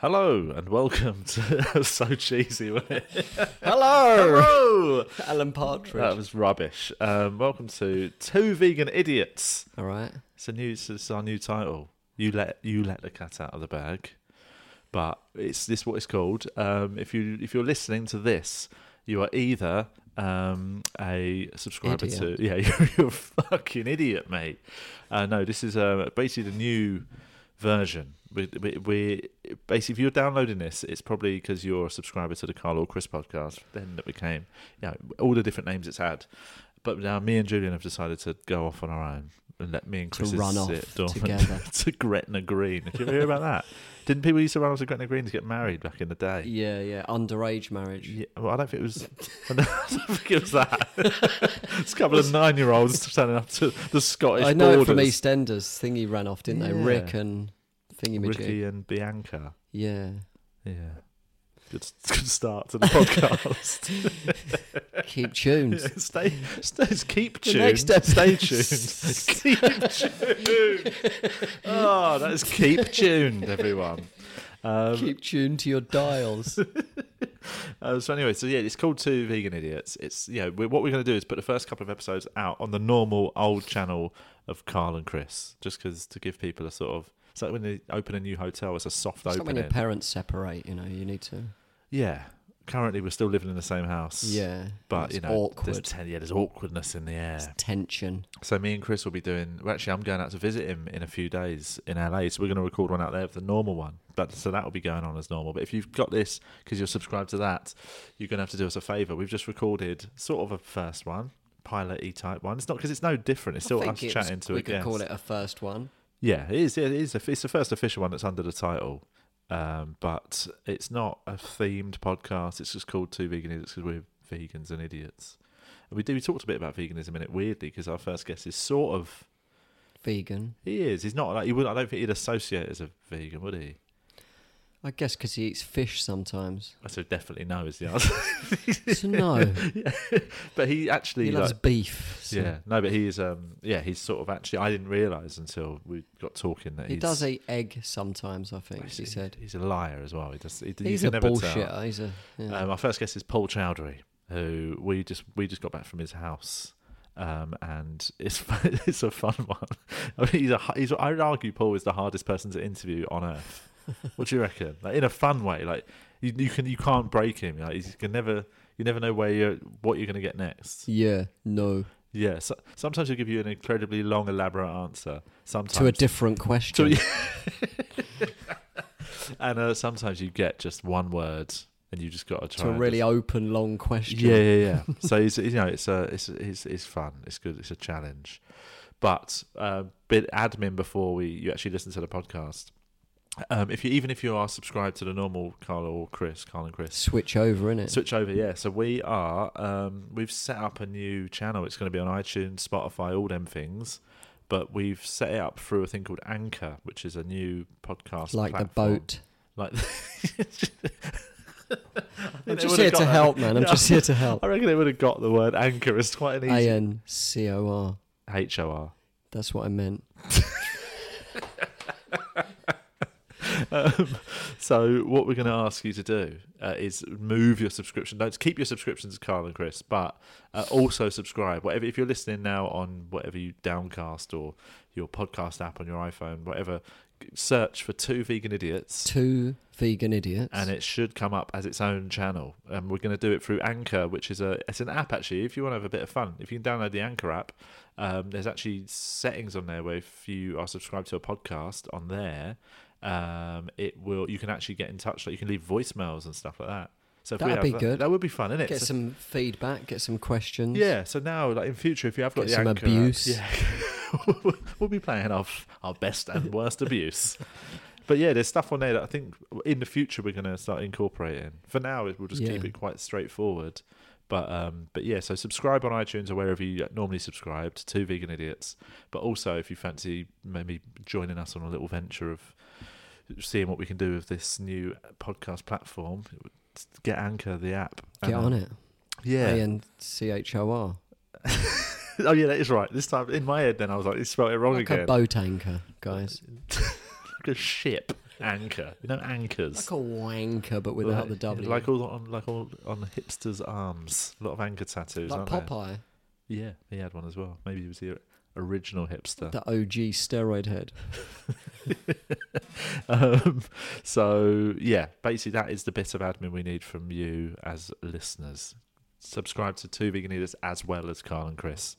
Hello and welcome to so cheesy, wasn't it? Hello, Hello. Alan Partridge. That was rubbish. Um, welcome to Two Vegan Idiots. All right. It's a new. It's it's our new title. You let you let the cat out of the bag, but it's this what it's called. Um, if you if you're listening to this, you are either um, a subscriber Idiot. to yeah you're, you're a fucking idiot, mate. Uh, no, this is uh, basically the new version. We, we, we basically, if you're downloading this, it's probably because you're a subscriber to the Carl or Chris podcast. Then that became, yeah, all the different names it's had. But now me and Julian have decided to go off on our own and let me and To Chris run sit off dormant together. to Gretna Green. Did you ever hear about that? Didn't people used to run off to Gretna Green to get married back in the day? Yeah, yeah. Underage marriage. Yeah, well, I don't think it was. I don't think it was that. it's a couple of nine-year-olds standing up to the Scottish. I know it borders. from EastEnders. Thingy ran off, didn't they? Yeah. Rick and Thingy Ricky and Bianca. Yeah. Yeah. Good, good start to the podcast. Keep tuned. stay, stay, keep The tuned. next ep- stay tuned. keep tuned. Oh, that is keep tuned, everyone. Um, Keep tuned to your dials. Uh, so anyway, so yeah, it's called Two Vegan Idiots. It's yeah, we, what we're going to do is put the first couple of episodes out on the normal old channel of Carl and Chris, just because to give people a sort of it's like when they open a new hotel, it's a soft it's like when your opening. parents separate, you know, you need to. yeah, currently we're still living in the same house. Yeah. but it's you know, there's awkward. ten, yeah, there's awkwardness in the air. Tension. So me and Chris will be doing. Well, actually, I'm going out to visit him in a few days in LA. So we're going to record one out there for the normal one. But so that will be going on as normal. But if you've got this because you're subscribed to that, you're going to have to do us a favor. We've just recorded sort of a first one, pilot e type one. It's not because it's no different. It's still I us think it was- chatting to We a could guest. call it a first one. Yeah, it is. It is. a- It's the first official one that's under the title. Um, but it's not a themed podcast. It's just called Two Vegan Idiots because we're vegans and idiots. And we do. We talked a bit about veganism in it weirdly because our first guest is sort of Vegan. he is. He's not like he would. I don't think he'd associate as a vegan, would he? I guess because he eats fish sometimes. I said definitely no is the answer. So no. but he actually, he loves like- beef. so- yeah, no, but he is. Um, yeah, he's sort of actually. I didn't realize until we got talking that He he's, does eat egg sometimes, I think he's- he said. he's a liar as well. He does. He, you He's can a never tell. bullshitter. He's a yeah. Um, our first guest is Paul Chowdhury, who we just we just got back from his house, um, and it's fu- it's a fun one. I mean, he's a hu- he's I would argue Paul is the hardest person to interview on earth. What do you reckon? Like in a fun way, like you, you can you can't break him. Like you can never you never know where you're what you're going to get next. yeah, no, Yeah, so, sometimes he'll give you an incredibly long, elaborate answer. Sometimes to a different question. To- and uh, sometimes you get just one word, and you just got to try to a and really just- open, long question. Yeah, yeah, yeah. so it's you know it's a it's it's it's fun. It's good. It's a challenge. But uh, bit admin before we you actually listen to the podcast. Um, if you even if you are subscribed to the normal Carl or Chris, Carl and Chris, Switch over, innit? switch over. Yeah. So we are um, we've set up a new channel. It's going to be on iTunes, Spotify, all them things. But we've set it up through a thing called Anchor, which is a new podcast. like platform. the boat. Like I'm they just would've here got to that. help, man. I'm Yeah. just here to help. I reckon they would have got the word anchor as quite an A easy N C O R. H O R. That's what I meant. Um, so what we're going to ask you to do uh, is move your subscription. Don't keep your subscriptions to Carl and Chris, but uh, also subscribe. Whatever if you're listening now on whatever you Downcast or your podcast app on your iPhone, whatever, g- search for Two Vegan Idiots. Two vegan idiots. And it should come up as its own channel, and we're going to do it through Anchor, which is a it's an app actually. If you want to have a bit of fun, if you can download the Anchor app, um, there's actually settings on there where if you are subscribed to a podcast on there, um, it will you can actually get in touch. Like you can leave voicemails and stuff like that. So if we That'd have be that, good. That would be fun, isn't it? get So- some feedback. Get some questions. yeah. So now, like in future, if you have got Get the some Anchor app, abuse. yeah, we'll be playing our our best and worst abuse. But yeah, there's stuff on there that I think in the future we're going to start incorporating. For now, it- we'll just keep Yeah. it quite straightforward. But um, but yeah, so subscribe on iTunes or wherever you normally subscribe to Two Vegan Idiots. But also, if you fancy maybe joining us on a little venture of seeing what we can do with this new podcast platform, get Anchor the app. Get And, uh, on it. Oh, Yeah, A N C H O R. Oh yeah, that is right. This time in my head, then I was like, "It's spelled it wrong Like a again." boat anchor, guys. like a ship. anchor. You know, anchors. Like a wanker, but without like, the W. Like all on like all on hipsters' arms. A lot of anchor tattoos. Like aren't there? Popeye, Yeah, he had one as well. Maybe he was the original hipster. the OG steroid head. um, so yeah, basically that is the bit of admin we need from you as listeners. Subscribe to Two Vegan Eaters as well as Carl and Chris.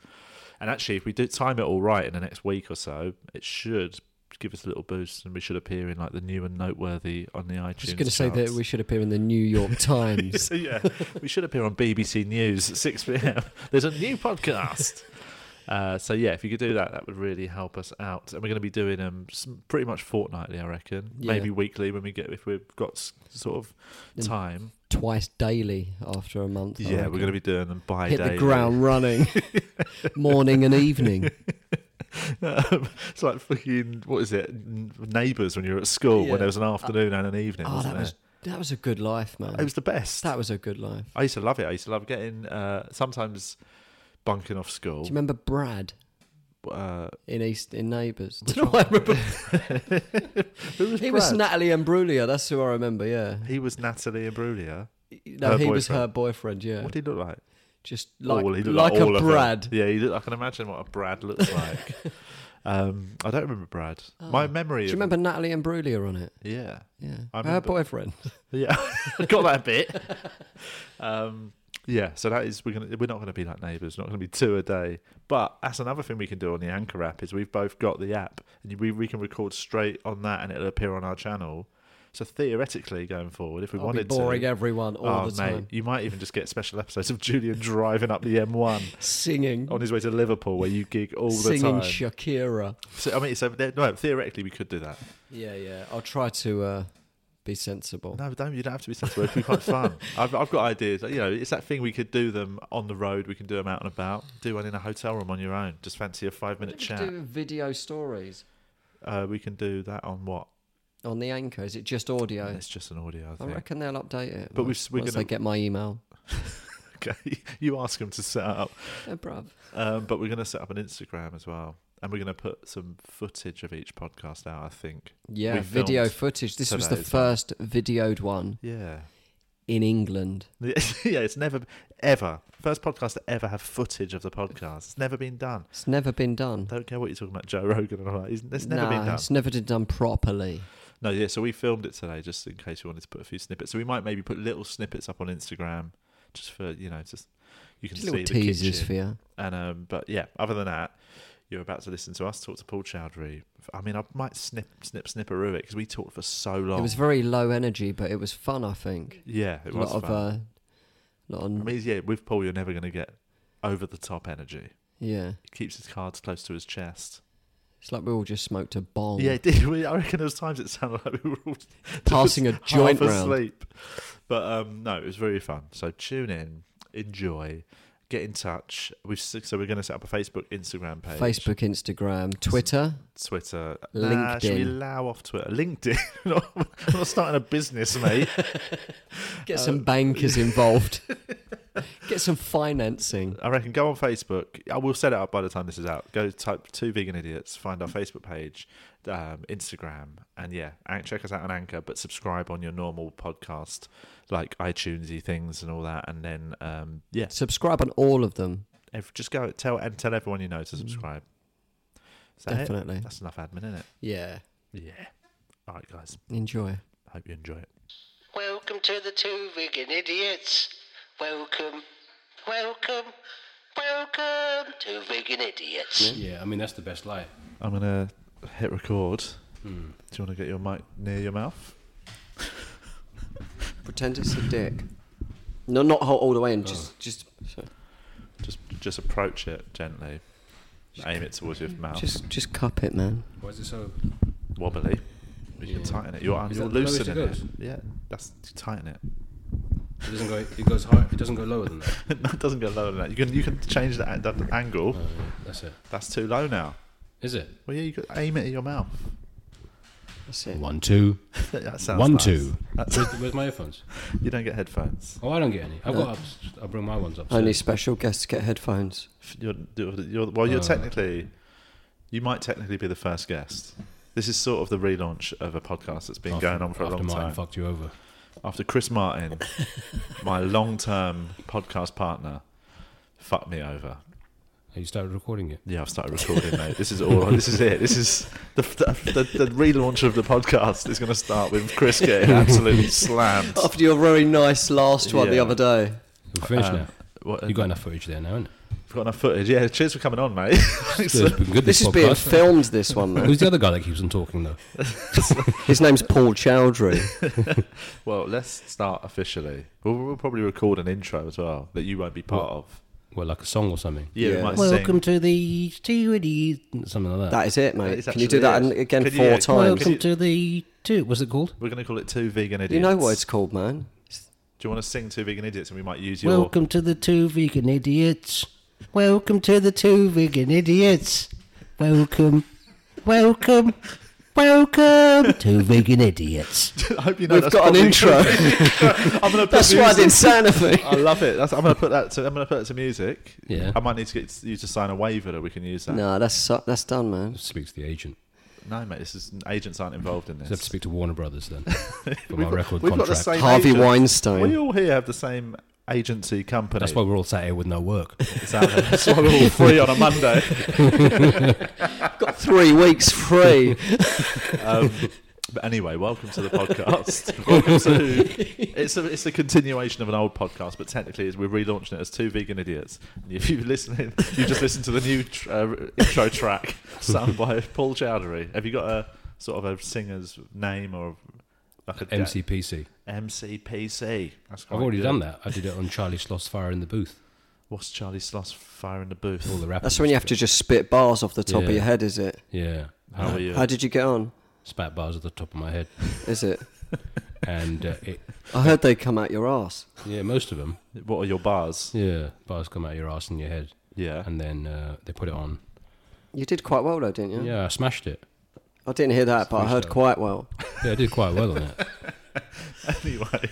And actually, if we do time it all right in the next week or so, it should give us a little boost, and we should appear in like the new and noteworthy on the iTunes. Just going to say that charts. we should appear in the New York Times. So, yeah, we should appear on BBC News at 6 p.m. There's a new podcast. Uh, so yeah, if you could do that, that would really help us out. And we're going to be doing um some, pretty much fortnightly, I reckon. Yeah. Maybe weekly when we get if we've got s- sort of Then time. Twice daily after a month. I yeah, we're reckon. going to be doing them by hit day. the ground running, morning and evening. Um, it's like fucking what is it? Neighbours when you were at school Yeah. when there was an afternoon and an evening. Oh, wasn't that was that was a good life, man. there? it was the best. that was a good life. I used to love it. I used to love getting uh, sometimes bunking off Do school. you remember Brad Uh, in East in Neighbours? Do you know why I remember? who was He was Brad? Natalie Imbruglia. That's who I remember. Yeah. He was Natalie Imbruglia. No, Her he was boyfriend. her boyfriend. Yeah. What did he look like? Just like All- he looked like, all a of her. Brad. Yeah, he looked, I can imagine what a Brad looks like. um, I don't remember Brad. My Oh. memory. Do you of- remember Natalie Imbruglia on it? Yeah, Yeah. I her remember. boyfriend. yeah, got that bit. um, yeah, so that is we're gonna we're not gonna be like neighbours, not gonna be two a day. But that's another thing we can do on the Anchor app is we've both got the app and we we can record straight on that and it'll appear on our channel. So theoretically, going forward, if we I'll be wanted boring to. everyone all oh, the mate, time. you might even just get special episodes of Julian driving up the M1 Singing. on his way to Liverpool, where you gig all the singing time. Shakira. So I mean, so there- no, theoretically we could do that. Yeah, yeah. I'll try to uh, be sensible. No, don't you don't have to be sensible. It could be quite fun. I've, I've got ideas. You know, it's that thing we could do them on the road. We can do them out and about. Do one in a hotel room on your own. Just fancy a five minute chat. do video stories Uh, we can do that on what? on the anchor. Is it just audio? It's just an audio. I I think. reckon they'll update it. But we- once, we're once gonna- they get my email. Okay, you ask them to set up. Yeah, bruv. Um, but we're going to set up an Instagram as well, and we're going to put some footage of each podcast out. I think. Yeah, We video filmed footage. This was the today as well. first videoed one Yeah. in England. yeah, it's never ever first podcast to ever have footage of the podcast. It's never been done. It's never been done. don't care what you're talking about, Joe Rogan and all that. It's, it's never Nah, been done. It's never been done properly. No, yeah. So we filmed it today, just in case you wanted to put a few snippets. So we might maybe put little snippets up on Instagram, just for you know, just you can Just see little the teasers teasers. for you. And um, but yeah, other than that, you're about to listen to us talk to Paul Chowdhury. I mean, I might snip, snip, snipperoo it because we talked for so long. It was very low energy, but it was fun. I think yeah, it was a lot fun. of uh, lot on. I mean, yeah, with Paul, you're never going to get over the top energy. yeah, He keeps his cards close to his chest. it's like we all just smoked a bong. Yeah, it did we? I reckon there was times it sounded like we were all passing a joint half round. asleep. But um, no, it was very fun. So tune in, enjoy, get in touch. We've s- so we're going to set up a Facebook, Instagram page, Facebook, Instagram, Twitter. Twitter, Nah, should we LinkedIn. allow off Twitter, LinkedIn? I'm not starting a business, mate. Get some bankers involved. Get some financing. I reckon go on Facebook. I will set it up by the time this is out. Go type two vegan idiots, find our Facebook page, um, Instagram, and yeah, and check us out on Anchor. But subscribe on your normal podcast, like iTunesy things and all that. And then um, yeah, Subscribe on all of them. ev- just go tell and tell everyone you know to subscribe. Is that it? Definitely. That's enough admin, isn't it? Yeah. Yeah. All right, guys. Enjoy. Hope you enjoy it. Welcome to the Two Vegan Idiots. Welcome, welcome, welcome to Vegan Idiots. Yeah, I mean that's the best life. I'm gonna hit record. Do you want to get your mic near your mouth? Pretend it's a dick. No, not hold all the way in. Oh. Just, just, Just just approach it gently. Aim it towards your mouth. just, just cup it, man. Why is it so? wobbly. You can tighten it. You're, Is you're that the lowest it loosening it. goes? Yeah, that's tighten it. It doesn't go. It goes higher. It doesn't go lower than that. that doesn't go lower than that. You can you can change that, that angle. Oh, that's it. That's too low now. Is it? Well, yeah, you could aim it at your mouth. That's it. One two. That sounds One, nice. two. That's, Where's, where's my earphones? you don't get headphones. Oh, I don't get any. I've got. Ups, I'll bring my ones up. Only special guests get headphones. You're, you're, you're, well, you're Uh. technically, you might technically be the first guest. This is sort of the relaunch of a podcast that's been going on for a after long Martin time. fucked you over. After Chris Martin, my long-term podcast partner, fucked me over. And you started recording it. Yeah, I've started recording, mate. This is all. This is it. This is the the, the, the relaunch of the podcast is going to start with Chris getting absolutely slammed. Oh, After your very nice last one the Yeah. other day. We're finished Um, now. What, You've got enough footage there now, haven't I've got enough footage. Yeah, cheers for coming on, mate. you? So it's been good, This this, is being podcast. filmed, this one, though. Who's the other guy that keeps on talking, though? His name's Paul Chowdhury. well, let's start officially. We'll, we'll probably record an intro as well that you won't be part of. Well, like a song or something. Yeah, Yeah. we might Welcome sing. to the two idiots. Something like that. That is it, mate. That is Can you do actually that it. an- again Can you- four yeah, can you- times? can Welcome to the two. What's it called? We're going to call it Two Vegan Idiots. you know what it's called, man. Do you want to sing Two Vegan Idiots and we might use your. Welcome to the two vegan idiots. Welcome to the two vegan idiots. Welcome, welcome, welcome to vegan idiots. I hope you know We've that's got an probably- intro. I'm going to That's why I didn't say anything. I love it. That's, I'm going to put that to. I'm going to put it to music. Yeah. I might need to get you to sign a waiver that we can use that. no, that's so- that's done, man. Speaks to the agent. No, mate. This is agents aren't involved in I have to this. speak to Warner Brothers then for my got- record we've got the contract. same Harvey agent. Weinstein. We all here have the same agency company. That's why we're all sat here with no work. Exactly. That's why we're all free on a Monday. Got three weeks free. Um, but anyway, welcome to the podcast. welcome to it's a it's a continuation of an old podcast, but technically it's, we're relaunching it as Two Vegan Idiots. And if you're listening, you just listened to the new tr- uh, intro track sung by Paul Chowdhury. Have you got a sort of a singer's name or like a MCPC. MCPC? That's I've quite already good. done that. I did it on Charlie Sloss Fire in the Booth. What's Charlie Sloss fire in the All booth? the rappers. That's when you have to just spit bars off the top Yeah. of your head, is it? Yeah. How are you? How did you get on? Spat bars at the top of my head, Is it? and uh, it, I heard they come out your ass. yeah, most of them. what are your bars? Yeah, bars come out your ass and your head, Yeah. and then uh, they put it on. You did quite well though, didn't you? Yeah, I smashed it. I didn't hear that, but I heard Freestyle. quite well. Yeah, I did quite well on it. Anyway,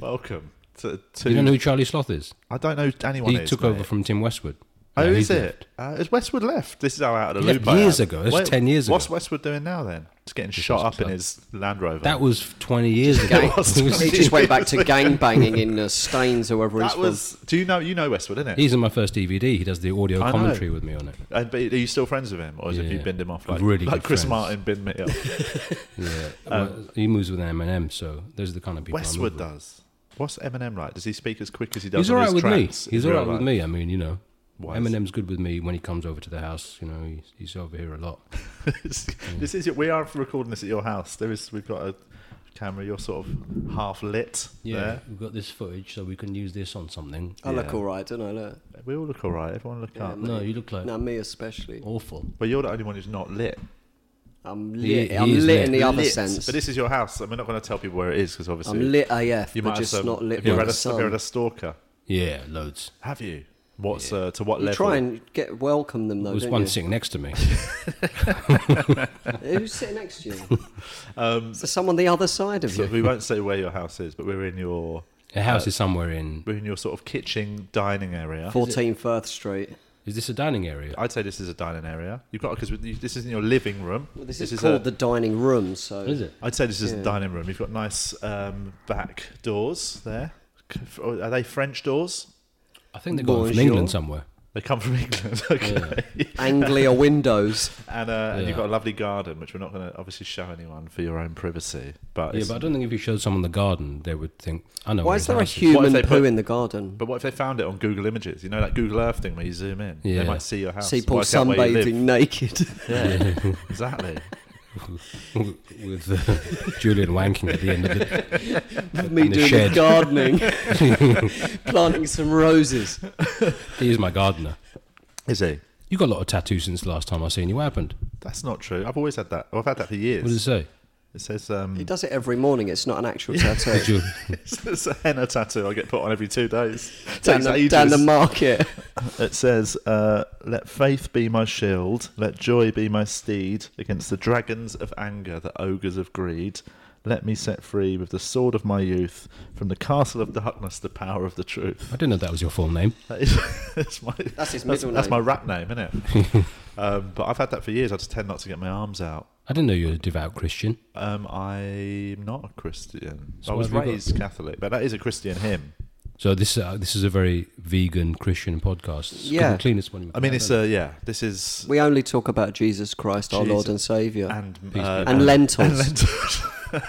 welcome to. to You don't know who Charlie Sloth is? I don't know anyone. He is, took mate. over from Tim Westwood. Oh, Yeah, is he's it? Uh, is Westwood left? This is how out of He the left loop. I years am. ago. That's 10 years What's ago. Westwood doing now then? Just getting shot up in his Land Rover. That was 20 years ago. Gang- It was- he just went back to gang banging in uh, Staines or wherever he's That from. was. Do you know? You know Westwood, innit? He's in my first DVD. He does the audio I know. commentary with me on it. And, but are you still friends with him, or is have you Yeah. binned him off like, Really like good Chris friends. Martin binned me up? Yeah, well, he moves with Eminem, so those are the kind of people. I move Um, Westwood with. does. What's Eminem like? Does he speak as quick as he does? He's on all right his with me. tracks in He's all real right with life? me. I mean, you know, Why is- Eminem's good with me when he comes over to the house. You know, he's, he's over here a lot. this is. your- We are recording this at your house. There is. We've got a camera. You're sort of half lit. Yeah, there. we've got this footage, so we can use this on something. I look Yeah. all right, don't I? Look. We all look all right. Everyone look up. No, you look like Now me especially. awful. But you're the only one who's not lit. I'm lit. he I'm is lit, lit. in the other Lit. sense. But this is your house, and we're not going to tell people where it is because obviously I'm lit AF, You but might just have some, not lit Have you by had the a, have you had sun. a stalker? Yeah, loads. Have you? What's uh, to what level? You try and get welcome them though. There was don't one you? sitting next to me. Who's sitting next to you? um, so someone the other side of So you. we won't say where your house is, but we're in your The house is somewhere in. we're in your sort of kitchen dining area. 14 Firth Street. Is this a dining area? I'd say this is a dining area. You've got because this isn't your living room. Well, this, is, called a- the dining room, so Is it? I'd say this is a Yeah. dining room. You've got nice um, back doors there. Are they French doors? I think they got one from Bonjour. England somewhere. They come from England, okay. Anglia windows. And, uh, and you've Yeah. got a lovely garden, which we're not going to obviously show anyone for your own privacy. But Yeah, it's- but I don't think if you showed someone the garden, they would think, I know. Oh, Why where is his there a house What if human they poo put- in the garden? But what if they found it on Google Images? You know that Google Earth thing where you zoom in, Yeah. they might see your house. See Paul work out where you live. sunbathing naked. Yeah, exactly. with uh, Julian wanking at the end of it. Me In the doing shed. gardening. Planting some roses. He's my gardener. Is he? You got a lot of tattoos since the last time I seen you. What happened? That's not true. I've always had that. Well, I've had that for years. What did it say? it says um, He does it every morning. It's not an actual tattoo. Ju- it's a henna tattoo. I get put on every two days. down, Takes the, ages. down the market. it says, uh, "Let faith be my shield. Let joy be my steed against the dragons of anger, the ogres of greed." Let me set free with the sword of my youth from the castle of darkness, the power of the truth. I didn't know that was your full name. That is, that's my That's his that's, middle That's name. my rap name, isn't it? um, but I've had that for years. I just tend not to get my arms out. I didn't know you were a devout Christian. Um, I'm not a Christian. So I was what have you raised Catholic, but that is a Christian hymn. So this uh, this is a very vegan Christian podcast. It's Yeah. the cleanest one. I mean, it's uh, yeah. This is We only talk about Jesus Christ, our Jesus. Lord and Saviour. and Peace be uh, with and lentils. And lentils.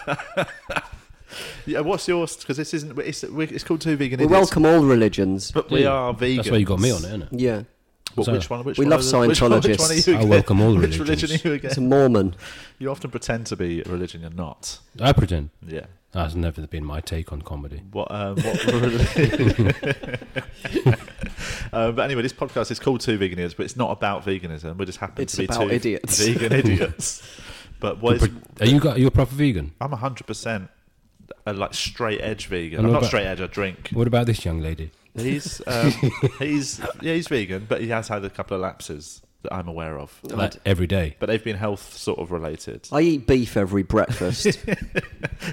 yeah, what's yours? Because this isn't. It's, we- it's called two vegan. we Idiots, welcome all religions. but we Yeah. are vegan. that's why you got me on it, isn't it? yeah. But So- which one? Which We one love are the- which one- Which one are Scientologists. you I again? welcome all Which religions. religion are you It's a again? Mormon. You often pretend to be a religion you're not. I pretend. Yeah. That's never been my take on comedy. What? Um, what religion? um, but anyway, this podcast is called Two Vegan Idiots, but it's not about veganism. We're just happen It's to be about two idiots. vegan idiots. But what is, But are you got? Are you a proper vegan? I'm 100 percent like straight edge vegan. And I'm what not about- straight edge. I drink. What about this young lady? He's um, he's yeah he's vegan, but he has had a couple of lapses that I'm aware of. Like every day. But they've been health sort of related. I eat beef every breakfast.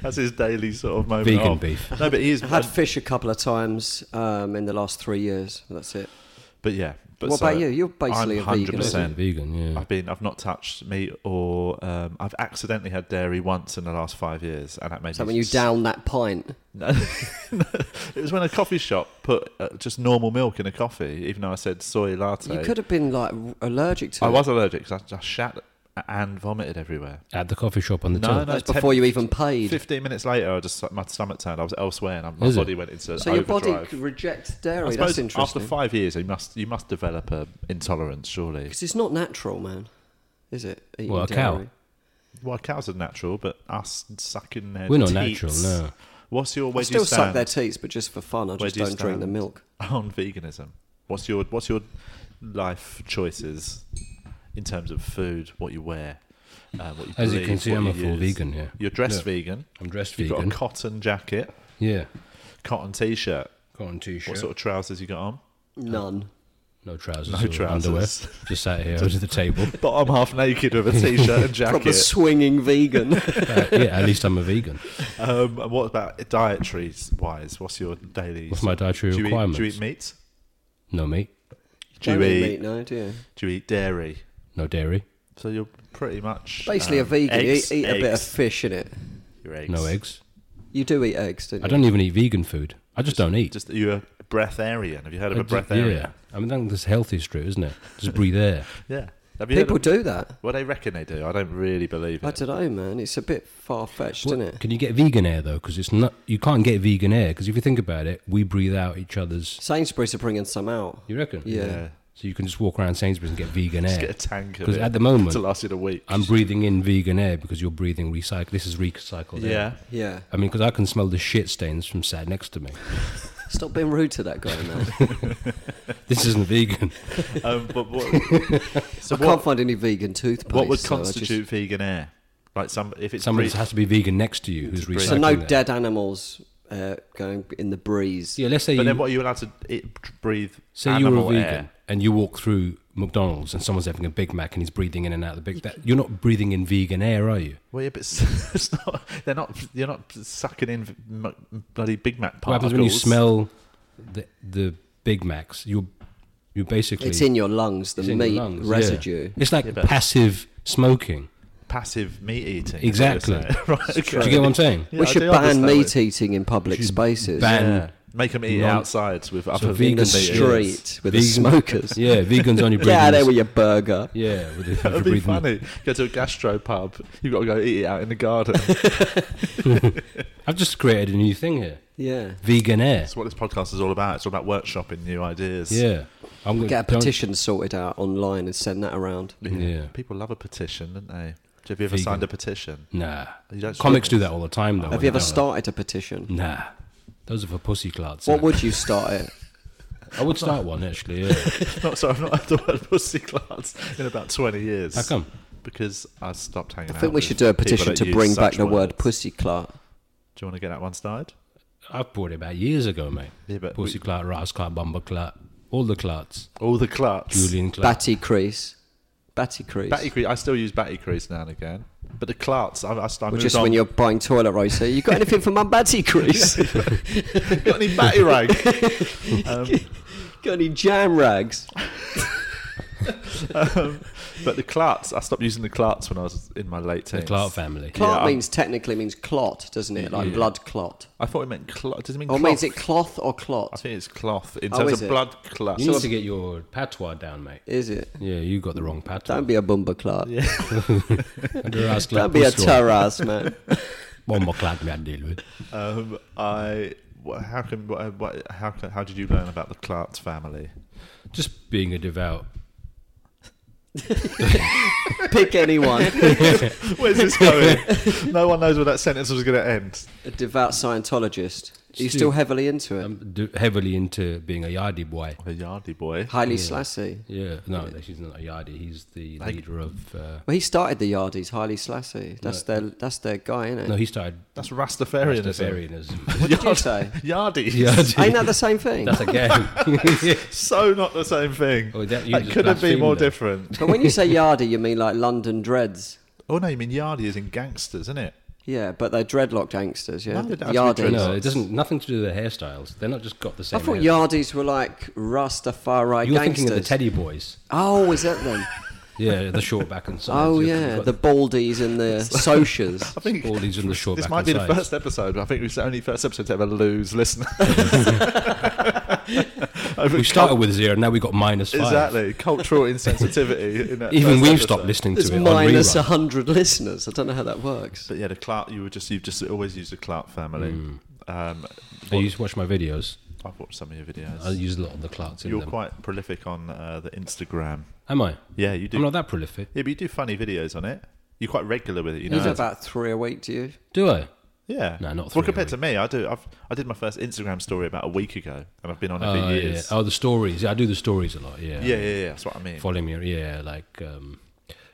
That's his daily sort of moment. Vegan off. beef. No, but he is. I had fish a couple of times um, in the last three years. That's it. but yeah. But What so about you? You're basically I'm a vegan, Basically 100%. Vegan. Yeah. I've been. I've not touched meat, or um, I've accidentally had dairy once in the last five years, and that made So me when you s- down that pint, It was when a coffee shop put uh, just normal milk in a coffee, even though I said soy latte. you could have been like allergic to I it. was allergic because I, I shat and vomited everywhere. At the coffee shop on the No, till. no. That's ten- before you even paid. 15 minutes later, I just my stomach turned. I was elsewhere, and my Is it? body went into So your overdrive. body rejects I dairy. That's suppose after interesting. five years, you must you must develop a intolerance, surely. Because it's not natural, man. Is it? Eating What, a cow? dairy? Well, cows are natural, but us sucking their We're not teats- natural, no. What's your I where do still you suck stand their teats, but just for fun. I Where just do you don't drink the stand? milk. on veganism? What's your what's your life choices in terms of food, what you wear, uh, what you As you believe, can see, what I'm you a full use? vegan. Yeah. You're dressed Yeah. vegan. I'm dressed You've vegan. got a cotton jacket, yeah. cotton t-shirt. Cotton t-shirt. What sort of trousers you got on? None. no trousers. No or trousers. Underwear. Just sat here under the table. Bottom half naked with a t-shirt and jacket. Proper swinging vegan. Uh, yeah. At least I'm a vegan. Um, and what about dietary wise? What's your daily? What's my dietary do you requirements? Eat, do you eat meat? No meat. Do you Don't eat eat, meat, no, do you? do you eat dairy? No dairy. So you're pretty much Basically, a um, vegan. eggs- you eat, eat a bit of eggs. fish in it. Your eggs. No eggs. You do eat eggs, don't you? I don't even eat vegan food. I just don't eat. Just you're a breatharian. Have you heard of I a ju- breatharian? Yeah. I mean, that's this healthy street, isn't it? Just breathe air. Yeah. Have you People heard of, do that. Well, they reckon they do. I don't really believe I it. don't know, man. It's a bit far fetched, isn't it? Can you get vegan air though? Because it's not. You can't get vegan air because if you think about it, we breathe out each other's. Sainsbury's are bringing some out. You reckon? Yeah. So you can just walk around Sainsbury's and get vegan Just air. get a tank of 'Cause it at the moment- to last you a week. I'm breathing in vegan air because you're breathing recycled. This is recycled air. yeah. Yeah. I mean, because I can smell the shit stains from sat next to me. Stop being rude to that guy, man. This isn't vegan. Um, but what, so I can't what, find any vegan toothpaste. what would so I just- constitute vegan air? Like some, if it's Someone breath- has to be vegan next to you who's breathe. recycling. So no air. dead animals uh, going in the breeze. Yeah, let's say But you then, what are you allowed to eat, breathe? say you animal were a vegan air? and you walk through McDonald's and someone's having a Big Mac and he's breathing in and out of the Big. That, you're not breathing in vegan air, are you? Well, yeah, but it's, it's not. They're not. You're not sucking in m- bloody Big Mac particles. What happens when you smell the the Big Macs? You're you're basically It's in your lungs, the it's in your meat lungs, yeah. residue. It's like Yeah, but- passive smoking. passive meat eating? is what Exactly. you're saying. right. Do Okay. you get what I'm saying? Yeah, we I should do understand ban that. meat eating in public spaces. ban Yeah. Make them eat Non- outside with other vegan in vegan the meat, eaters. street with the Vegan- smokers. Yeah, vegans only breathing. Get out of there in- with your burger. yeah, with the, with That'd the be breathing. funny. Go to a gastro pub. You've got to go eat it out in the garden. I've just created a new thing here. Yeah. Vegan air. That's what this podcast is all about. It's all about workshopping new ideas. Yeah, I'm gonna Get a don't- petition sorted out online and send that around. Yeah. Yeah. People love a petition, don't they? Have you ever Vegan. signed a petition? Nah, You don't- comics do that all the time Oh, though. Have when you ever they're started a petition? like, Nah, those are for pussy clarts. What innit? would you start it? I would start one actually. Yeah. not sorry, I've not had the word pussy class in about 20 years. How come? Because I stopped hanging out. I think we with should do a people petition that to use bring back such the words. word pussy clot. Do you want to get that one started? I bought it about years ago, mate. Yeah, but pussy clot, ras clot, bumper clot, all the clots. All the cluts. Julian clot. Batty crease. Batty crease. Batty crease. I still use batty crease now and again. But the clarts, I, I, I Which moved is on. when you're buying toilet roll, you say, You got anything for Mum Batty, Chris? got any batty rag? got any jam rags? um, but the clarts, I stopped using the clarts when I was in my late teens. The Clark family. Clot I'm- means technically means clot, doesn't it? Like blood clot. I thought it meant clot. Does it mean Or cloth? means Oh, it cloth or I clot? think it's cloth in Oh, terms is of it? blood clot. You So need to get your patois down, mate. Is it? Yeah, you got the wrong patois. Don't be a bumba clot. Don't Don't be a taras, man. Bomber clad man deal with. Um, I. wha- How can what, what, how can, how did you learn about the Clarts family? Just being a devout. Pick anyone. Where's this going? no one knows where that sentence was going to end. A devout Scientologist. Are you still heavily into it? I'm um, d- heavily into being a yardie boy. A yardie boy. Highly Slassie. Yeah, no, he's not a yardie. He's the leader of. Uh, Well, he started the Yardies, Highly Slassie. That's their that's their guy, isn't it? no, he started That's Rastafarianism. Rastafarianism. what did you say? Yardies. Ain't that the same thing? That's a game. So not the same thing. Oh, that- you that just couldn't be blasphemed more there. different. but when you say Yardie, you mean like London dreads. Oh no, you mean yardie is in gangsters, isn't it? Yeah, but they're dreadlocked gangsters, yeah? No, they don't have to be Yardies. no, it doesn't. Nothing to do with their hairstyles. They're not just got the I same. thought hair. Yardies were like Rastafari You're gangsters. thinking of the Teddy Boys. Oh, is that them? Yeah, the short back and sides. Oh, You've yeah, got the Baldies and the Socias. I think all these in the short this back might and be the sides. first episode. I think it's the only first episode to ever lose listeners. We started with zero, now we got minus five. exactly cultural insensitivity. In that Even first we've episode. stopped listening to It's it on minus rerun. 100 listeners. I don't know how that works. But yeah, the Clark. You were just you've just always used the Clark family. Hmm. Um, I used to watch my videos. I've watched some of your videos. I use a lot of the Clarks in You're them. quite prolific on uh, the Instagram. Am I? Yeah, you do. I'm not that prolific. yeah, but you do funny videos on it. You're quite regular with it. You know. You do about three a week, do you? Do I? Yeah. No, not Well, three a compared to me, I do. I've, I did my first Instagram story about a week ago, and I've been on it Oh, for yeah. years. oh, the stories. Yeah, I do the stories a lot. Yeah. yeah, yeah, yeah. That's what I mean. Following you, yeah, like um,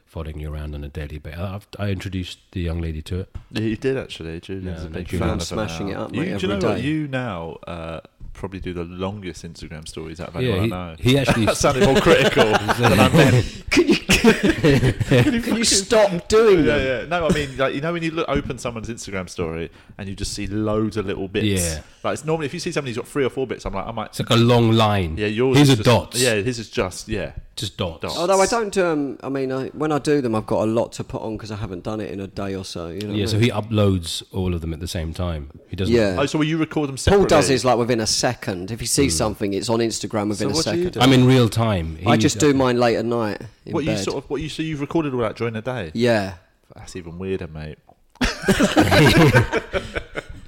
following you around on a daily basis. I've, I introduced the young lady to it. Yeah, you did actually. Julian's Yeah, a no, big Julian. fan I'm of smashing her it now. up, You, mate, do you know every what? day. You now uh, probably do the longest Instagram stories out of Yeah, anyone he- I know. he actually- that sounded more critical than I meant. Can you, can you stop doing Yeah, that? yeah. No, I mean, like, you know, when you look, open someone's Instagram story and you just see loads of little bits. Yeah. Like it's normally if you see somebody who's got three or four bits, I'm like, I might. It's like a long line. Yeah, yours. Here's is a just- dot. Yeah, his is just yeah. just dots. Dots. Although I don't do 'em- I mean, I, when I do them, I've got a lot to put on because I haven't done it in a day or so. You know Yeah, what so I mean? he uploads all of them at the same time. He doesn't. Yeah. Oh, so will you record them Paul separately? does his like within a second. If he sees something, it's on Instagram within a what do second. you I'm in real time. I He- just do mine late at night. In What you bed. sort of what you so you've recorded all that during the day? Yeah. That's even weirder, mate.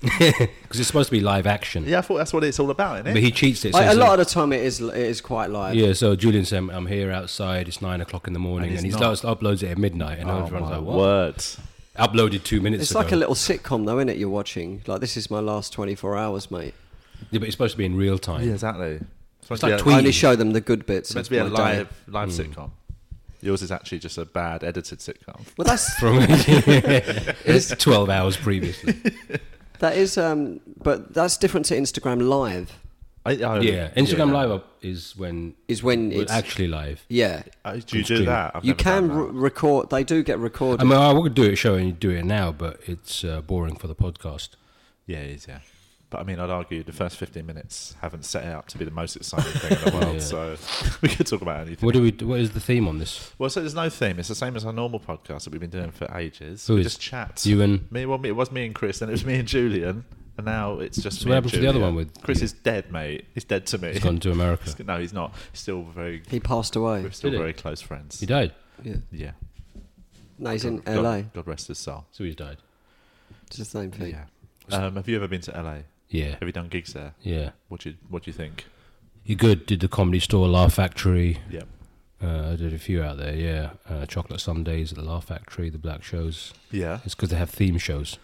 because it's supposed to be live action. Yeah, I thought that's what it's all about, isn't But it? he cheats it. Like, says a lot that- of the time, it is it is quite live. yeah, so Julian said, I'm here outside, it's nine o'clock in the morning, And and, it's he not. starts, uploads it at midnight, Oh, and everyone's like, what? Words. Uploaded two Oh minutes It's ago. like a little sitcom, though, isn't it? You're watching. Like this is my last 24 hours, mate. Yeah, but it's supposed to be in real time. Yeah, exactly. It's, meant like to be a- I tweet- Tweety. only show them the good bits. it's meant of to be a my day. live live Hmm. sitcom. Yours is actually just a bad edited sitcom. Well, that's From it's 12 hours previously. that is, um, but that's different to Instagram Live. I, I, Yeah, Instagram yeah. Live up is when Is when it's it's actually live. yeah. Uh, do you do that? I've you never done can that. re- record. They do get recorded. I mean, I would do it show and do it now, but it's uh, boring for the podcast. Yeah, it is, yeah. But I mean, I'd argue the first 15 minutes haven't set it up to be the most exciting thing in the world, Yeah. so we could talk about anything. What do we? do- What is the theme on this? Well, so there's no theme. It's the same as our normal podcast that we've been doing for ages. Who we is- just chat. you and- me. Well, me, it was me and Chris, then it was me and Julian, and now it's just. me what and happened to the other Julian. one with- Chris? yeah. Is dead, mate. He's dead to me. It's gone to America. He's- no, he's not. Still very. he passed away. We're still Did he? very close friends. He died. Yeah. Yeah. No, he's in God, LA. God rest his soul. So he's died. It's the same thing. Yeah. Um, have you ever been to LA? Yeah, Have you done gigs there? yeah. What do you What do you think? You're good. Did the comedy store, Laugh Factory. Yeah. Uh, I did a few out there. Yeah, uh, Chocolate Sundays at the Laugh Factory, the Black Shows. Yeah. It's because they have theme shows.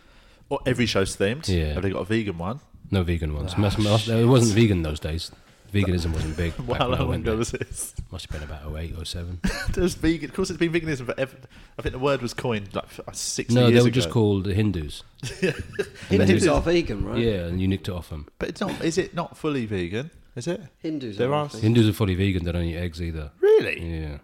Or every show's themed. Yeah. Have they got a vegan one? No vegan ones. Ah, Must- must- it wasn't vegan those days. Veganism wasn't big. Back Wow, when I how long went ago there. was this? Must have been about 08 or 07. There's vegan. Of course, it's been veganism forever. I think the word was coined like f- 60 no, years they were ago. just called the Hindus. Hindus are vegan, right? Yeah, and you nicked it off them. But it's not. Is it not fully vegan? Is it? Hindus. There are are vegan. Hindus are fully vegan. They don't eat eggs either. Really? Yeah.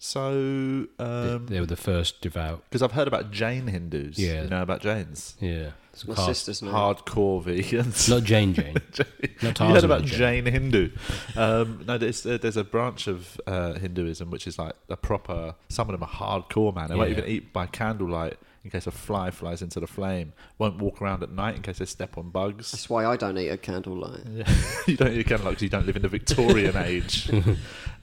So, because they were the first devout. I've heard about Jain Hindus. Yeah. You know about Jains? Yeah, it's a My caste. sister's name. Hardcore vegans. Not Jane Jane. Not you heard Tarzan about and Jane. Jain Hindu? Um, no, there's, uh, there's a branch of uh, Hinduism which is like a proper. Some of them are hardcore, man. They won't Yeah. even eat by candlelight in case a fly flies into the flame. Won't walk around at night in case they step on bugs. That's why I don't eat at candlelight. you don't eat candlelight because you don't live in the Victorian age.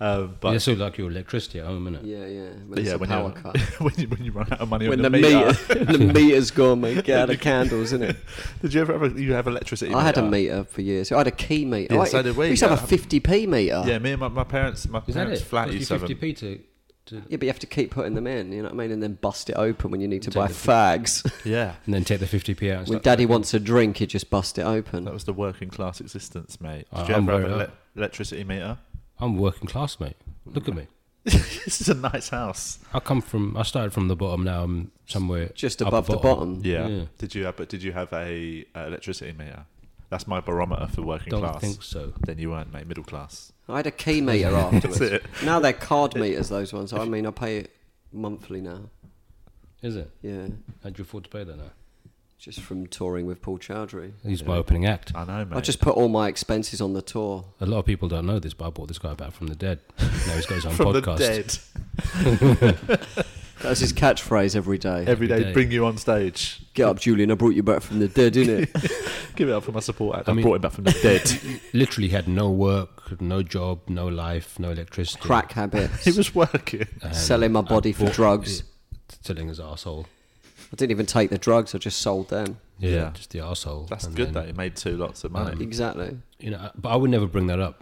Um, but They're so like your electricity at home, isn't it? Yeah, yeah. When but it's yeah, a when, power you're- cut. when you when you run out of money When on the your meter, meter, the meter's gone, mate. Get out of candles, innit? did you ever have, a- you have electricity? I had a meter? meter for years. I had a key meter. Yeah, I, so did we. used to have Yeah. a 50p meter. Yeah, me and my, my parents, my Is that parents' it? flat E Cost used to you have 'em. 50p to, to Yeah, but you have to keep putting them in, you know what I mean? And then bust it open when you need to Take buy the- fags. Yeah, and then take the 50p out. And when start, daddy wants a drink, you just bust it open. that was the working class existence, mate. Did Uh, you I'm ever have very an up. ele- electricity meter? I'm working class, mate. Look at me. this is a nice house. I come from. I started from the bottom. Now I'm somewhere Just up above the bottom. Yeah. Yeah. Did you have? But did you have a uh, electricity meter? That's my barometer for working Don't class. think so. Then you weren't, mate. Middle class. I had a key meter afterwards. it. Now they're card meters, those ones. I mean, I pay it monthly now. Is it? Yeah, How do you afford to pay that now? just from touring with Paul Chowdhury. He's my opening act. I know, mate. I just put all my expenses on the tour. A lot of people don't know this, but I brought this guy back from the dead. Now he's got his own from podcast. the dead That's his catchphrase every day. every day, day. Bring you on stage. Get up, Julian. I brought you back from the dead, innit? Give it up for my support. act. I, mean- brought him back from the dead. Literally had no work, no job, no life, no electricity. Crack habits. he was working. selling my body for drugs. Selling his arsehole. I didn't even take the drugs. I just sold them. Yeah, Yeah. just the arsehole. That's And good then, though. He made two lots of money. Exactly. You know, but I would never bring that up.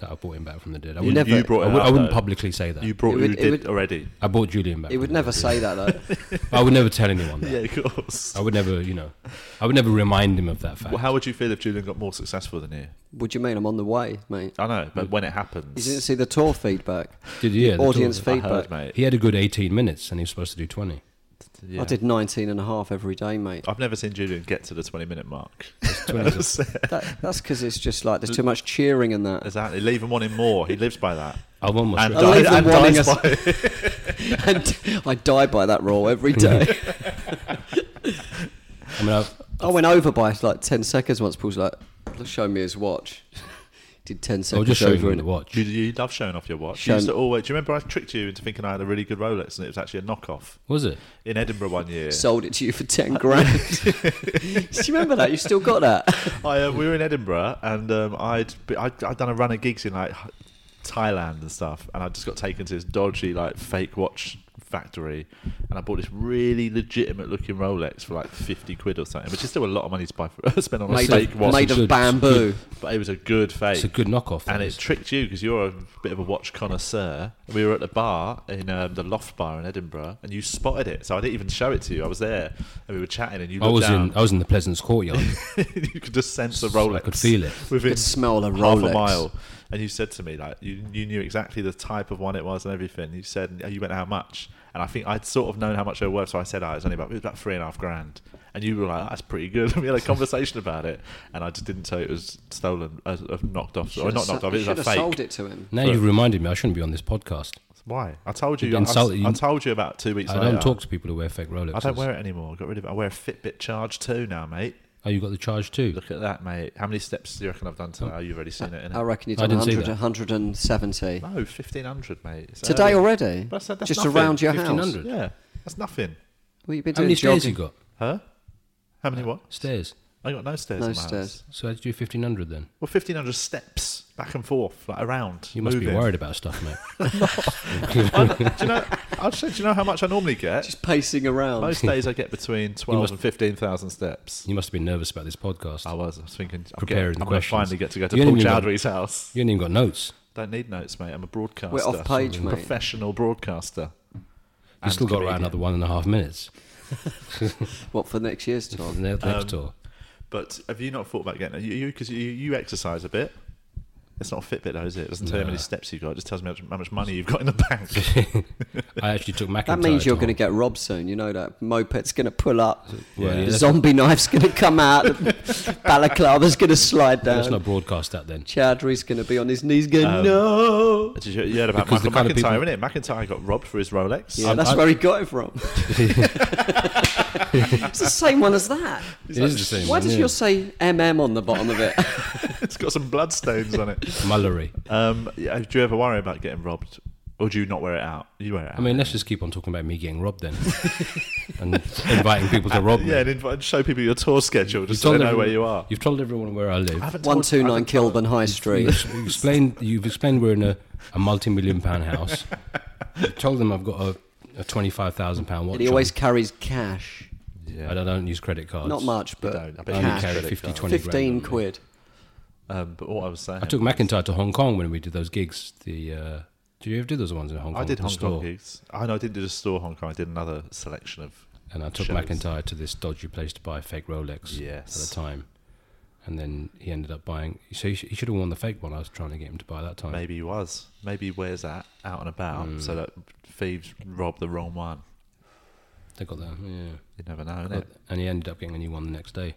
That I brought him back from the dead. I you, wouldn't. you never- brought. I, it would, up, I wouldn't though. public publicly say that. You brought. It would- you it did would- already. I brought Julian back. He would from the never say that though. dead. I would never tell anyone that. Yeah, of course. I would never, you know, I would never remind him of that fact. Well, how would you feel if Julian got more successful than you? what do you mean? I'm on the way, mate. I know, but when it You didn't happens, see the tour feedback, did you hear the audience talk? I feedback. heard, mate. He had a good 18 minutes, and he was supposed to do 20. Yeah. I did 19 and a half every day, mate. I've never seen Julian get to the twenty-minute mark. 20 's a- That, that's because it's just like there's too much cheering in that, exactly. Leave him wanting more. He lives by that. I almost And read- I leave dies, and him wanting dies us- by it. and I die by that rule every day. I mean, I, I went over by like 10 seconds once. Paul's like, "Show me his watch." Did 10 I was seconds just showing over him and the watch. You, you love showing off your watch. You Shown- used to always. Do you remember I tricked you into thinking I had a really good Rolex and it was actually a knockoff Was it? in Edinburgh one year. sold it to you for 10 grand. Do you remember that? You still got that? I, uh, we were in Edinburgh and um, I'd, be, I'd I'd done a run of gigs in like H- Thailand and stuff, and I just got taken to this dodgy like fake watch factory, and I bought this really legitimate looking Rolex for like fifty quid or something, which is still a lot of money to buy for, spend on a Made fake of, watch, made of Good- bamboo. but it was a good fake. It's a good knockoff. and that it is. tricked you because you're a bit of a watch connoisseur. We were at the bar in um, the Loft Bar in Edinburgh, and you spotted it. So I didn't even show it to you. I was there, and we were chatting, and you I looked was down. in. I was in the Pleasance Courtyard. you could just sense the Rolex. I could feel it. within Could smell a half Rolex. a mile. And you said to me, like, you, you knew exactly the type of one it was and everything. You said, you went, how much? And I think I'd sort of known how much they were worth, so I said, oh, it's only about, it was about three and a half grand. And you were like, that's pretty good. we had a conversation about it, and I just didn't tell you it was stolen, uh, uh, knocked off, or Should've not so- knocked off, you it was a should've fake. sold it to him. now you've reminded me. I shouldn't be on this podcast. Why? I told you. You I, insulted- I told you about two weeks I later. don't talk to people who wear fake Rolexes. I don't wear it anymore. I got rid of it. I wear a Fitbit Charge 2 now, mate. Oh, you got the charge too. Look at that, mate. How many steps do you reckon I've done today? Oh, you've already seen it, I innit? reckon you've I done didn't see 100, that. 170. No, 1,500, mate. It's Today early. already? That's- that's Just nothing. around your house? 1500. Yeah, that's nothing. Well, you've been How doing many stairs you jogging. got? Huh? How Uh, many what? Stairs. I got no stairs No in my house. stairs. So I had to do fifteen hundred then. Well, 1,500 steps back and forth, like around. You must moving. be worried about stuff, mate. Do you know, I said, do you know how much I normally get? Just pacing around. Most days I get between 12 and 15,000 steps. you must have been nervous about this podcast. I was, I was thinking, I'm, getting- Preparing I'm going the to questions. finally get to go to You Paul ain't even got- Chowdhury's house. You ain't even got notes. Don't need notes, mate. I'm a broadcaster. We're off page, I'm a mate. Professional broadcaster. You still got around comedian. another one and a half minutes. What, for next year's tour? Um, And then the next tour. But have you not thought about getting it? You because you, you, exercise a bit. It's not a Fitbit, though, is it? It doesn't tell you how many steps you've got. It just tells me how much, how much money you've got in the bank. I actually took Macintosh. That means you're home. going to get robbed soon. You know that moped's going to pull up, Well, yeah, the let's- zombie knife's going to come out, the balaclava's going to slide Let's down. not broadcast that then. Chowdhury's going to be on his knees going, Um, no. Did you, you heard about Because the Michael kind of people- McIntyre, innit? McIntyre got robbed for his Rolex. Yeah, I'm- that's I'm- where he got it from. it's the same one as that. It is the same. Why one, does yeah. yours say MM on the bottom of it? It's got some bloodstains on it. Mallory? Um, yeah, do you ever worry about getting robbed? Or do you not wear it out? You wear it out. I mean, let's just keep on talking about me getting robbed then, and inviting people to rob me. yeah, and invite, show people your tour schedule You've just so they told know where everyone- you are. You've told everyone where I live. haven't One told- two I nine haven't Kilburn High Street. You've explained. You've explained we're in a, a multi-million pound house. You told them I've got a, a twenty-five thousand pound watch. And he always carries cash. on. I, don't, I don't use credit cards. Not much, but don't. I bet I you only cash. carry Credit 50, card. 20 grand on me. fifteen quid. Um, but what I was saying, I took McIntyre to Hong Kong when we did those gigs. The uh, did you ever do those ones in Hong Kong? I did the Hong store? Kong gigs. I know I didn't do the store Hong Kong. I did another selection of. and I took shows. McIntyre to this dodgy place to buy a fake Rolex. at Yes. the time, and then he ended up buying. So he, sh- he should have worn the fake one. I was trying to get him to buy that time. Maybe he was. Maybe he wears that out and about so Mm. that thieves rob the wrong one. They got that. Yeah, You never know, innit? and he ended up getting a new one the next day.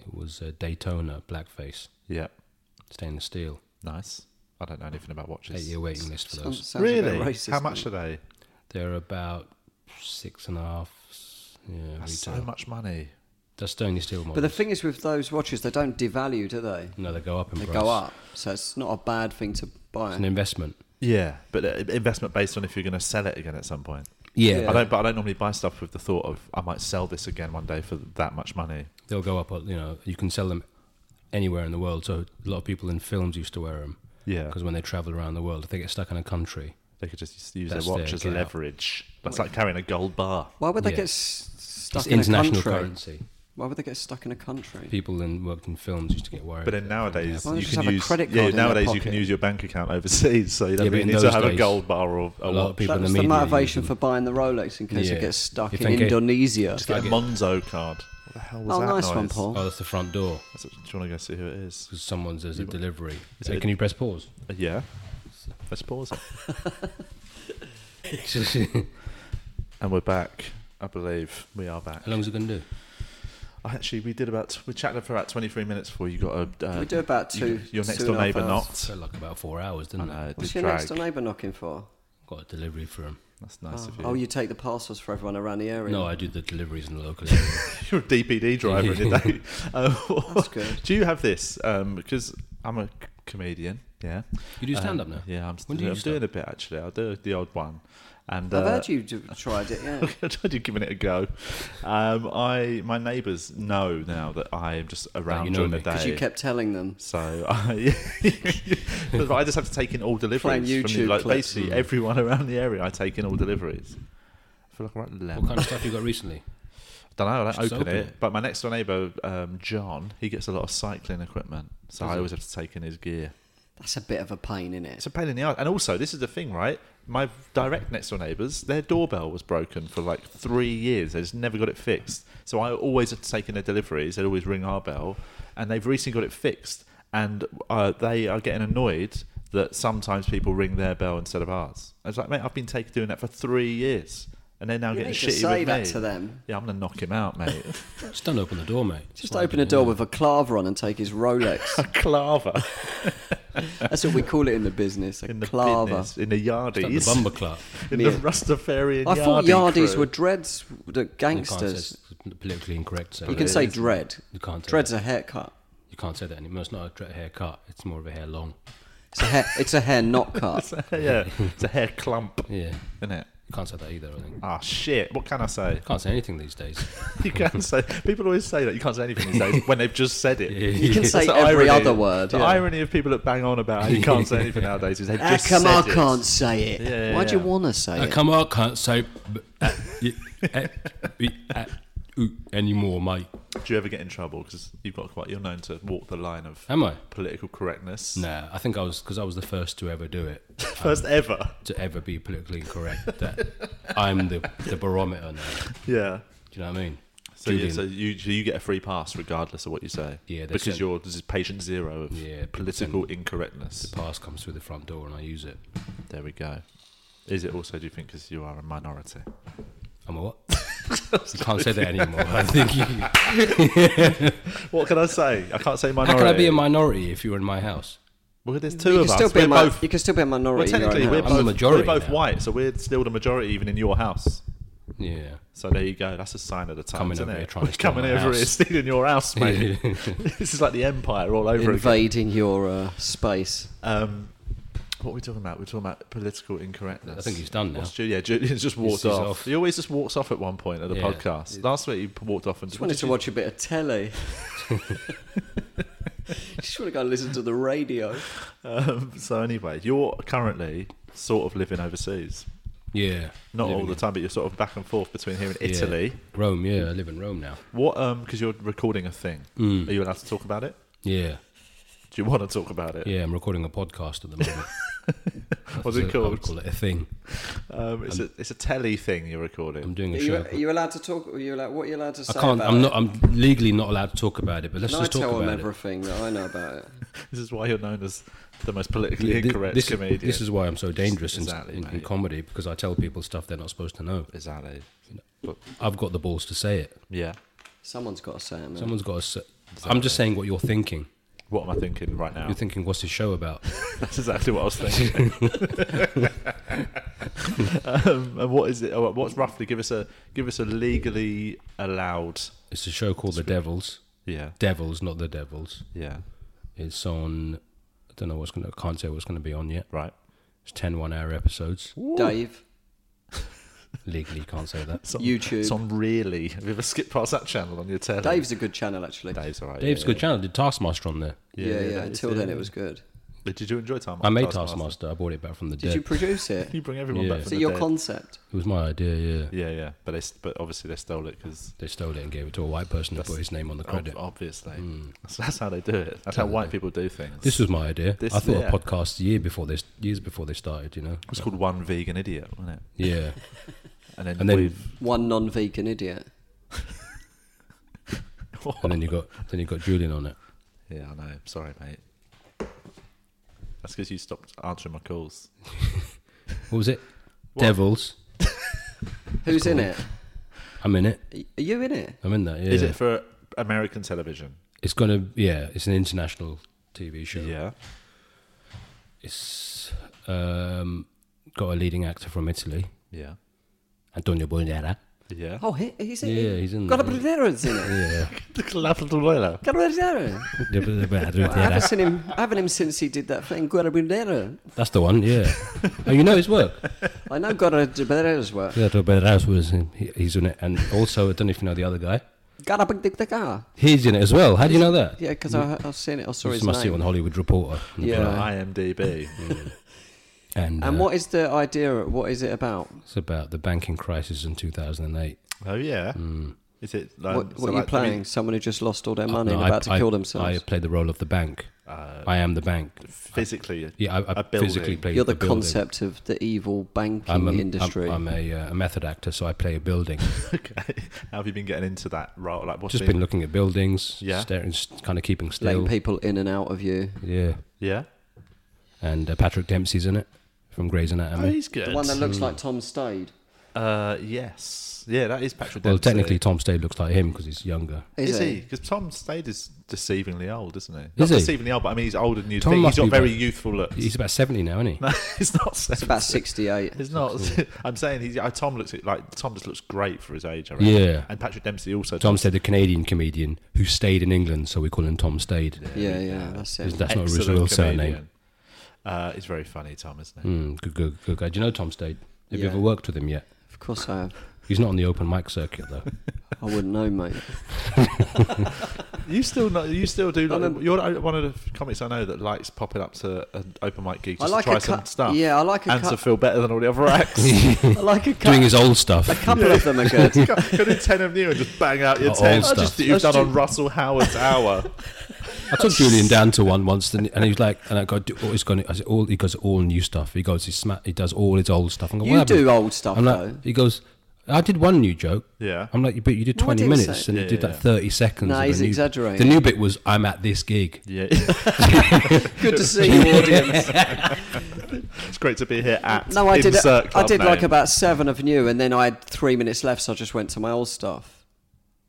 It was a Daytona blackface Yeah. stainless steel. Nice. I don't know anything about watches. Eight year waiting list for those. Sounds a bit Really? racist, How much doesn't are they? They're about six and a half. s- Yeah, That's so retail. much money. They're stainless steel it? models. But the thing is, with those watches, they don't devalue, do they? no, they go up in They price. go up, so it's not a bad thing to buy. It's an investment. Yeah, but uh, investment based on if you're going to sell it again at some point. Yeah, I don't. But I don't normally buy stuff with the thought of I might sell this again one day for that much money. they'll go up. uh, You know, you can sell them anywhere in the world. So a lot of people in films used to wear them. Yeah. Because when they travel around the world, if they get stuck in a country, They could just use That's their their watch as get out. leverage. That's like carrying a gold bar. Why would they Yeah. get s- stuck it's in international a country? currency. Why would they get stuck in a country? People in worked in films used to get worried. But then nowadays Why don't you they just can have a use credit yeah. card in their Nowadays you can pocket? use your bank account overseas, so you don't Yeah, but really in need to those have a days, gold bar or a, a lot of watch. people That in the was the media. motivation used for buying the Rolex in case Yeah. it gets stuck If in they get- Indonesia. Just get a Monzo card. What the hell was Oh, that nice noise? one, Paul. them. Oh, that's the front door. That's- do you want to go see who it is? Because someone's there's a delivery. Is Hey, it- can you press pause? Yeah. Let's pause it. How And we're back. I believe we are back. long is it going to do? I Actually, we did about we chatted for about twenty three minutes before you got a. Uh, we do about two. you- your next two door and a half neighbour hours. knocked. Felt like about four hours, I didn't know, it? it did What's your drag. next door neighbour knocking for? Got a delivery for him. That's nice of you. Oh, you take the parcels for everyone around the area. No, I do the deliveries in the local area. You're a DPD driver in a day. That's good. Do you have this? Um, because I'm a c- comedian. Yeah. Um, You Uh-huh. do stand up now. Yeah, I'm, When st- do you I'm start? doing a bit actually. I'll do the odd one. And I've uh, heard you d- tried it. Yeah. I tried you giving it a go. Um, I my neighbours know now that I am just around you know during me. the day. Because you kept telling them. So I, but I just have to take in all deliveries. Playing from the, YouTube like clips. basically everyone around the area. I take in all deliveries. I feel like I'm right What kind of stuff you got recently? don't know. I don't Just open, open it. it. But my next door neighbour, um, John, he gets a lot of cycling equipment, so I always have to take in his gear. That's a bit of a pain, in it? It's a pain in the ass. And also, this is the thing, right? My direct next door neighbours, their doorbell was broken for like three years. They just never got it fixed. So I always had to take in their deliveries. They'd always ring our bell, and they've recently got it fixed. And uh, they are getting annoyed that sometimes people ring their bell instead of ours. I was like, mate, I've been taking doing that for three years, and they're now You getting need shitty to say with that me. to them. Yeah, I'm gonna knock him out, mate. Just don't open the door, mate. Just open a door with a claver on and take his Rolex. Claver. That's what we call it in the business. A in the claver. business, in the Like the yardies, bumper club. in the Yeah. Rastafarian. I thought yardies crew. were dreads, the You can't say gangsters. it's politically incorrect. So You can say dread. You can't say Dread's that. a haircut. You can't say that anymore. It's not a dre- haircut. It's more of a hair long. It's a hair, it's a hair not cut. yeah, it's a hair clump, Yeah. isn't it? You can't say that either. I think. Ah, shit. What can I say? Can't say anything these days. Uh, You can't say. People always say that you can't say anything these days when they've just said it. You can say It's the irony- every other word. The yeah. irony of people that bang on about how you can't say anything nowadays is they've Ah, just come said on, I it. can't say it. Yeah, yeah, Why do you yeah. Uh, want to say I it? come out, can't say b- uh, y- uh, y- uh, ooh anymore, mate. Do you ever get in trouble because you've got quite? You're known to walk the line of Am I? political correctness. Nah, I think I was because I was the first to ever do it, First ever. to ever be politically incorrect. That I'm the, the barometer now. Yeah. Do you know what I mean? So, yeah, Julian. so you so you get a free pass regardless of what you say. Yeah, they because said- you're this is patient zero of Yeah, political incorrectness. Pass comes through the front door and I use it. There we go. Is it also? Do you think because you are a minority? I'm a what? you can't say that anymore. I think you, how What can I say? I can't say minority. can I be a minority if you were in my house? well, there's two you of can us. still be we're a mi- both. you can still be a well, minority. in your technically, own we're house. both, I'm a majority we're both now. white, so we're still the majority even in your house. Yeah. So there you go. That's a sign of the times, Coming isn't over it? here trying to We're steal coming my over house. here, stealing your house, mate. this is like the empire all over again. invading your uh, space. Um, what are we talking about? We're talking about political incorrectness. I think he's done now. What's Ju- yeah, Julian's just walked he's off. off. He always just walks off at one point of the Yeah. podcast. Last week he p- walked off and Just wanted to watch a bit of telly. Just want to go and listen to the radio. Um, so anyway, you're currently sort of living overseas. Yeah. Not Living all the in- time, but you're sort of back and forth between here and yeah. Italy. Rome, yeah. I live in Rome now. What? Um, because you're recording a thing. Mm. Are you allowed to talk about it? Yeah. Do you want to talk about it? Yeah, I'm recording a podcast at the moment. What's it So I would called? call it a thing. Um, it's a it's a telly thing you're recording. I'm doing Are a you, show. are you allowed to talk? Are you allowed, what are you allowed to I say? can't. about I'm it? not. I'm legally not allowed to talk about it. But let's And I just talk tell them about it. everything that I know about it. This is why you're known as the most politically Th- incorrect this, comedian. this is why I'm so dangerous in- Exactly, in, in mate. comedy because I tell people stuff they're not supposed to know. exactly. I've got the balls to say it. Yeah. Someone's got to say it, man. Someone's got to. Say, I'm just saying what you're thinking. What am I thinking right now? You're thinking, what's this show about? That's exactly what I was thinking. um, and what is it? oh, What's roughly? Give us a give us a legally allowed. It's a show called The Devils. Yeah, Devils, not the Devils. yeah, It's on. I don't know what's gonna. I can't say what's gonna be on yet. right. It's 10 one-hour episodes. Dave, Legally, can't say that. It's on, YouTube. It's on really. Have you ever skipped past that channel on your telly? Dave's a good channel actually. Dave's alright. Dave's yeah, good channel. Did Taskmaster on there? yeah, yeah. yeah, that is Until it. then, it was good. But Did you enjoy Time? I made Taskmaster. I brought it back from the Did dead. you produce it? You bring everyone Yeah. back. From Is the it your dead. concept? It was my idea. Yeah. Yeah, yeah. But they, s- but obviously they stole it because They stole it and gave it to a white person to put his name on the credit. Hmm. obviously that's, that's how they do it. That's how white people do things. This was my idea. This- I thought yeah. a podcast year before this, years before they started. You know. It's called one vegan idiot, wasn't it? Yeah. And then, And then- we've One non-vegan idiot. and then you got then you got Julian on it. Yeah, I know. Sorry, mate. That's because you stopped answering my calls. What was it? Devils. Who's in it? I'm in it. Are you in it? I'm in that. Yeah. Is it for American television? It's gonna. Yeah. It's an international TV show. Yeah. It's um, got a leading actor from Italy, Yeah. Antonio Banderas. Yeah. Oh, he, he's in Yeah, it. he's in Got a there. Bradera's in it. Yeah. Got a Bradera. I haven't seen him. I haven't him since he did that thing. Got a Bradera. That's the one. Yeah. oh, you know his work. I know got a Bradera's work. Antonio Banderas was in, he, he's in it, and also I don't know if you know the other guy. Got a big the car. He's in it as well. How do you know that? Yeah, because I I've seen it. I saw You his must see it on name. Hollywood Reporter. Yeah. IMDb. And And, uh, what is the idea? What is it about? It's about the banking crisis in 2008. oh yeah. Is it? Like, Um, What, so what like, are you I mean, playing? Someone who just lost all their money No, and I- about to I- kill themselves. I played the role of the bank. I am the bank. physically. Yeah, I, I Uh, a building. physically played You're the a building. concept of the evil banking I'm a, industry. I'm, I'm a, uh, a method actor, so I play a building. okay. How have you been getting into that role? Like, what's Just been looking at buildings, Yeah. staring, kind of keeping letting still. people in and out of you. Yeah, Yeah. and uh, Patrick Dempsey's in it from Grey's Oh, Anatomy. he's good. The one that looks like Tom Stade. uh, yes. Yeah, that is Patrick. well, Dempsey. technically, Tom Stade looks like him because he's younger. Is, Is, he? he? Because Tom Stade is deceivingly old, isn't he? Is Not he? deceivingly old, but I mean he's older than you Tom think. He's must got be very about- youthful looks. He's about 70 now, isn't he? No, it's not. It's about 68. It's not. I'm saying he's. uh, Tom looks like Tom just looks great for his age. I reckon. Yeah. And Patrick Dempsey also. Tom Stade, the Canadian comedian who stayed in England, so we call him Tom Stade. Yeah, yeah, that's it. That's not his Excellent real surname. comedian. Uh, he's very funny, Tom, isn't he? Mm, good, good, good guy. Do you know Tom Stade? Have you Yeah. ever worked with him yet? Of course I have. He's not on the open mic circuit though. I wouldn't know, mate. You still not. You still do. Like, I'm a- you're uh, one of the comics I know that likes popping up to an open mic gig I just like to try a some cut- stuff. yeah, I like a and to cut- feel better than all the other acts. I like a, cou- Doing his old a stuff. couple of them are good. go, go do ten of you and just bang out your Old ten. I stuff. just that you've Let's done on do- Russell Howard's hour. I took Julian down to one once, and, and he was like, and I go, "Do- oh, he's going, I said, all he goes all new stuff. He goes, he sma- he does all his old stuff. I go, You "What happened?" do old stuff, I'm like, though. he goes, I did one new joke. Yeah. I'm like, but you did No, I 20 didn't minutes say- and you Yeah, did yeah, like yeah. 30 seconds. No, of a he's new- exaggerating. The new bit was, I'm at this gig. Yeah, Good to see you, audience. it's great to be here at. No, I did. insert I club did like name. about seven of new, and then I had three minutes left, so I just went to my old stuff.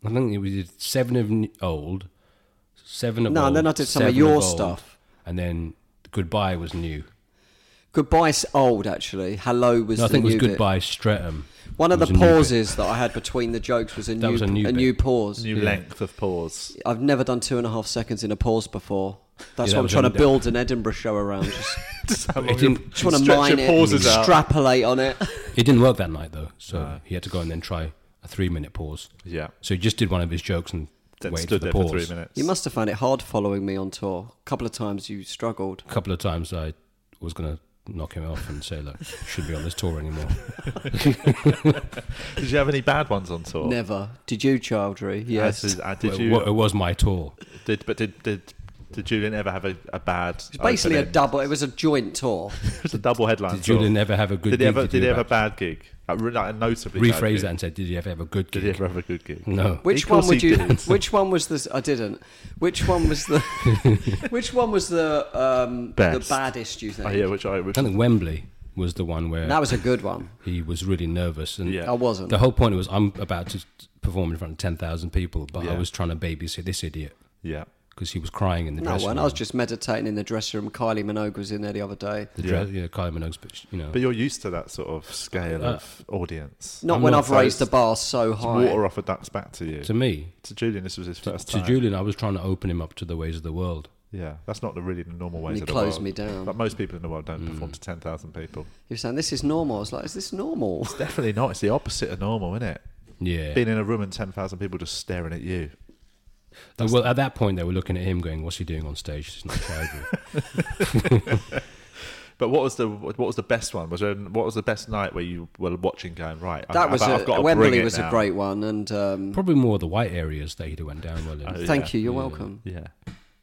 I think we did seven of n- old, seven of No, old. and then I did some of seven your old, stuff. And then goodbye was new. Goodbye's old, actually. Hello was. No, I the think it was new bit. goodbye Streatham. One of was the a new bit. pauses that I had between the jokes was a new was a new bit. pause. new length of pause. I've never done two and a half seconds in a pause before. That's what Yeah, that I'm was trying to only- build an Edinburgh show around. Just, Just how It long didn't- you- just want to stretch mine your it, pauses out. extrapolate on it. It didn't work that night though, so he had to go and then try a three-minute pause. Yeah. So he just did one of his jokes and Then waited stood for the there pause. for three minutes. You must have found it hard following me on tour. A couple of times you struggled. A couple of times I was gonna knock him off and say, "Look, you shouldn't be on this tour anymore." Did you have any bad ones on tour? Never. Did you, Childry? As Yes. is- uh, did It you? wa- it was my tour. Did but did did did Julian ever have a, a bad? It's basically a opening? double. It was a joint tour. It was a double headline. Did tour. Julian ever have a good? Did he gig? ever? Did, he you have a bad gig? A re- like a notably bad rephrase gig. that Mm. and say, "Did you ever have a good Did gig?" he ever have a good gig? No. Which Of one course would he you? did. Which one was this? I didn't. Which one was the? which one was the um, the Best. baddest? You think? Oh, yeah, which I which, I think Wembley was the one where That was a good one. he was really nervous and Yeah. I wasn't. the whole point was I'm about to perform in front of 10,000 people but I Yeah. was trying to babysit this idiot yeah. because he was crying in the No, I dressing wasn't. room. I was just meditating in the dressing room. Kylie Minogue was in there the other day. the Yeah. dress, yeah, Kylie Minogue's, but you know, But you're used to that sort of scale Uh, of audience. Not I'm when not I've raised the opposed. bar so high. Water off a duck's back to you. to To, me, Julian, this was his first to time. Julian, I was trying to open him up to the ways of the world. Yeah, that's not the really the normal ways he of the closed world. me down. Like most people in the world don't Mm. perform to ten thousand people. He was saying, "This is normal." I was like, "Is this normal?" Definitely not. It's the opposite of normal, isn't it? Yeah. Being in a room and ten thousand people just staring at you. well, at that point, they were looking at him going, what's he doing on stage? It's not Calgary. But what was the what was the best one? Was there, what was the best night where you were watching going right? I- That I, was I've, a, got to bring Wembley it was now. a great one, and um, Probably more the white areas that he went down well in. Oh, thank yeah. you. You're welcome. Yeah,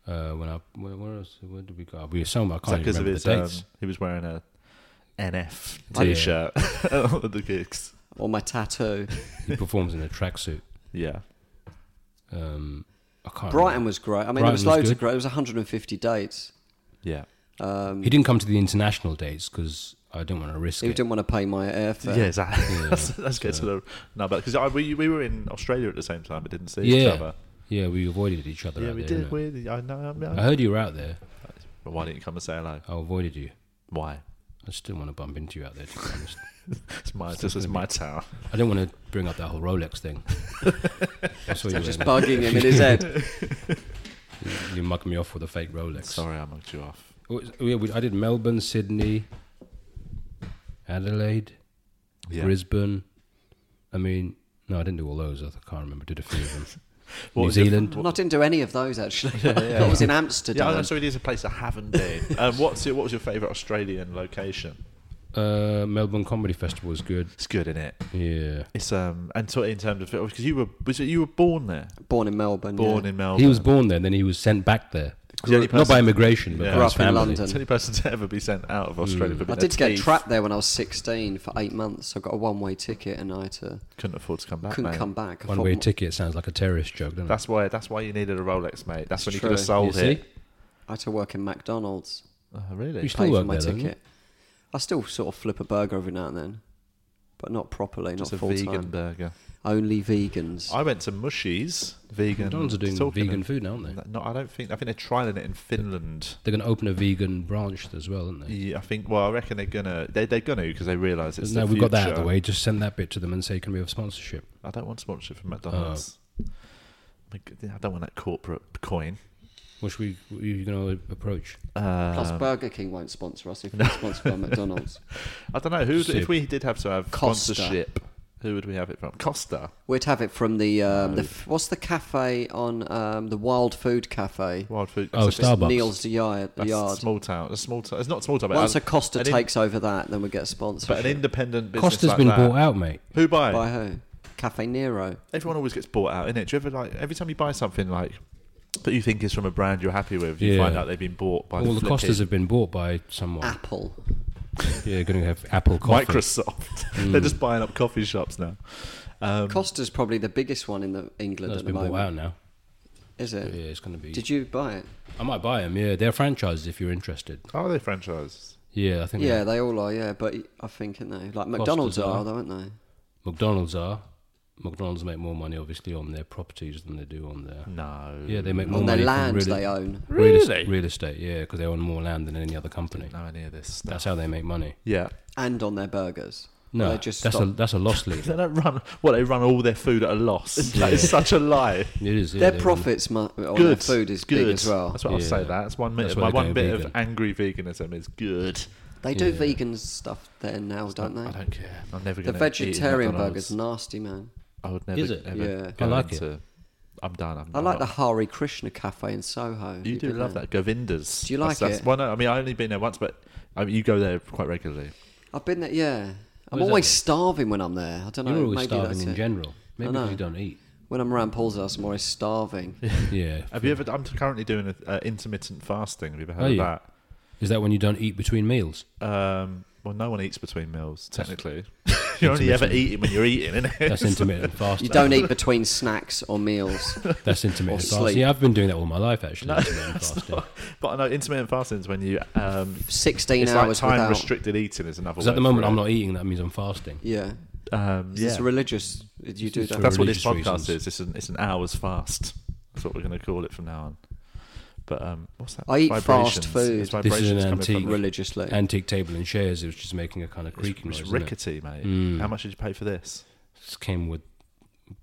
Uh, when I, where, where else, where did we go? We were somewhere, I Is that can't even because of remember his the um, dates. he was wearing a NF Yeah. t-shirt at the gigs. Or my tattoo. um, he performs in a tracksuit. Yeah, Um, I can't Brighton was great. I mean, there Brighton was was loads good. of great. There was 150 dates. Um, yeah, He didn't come to the international dates because I didn't want to risk Who it. didn't want to pay my airfare? yeah. Exactly. that's that's good to the no, but because we we were in Australia at the same time, but didn't see each Yeah, other. yeah, we avoided each other. Yeah, out we there, Uh-huh. did. didn't we? We, I know. I know. I heard you were out there. But why didn't you come and say hello? I avoided you. Why? I just didn't want to bump into you out there. To be honest, It's my this is my town. I didn't want to bring up that whole Rolex thing. I saw you, Just wearing- bugging him in his head. you mugged me off with a fake Rolex. Sorry, I mugged you off. Oh, it's- oh, yeah, we- I did Melbourne, Sydney, Adelaide, Yeah. Brisbane. I mean, no, I didn't do all those. I can't remember. Did a few of them. What New was your- Zealand. And I didn't do any of those actually. I was in Amsterdam. Yeah, I'm sorry, it is a place I haven't been. um, what's your, what was your favourite Australian location? Uh, Melbourne Comedy Festival was good. It's good, isn't it? Yeah. It's um, and so in terms of because you were was it, you were born there, born in Melbourne. born yeah. in Melbourne. He was born there, and then he was sent back there. The only Not by person- immigration, but Yeah. by Grew his up in family. London. It's the only person to ever be sent out of Mm. Australia. for I being did a get thief. trapped there when I was 16 for eight months. I got a one-way ticket and I had to, Couldn't afford to come back. couldn't mate. come back. I One thought, way ticket sounds like a terrorist joke, doesn't That's why. That's why you needed a Rolex, mate. That's when you true. could have it? You sold see? it. I had to work in McDonald's. Oh, You really? still Pay for work my there, don't you? ticket. I still sort of flip a burger every now and then, but not properly, Just a not full vegan time. burger. Only vegans. I went to Mushies. Vegan. McDonald's are doing talking vegan of- food now, aren't they? No, I don't think. I think they're trialing it in Finland. They're going to open a vegan branch as well, aren't they? Yeah, I think. Well, I reckon they're gonna. They, they're gonna because they realise it's. no, the we've got that out of the future. way. Just send that bit to them and say, can we have sponsorship? I don't want sponsorship Oh. from McDonald's. My g- I don't want that corporate coin. Which we what are you going to approach? Uh, Plus, Burger King won't sponsor us if we're sponsored by McDonald's. I don't know who. would- Sip. If we did have to have Costa. sponsorship, who would we have it from? Costa. We'd have it from the um, the f- what's the cafe on um, the Wild Food Cafe? Wild food. Oh, It's a- Starbucks. Neil's Yard. That's yard. small town. A small town. It's not small town. But Once an- a Costa an in- takes over that, then we get a sponsor. but an independent business Costa's like been that. bought out, mate. Who by? by who? Cafe Nero. Everyone always gets bought out, innit? Do you ever like every time you buy something like that you think is from a brand you're happy with, you Yeah. find out they've been bought by All the flipping- Costas have been bought by someone. Apple. You're going to have Apple coffee. Hmm. Microsoft. They're just buying up coffee shops now. Um, Costa's probably the biggest one in the England That's at the been bought moment. out now. Is Yeah, it? it's going to be. Did you buy it? I might buy them. Yeah, they're franchised if you're interested. Are they franchised? Yeah, I think. Yeah, they all are. Yeah, but I think in they like McDonald's are. are, though, aren't they? McDonald's are. McDonald's make more money, obviously, on their properties than they do on their. No. Yeah, they make Mm. more On their money from land real- they own. Real, est- Really? real estate, yeah, because they own more land than any other company. No idea of this. That's how they make money. Yeah. and on their burgers. No, they just that's stop. a that's a loss leader. They don't run. Well, they run all their food at a loss. That is such a lie. it is. Yeah, their they run- profits mu- on their Good food is good. big as well. That's what I'll Yeah. say. That's one That's minute. why My they go one bit of vegan. angry veganism is good. They do Yeah. vegan stuff there now, don't they? I don't care. I'm never the going to vegetarian burger's nasty, man. I would never. Is it? Ever Yeah. go I like into, I'm done. I'm, I I'm like the not- Hari Krishna Cafe in Soho. You You've do been love there? that Govinda's. Do you That's- like that's- it? Well, no. I mean, I only been there once, but I mean, you go there quite regularly. I've been there. Yeah, I'm Where's always that? starving when I'm there. I don't know. You're always maybe starving that's in it. general. Maybe know. because you don't eat. When I'm around Paul's house, I'm always starving. Yeah. Have you ever? I'm currently doing a, uh, intermittent fasting. Have you ever Are heard you? of Is that when you don't eat between meals? that? Um, well, no one eats between meals technically. You're only ever eating when you're eating, isn't it? That's intermittent fasting. You don't eat between snacks or meals. That's or intermittent fasting. sleep. Yeah, I've been doing that all my life actually. intermittent fasting. but I know intermittent fasting is when you. Um, Sixteen it's like hours time without. restricted eating is another. Because at word the moment for I'm it. not eating. That means I'm fasting. yeah, Um, it's yeah. religious. You do is that. for That's what this religious podcast reasons. is. It's an, it's an hour's fast. That's what we're going to call it from now on. But um, what's that? I eat fast Vibrations. food. It's This is an vibrations coming from antique. the- religiously. Antique table and chairs. It was just making a kind of creaking It's noise. isn't it? Mm. rickety, mate. How much did you pay for this? This came with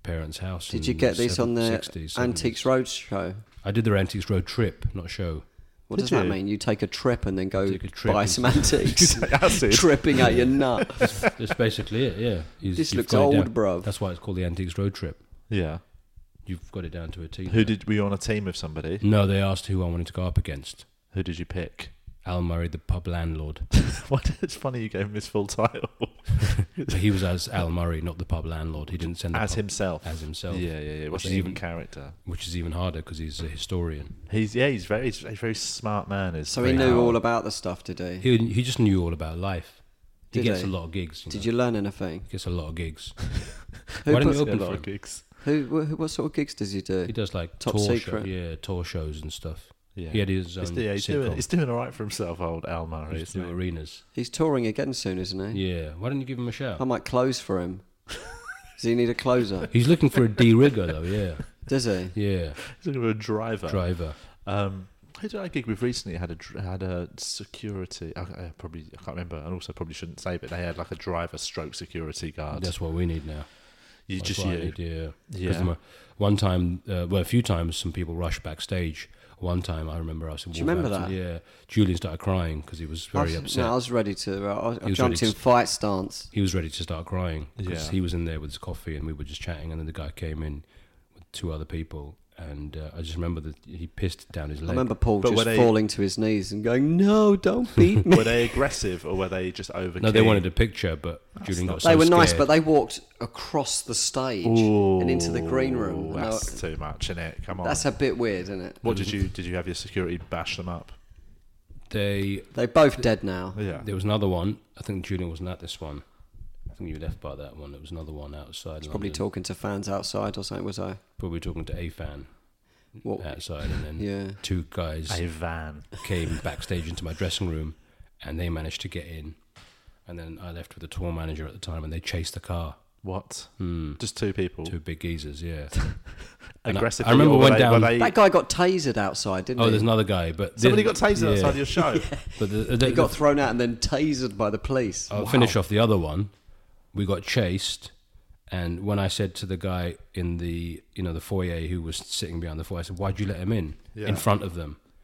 parents' house. Did you in get these on the 60s, 70s. Antiques Roadshow? I did their antiques road trip, not show. What Did does that you? mean? You take a trip and then go Take a trip buy and- some antiques. Acid. Tripping out your nut. That's basically it. Yeah, He's- This you've looks got it old, down. bruv. That's why it's called the antiques road trip. Yeah. You've got it down to a T. Who did? Were you on a team with somebody? No, they asked who I wanted to go up against. Who did you pick? Al Murray, the pub landlord. Why did- it's funny you gave him his full title So he was as Al Murray, not the pub landlord. He didn't send the as pub- himself. As himself. Yeah, yeah, yeah. What's Which is his even even- character? which is even harder because he's a historian. He's yeah. He's very. He's a very smart man. Is So he knew all about the stuff, did he? He he just knew all about life. He Did gets he? a lot of gigs. Did you learn anything? He gets a lot of gigs. Who Why didn't puts- we open a lot for of him? gigs. Who, wh- who? What sort of gigs does he do? He does like Top tour secret. show, yeah, tour shows and stuff. Yeah. He had his um, own He's, yeah, he's doing. sitcom. He's doing all right for himself, old Al Murray. He used to isn't do he? arenas. He's touring again soon, isn't he? Yeah. Why don't you give him a I shout? might close for him. does he need a closer? He's looking for a D rigger though. Yeah. Does he? Yeah. He's looking for a driver. Driver. Um, who did I gig with recently? Had a dr- had a security. I, I probably I can't remember, and also probably shouldn't say, but they had like a driver stroke security guard. That's what we need now. you That's just what I you. need, yeah. 'Cause Yeah. I'm a- one time, uh, well, a few times, some people rushed backstage. One time, I remember I was in Do you remember Wolverhampton, that? Yeah, Julian started crying because he was I very was- upset. No, I was ready to. uh, I, I was jumped ready in to- fight stance. he was ready to start crying because Yeah. he was in there with his coffee and we were just chatting. And then the guy came in with two other people, and uh, I just remember that he pissed down his leg. I remember Paul But just were they- falling to his knees and going, "No, don't beat me." Were they aggressive or were they just over? no, they wanted a picture, but Julian got so They were nice, scared. but they walked across the stage and into the green room. And That's I- too much, innit? Come on. that's a bit weird, isn't it? what did you did you have your security bash them up? they They're both dead now. Yeah. there was another one. I think Julian wasn't at this one. I think you were left by that one. There was another one outside. Probably London. talking to fans outside or something, was I? probably talking to a fan Oh. What? outside, and then Yeah. two guys A van. came backstage into my dressing room, and they managed to get in, and then I left with the tour manager at the time, and they chased the car. What? Just two people. Hmm. Two big geezers, yeah. And I- Aggressive. I remember or were one they- down- were they- That guy got tasered outside, didn't Oh, he? there's another guy, but somebody the- got tasered yeah, outside your show. But the, the, He got thrown out and then tasered by the police. I'll Oh, finish off the other one. We got chased, and when I said to the guy in the you know the foyer who was sitting behind the foyer, I said, "Why'd you let him in Yeah. in front of them?"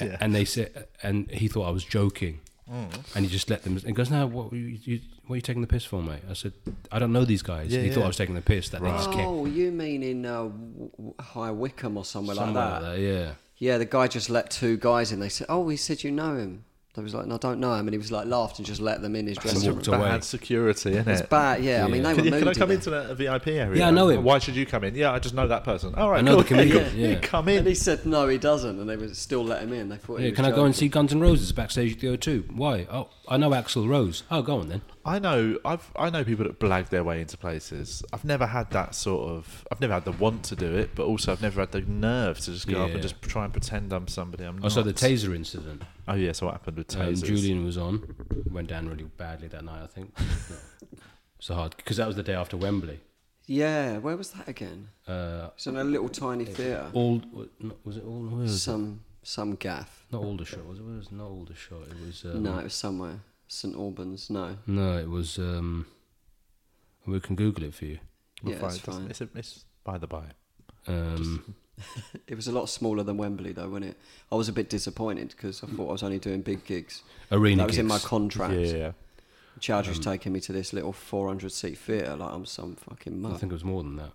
Yeah. Mm. And they said, and he thought I was joking, and he just let them. And he goes, "No, what, were you, you, what are you taking the piss for, mate?" I said, "I don't know these guys." Yeah, he thought yeah. I was taking the piss. That they just came Oh, you mean in uh, W- W- High Wycombe or somewhere, somewhere like that? like that. Yeah, Yeah, the guy just let two guys in. They said, "Oh, he said you know him." I was like, no, I don't know him, and he was like laughed and just let them in his That's dressing a- room. away. Bad security, in It's it? bad, yeah. I mean, they were Yeah. Can, you, moody. can I come there. into the VIP area? Yeah, I know him. Why should you come in? Yeah, I just know that person. All right, I know cool. the comedian, You yeah. come And he in. said no, he doesn't, and they would still let him in. They thought, he Yeah, was can I go and joking. see Guns N' Roses backstage at the O2? Why? Oh, I know Axel Rose. Oh, go on then. I know. I've I know people that blag their way into places. I've never had that sort of. I've never had the want to do it, but also I've never had the nerve to just go up Yeah. and just try and pretend I'm somebody I'm not. Oh, so the taser incident. Oh yeah, so what happened with Um, tasers? Julian was on. Went down really badly that night, I think. it's a hard because that was the day after Wembley. Yeah, where was that again? Uh, It's in a little tiny theatre. all w- not- was it all? Where was it? Some some gaff. Not Aldershot. Was it? Where was it? not Aldershot. It was um, No, it was somewhere. St Albans. No. No, it was. Um, we can Google it for you. We'll yeah, find- that's fine. It's, it's by the by. Um, It was a lot smaller than Wembley, though, wasn't it? I was a bit disappointed because I thought I was only doing big gigs. arena. that was in my gigs. contract. Yeah. Charge was taking me to this little 400 seat theatre like I'm some fucking I mutt. think it was more than that.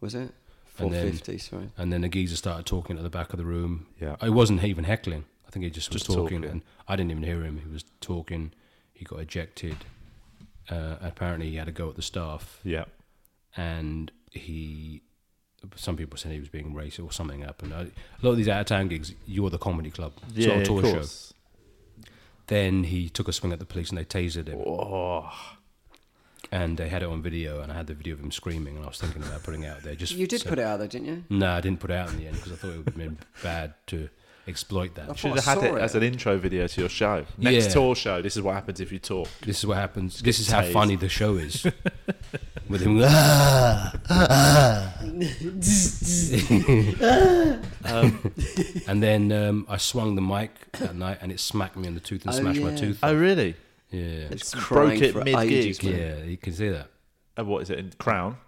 Was it? And then- 450, sorry. And then the geezer started talking at the back of the room. Yeah. It wasn't even heckling. I think he just was Just talking, talking. and I didn't even hear him. He was talking. He got ejected. Uh, apparently, he had a go at the staff, Yeah. and he. Some people said he was being racist or something happened. I, a lot of these out of town gigs, you're the comedy club, it's Yeah. not a tour of show. course. Oh, Then he took a swing at the police and they tasered him. Oh, and they had it on video, and I had the video of him screaming, and I was thinking about putting it out there. Just You did so- put it out there, didn't you? No, I didn't put it out in the end because I thought it would have been bad to exploit that. thought should I have had saw it, as an intro video to your show. Yeah. Next tour show. This is what happens if you talk. This is what happens. This is how tased. funny the show is. With him, "Ah, ah, ah." and then um, I swung the mic that night, and it smacked me in the tooth and Oh, smashed my yeah. tooth. Oh, really? Yeah, It's broke crying it for mid-gig. ages, man. yeah, you can see that. Uh, what is it? In Crown.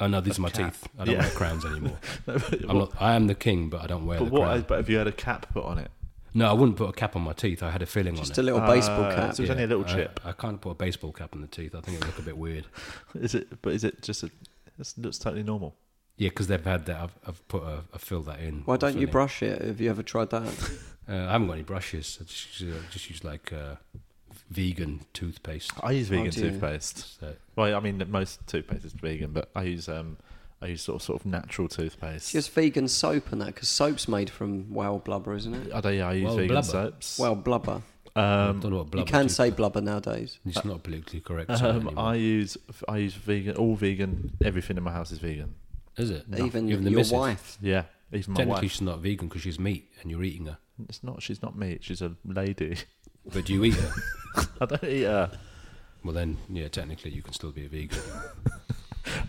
Oh no, these are my teeth. I don't Yeah. wear crowns anymore. but I'm not. I am the king, but I don't wear the what? crown. But have you had a cap put on it? No, I wouldn't put a cap on my teeth. I had a filling on it. Just a little baseball Uh, cap. so it's only a little I- chip. I, can't put a baseball cap on the teeth. I think it would look a bit weird. Is it? But is it just a? It looks totally normal. Yeah, because they've had that. I've, I've put a, I filled that in. Why with don't you filling. brush it? Have you ever tried that? Uh, I haven't got any brushes. I just, use, uh, just use like uh, vegan toothpaste. I use vegan dear. toothpaste. So, Well, I mean, most toothpaste is vegan, but I use um, I use sort of sort of natural toothpaste. Just vegan soap and that, because soap's made from whale blubber, isn't it? I don't. Yeah, I use Well, vegan blubber. soaps. Um, Well, blubber. I don't know what You blubber can tooth- say blubber nowadays. It's not politically correct. so um, anymore. I use I use vegan all vegan. Everything in my house is vegan. Is it? Even, the your missus. wife. Yeah, even my Technically, wife. she's not vegan because she's meat and you're eating her. It's not. She's not meat. She's a lady. But you eat her. I don't eat her. Well, then, yeah, technically, you can still be a vegan.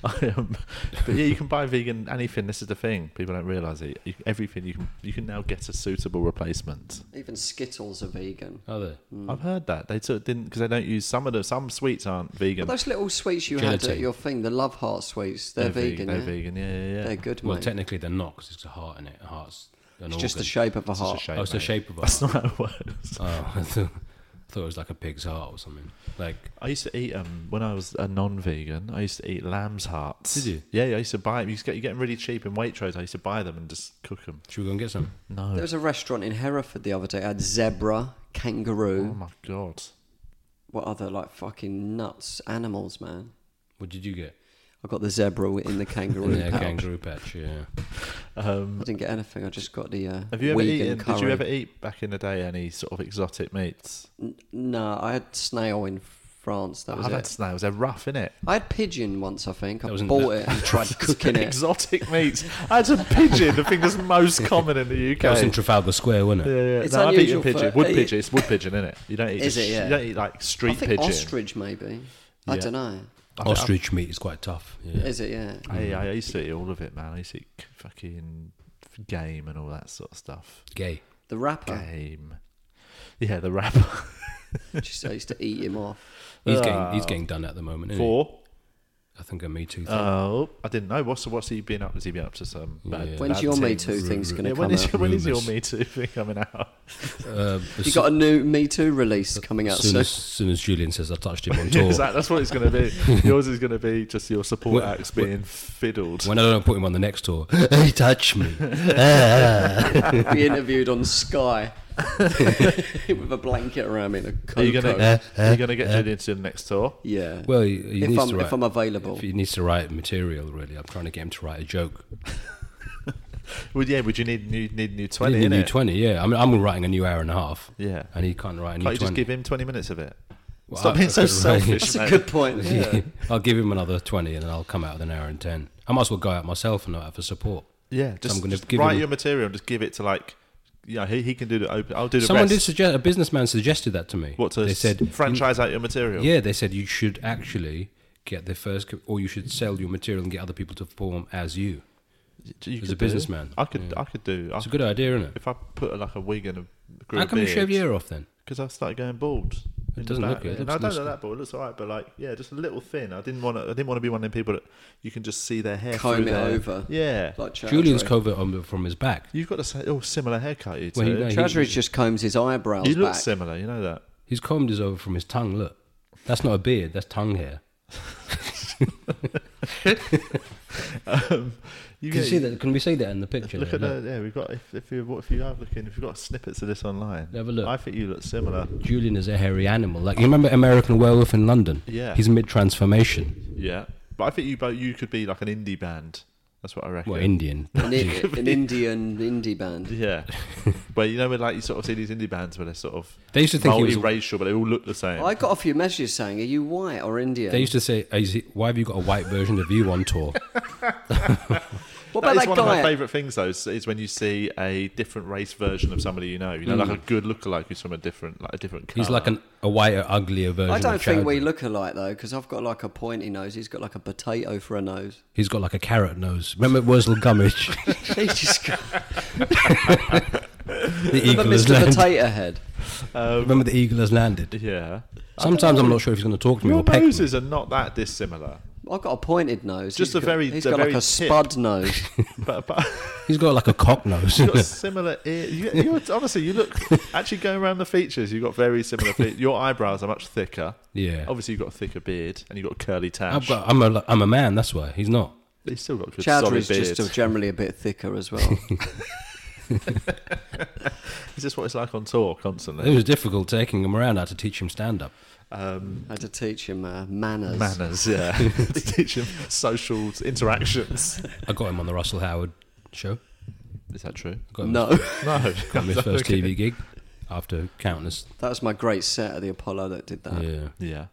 I am. But yeah, you can buy vegan anything. This is the thing. People don't realise it. You, everything you can you can now get a suitable replacement. Even Skittles are vegan. Are they? Mm. I've heard that they sort of didn't because they don't use some of the some sweets aren't vegan. Those little sweets you had at Gelatin. your thing, the love heart sweets, they're, vegan. They're yeah? vegan. Yeah, yeah, yeah. They're good, Well, mate. technically, they're not because it's a heart in it. A heart's an it's just the organ. shape of a It's just a heart. shape, Oh, it's the mate. shape of a That's not how it works. Oh, I thought, I thought it was like a pig's heart or something. Like, I used to eat um when I was a non-vegan. I used to eat lamb's hearts. Did you? Yeah, yeah, I used to buy. You used to get you get them really cheap in Waitrose. I used to buy them and just cook them. should we go and get some? No, There was a restaurant in Hereford the other day. It had zebra, oh kangaroo, my god. what other like fucking nuts animals, man. What did you get? I got the zebra in the kangaroo. Yeah, pouch. kangaroo patch. Yeah. I didn't get anything. I just got the. Uh, Have you ever vegan eaten? Curry. Did you ever eat back in the day any sort of exotic meats? No, I had snail in France. That was I've it. had snails. They're rough, innit? I had pigeon once. I think I wasn't bought that- it and tried cooking it. Exotic meats. That's a pigeon. the thing that's most common in the UK. That was in Trafalgar Square, wasn't it? yeah, yeah. It's no, I've eaten unusual for- pigeon. Wood uh, pigeon. It's wood pigeon, innit? You don't eat. Is it, yeah. You don't eat like I street think pigeon. ostrich maybe. I Yeah. don't know. Ostrich meat is quite tough. Yeah. Mm. Is it? Yeah. Hey, I used to eat all of it, man. I used to eat c- fucking f- game and all that sort of stuff. Gay. The rapper. Game. Yeah, the rapper. Just I used to eat him off. He's Uh, getting he's getting done at the moment. Isn't he? Four. I think a Me Too Uh, thing. Oh, I didn't know. What's what's he been up? Has he been up to some? Bad, Yeah. When's bad your Me things? Too thing's going to Yeah, come when is, out? when is your Rumours. Me Too thing coming out? Uh, as You got a new Me Too release coming out soon soon. as, soon as Julian says I touched him on tour. Exact- that's what it's going to be. Yours is going to be just your support Well, acts being fiddled. When I don't put him on the next tour, he touched me. Be interviewed on Sky. with a blanket around me and a Are coat. you uh, gonna are you gonna get Julian to the next tour? yeah. Well, he, he if needs I'm to if write, I'm available, if he needs to write material. Really, I'm trying to get him to write a joke. Well, yeah. Would you need new need new I twenty? need a new innit? twenty. Yeah, I mean, I'm writing a new hour and a half. Yeah. and he can't write a new Can't you just twenty. give him twenty minutes of it? Well, Stop I- being I so could selfish. write- that's a mate. good point. I'll give him another twenty, and then I'll come out with an hour and ten. I might as well go out myself and not have a support. Yeah, just, I'm gonna just give write him- your material and just give it to like, you know, he, he can do the open. I'll do the Someone rest. did suggest a businessman suggested that to me. what to they said? franchise out your material. Yeah, they said you should actually get the first, co- or you should sell your material and get other people to perform as you. You As could a do. businessman. I could I could do. I It's a good idea, isn't it? if I put like a wig and a grew How come you shave your ear off then? Because I started going bald. in the doesn't look back. good. It And looks I don't nice. know that bald. It looks alright, but like, yeah, just a little thin. I didn't want to. I didn't want to be one of them people that you can just see their hair. Comb through it their- over. Yeah, Like Chowdhury. Julian's covert on the- from his back. you've got a s- oh, similar haircut. You, Well, two. you know, he- Treasury just combs his eyebrows you look back. similar. You know that. His combed is over from his tongue. Look, that's not a beard. That's tongue hair. Um, You Can you get- see that? Can we see that in the picture? Look there? at the yeah. We've got if, if you what if you are looking if you've got snippets of this online. Have a look. I think you look similar. Julian is a hairy animal. Like you remember American Werewolf in London? Yeah. He's mid transformation. Yeah, but I think you both you could be like an indie band. That's what I reckon. Well, Indian. An, I- an Indian indie band. yeah, but you know, where, like you sort of see these indie bands where they're sort of They used to think he was- multiracial, but they all look the same. I got a few messages saying, "Are you white or Indian?" They used to say, "Is it- "Why have you got a white version of you on tour?" what That about is that, one of my guy? favourite things, though, is, is when you see a different race version of somebody you know. You know, like a good lookalike who's from a different, like a different. Colour. Mm. He's like an, a whiter, uglier version. I don't of think we Chowdhury. look alike though, because I've got like a pointy nose. He's got like a potato for a nose. He's got like a carrot nose. Remember Wurzel Gummidge? He's just got the remember eagle has Mr. landed. Potato Head. Remember the eagle has landed. yeah. Sometimes I'm not sure if he's going to talk to me Your or peck me. noses are not that dissimilar, I've got a pointed nose. Just He's a got- very- He's a got very like a tip. spud nose. but but He's got like a cock nose. you've got similar ear. You, you're, honestly, you look actually going around the features. You've got very similar. Fe- your eyebrows are much thicker. Yeah. Obviously, you've got a thicker beard and you've got a curly tash. I've got, I'm a, I'm a man. That's why he's not. But he's still got a good Chowdhury's solid beard. just generally a bit thicker as well. Is this what it's like on tour It constantly? was difficult taking him around. I had to teach him stand up. Um, I had to teach him uh, manners. Manners, yeah. to teach him social interactions. I got him on the Russell Howard show. Is that true? I got him No, No. on his first TV gig after countless. that was my great set at the Apollo that did that. Yeah, Yeah.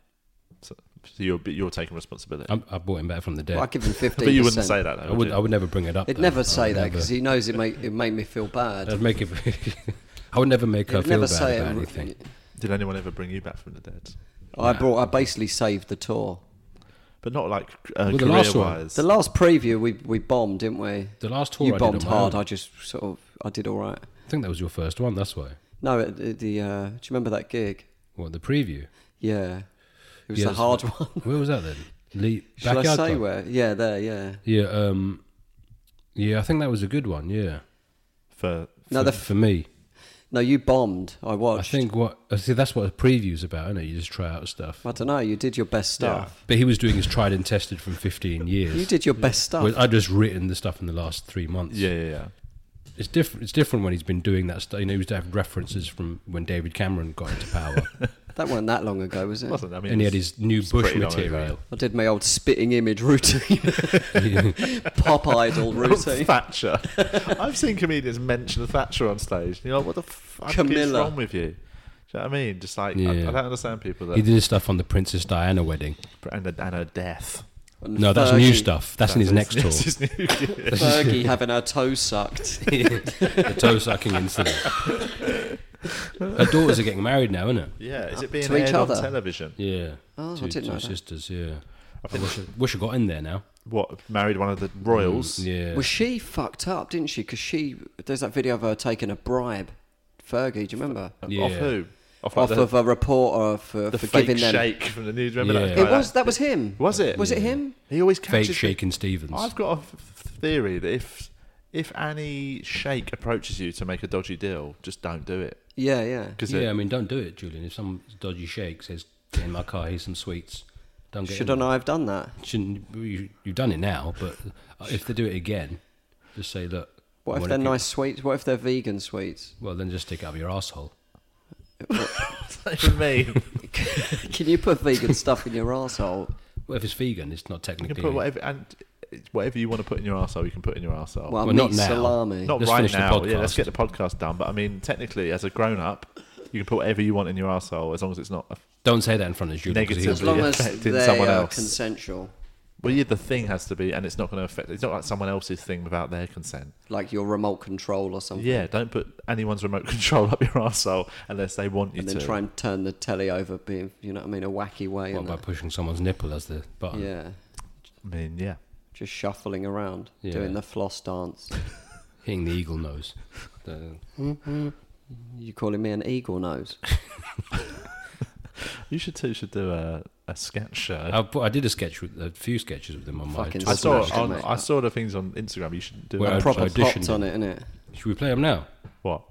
So, so you're you're taking responsibility. I, I brought him back from the dead. Well, I give him fifteen. but you wouldn't say that, though. I would, you? I would never bring it up. He'd though. I never would say that never- because he knows it make it made me feel bad. I'd make it. I would never make her He'd feel never bad say about it. anything. Did anyone ever bring you back from the dead? I brought. I basically saved the tour. But not like uh, Well, the career last one. wise. The last preview we we bombed, didn't we? The last tour you I did bombed on my hard. own. I just sort of I did all right. I think that was your first one. That's why. No, at the, the uh, do you remember that gig? What the preview? Yeah, it was Yeah, the that's hard right. one. Where was that then? Lee, Shall I Backyard say Club? where? Yeah, there. Yeah. Yeah, um, yeah. I think that was a good one. Yeah, For No, the for, f- for me. no, you bombed. I I watched. think what I see that's what a preview's about, isn't it? You just try out stuff. I don't know. You did your best stuff. But he was doing his tried and tested from 15 years. You did your best stuff. Whereas I'd just written the stuff in the last three months. yeah, yeah, yeah. Uh, it's different. It's different when he's been doing that stuff. You know, he used to have references from when David Cameron got into power, that wasn't that long ago, was it? Wasn't I mean? and he had it's- his new it's Bush pretty long ago. material. I did my old spitting image routine, pop idol routine. Thatcher. I've seen comedians mention Thatcher on stage. You know what the fuck is Camilla. wrong with you? Do you know what I mean? Just like I, I Yeah. don't understand people that He did his stuff on the Princess Diana wedding. and, and her death. And No, that's Fergie- new stuff. That's in his next This tour. is new. Fergie having her toes sucked. the toe sucking incident. Her daughters are getting married now, isn't it? yeah, is it being To each aired on other. television? Yeah. Oh, I two didn't two know that. sisters. Yeah. I wish I, wish I got in there now. Mm, What married one of the royals? Yeah. Well, she fucked up, didn't she? Because she there's that video of her taking a bribe. Fergie, do you remember? Yeah. Off who? Off, like, Off the, of a reporter for, the for fake giving them. shake from the news. Remember Yeah. that? guy It was that was him. Was it? Was it him? He always Fake catches. shaking Stevens. I've got a f- theory that if if any shake approaches you to make a dodgy deal, just don't do it Yeah, yeah. because yeah, I mean, don't do it, Julian. If some dodgy shake says, "Get in my car, here's some sweets," don't get. Shouldn't in. I have done that? Shouldn't you, you've done it now? But if they do it again, just say, "Look, What if What they're if you- nice sweets? What if they're vegan sweets? Well, then just stick it up your asshole. For me, Can you put vegan stuff in your asshole? Well, if it's vegan, it's not you technically. can put whatever and it's whatever you want to put in your arsehole, you can put in your arsehole. Well, Well, meat not now. salami. Not Let's right finish the now. Yeah, let's podcast. get the podcast done. But I mean, technically, as a grown up, you can put whatever you want in your arsehole as long as it's not. A, Don't say that in front of Julie. because he'll- as long Yeah, as affecting they someone are else. consensual, well, yeah, the thing has to be, and it's not going to affect. It's not like someone else's thing without their consent. like your remote control or something. Yeah, don't put anyone's remote control up your arsehole unless they want you And to. then try and turn the telly over, being you know what I mean, a wacky way. What and by that. pushing someone's nipple as the button? yeah, I mean, yeah. just shuffling around, Yeah. doing the floss dance. Hitting the eagle nose. The- you calling me an eagle nose? You should too, should do a, a sketch show. I, put- I did a sketch with a few sketches with them on my. Fucking Twitter. I saw smash it it, on, mate. I saw the things on Instagram. You should do Well, that. I- Proper auditioned popped on it, innit? Should we play them now? what?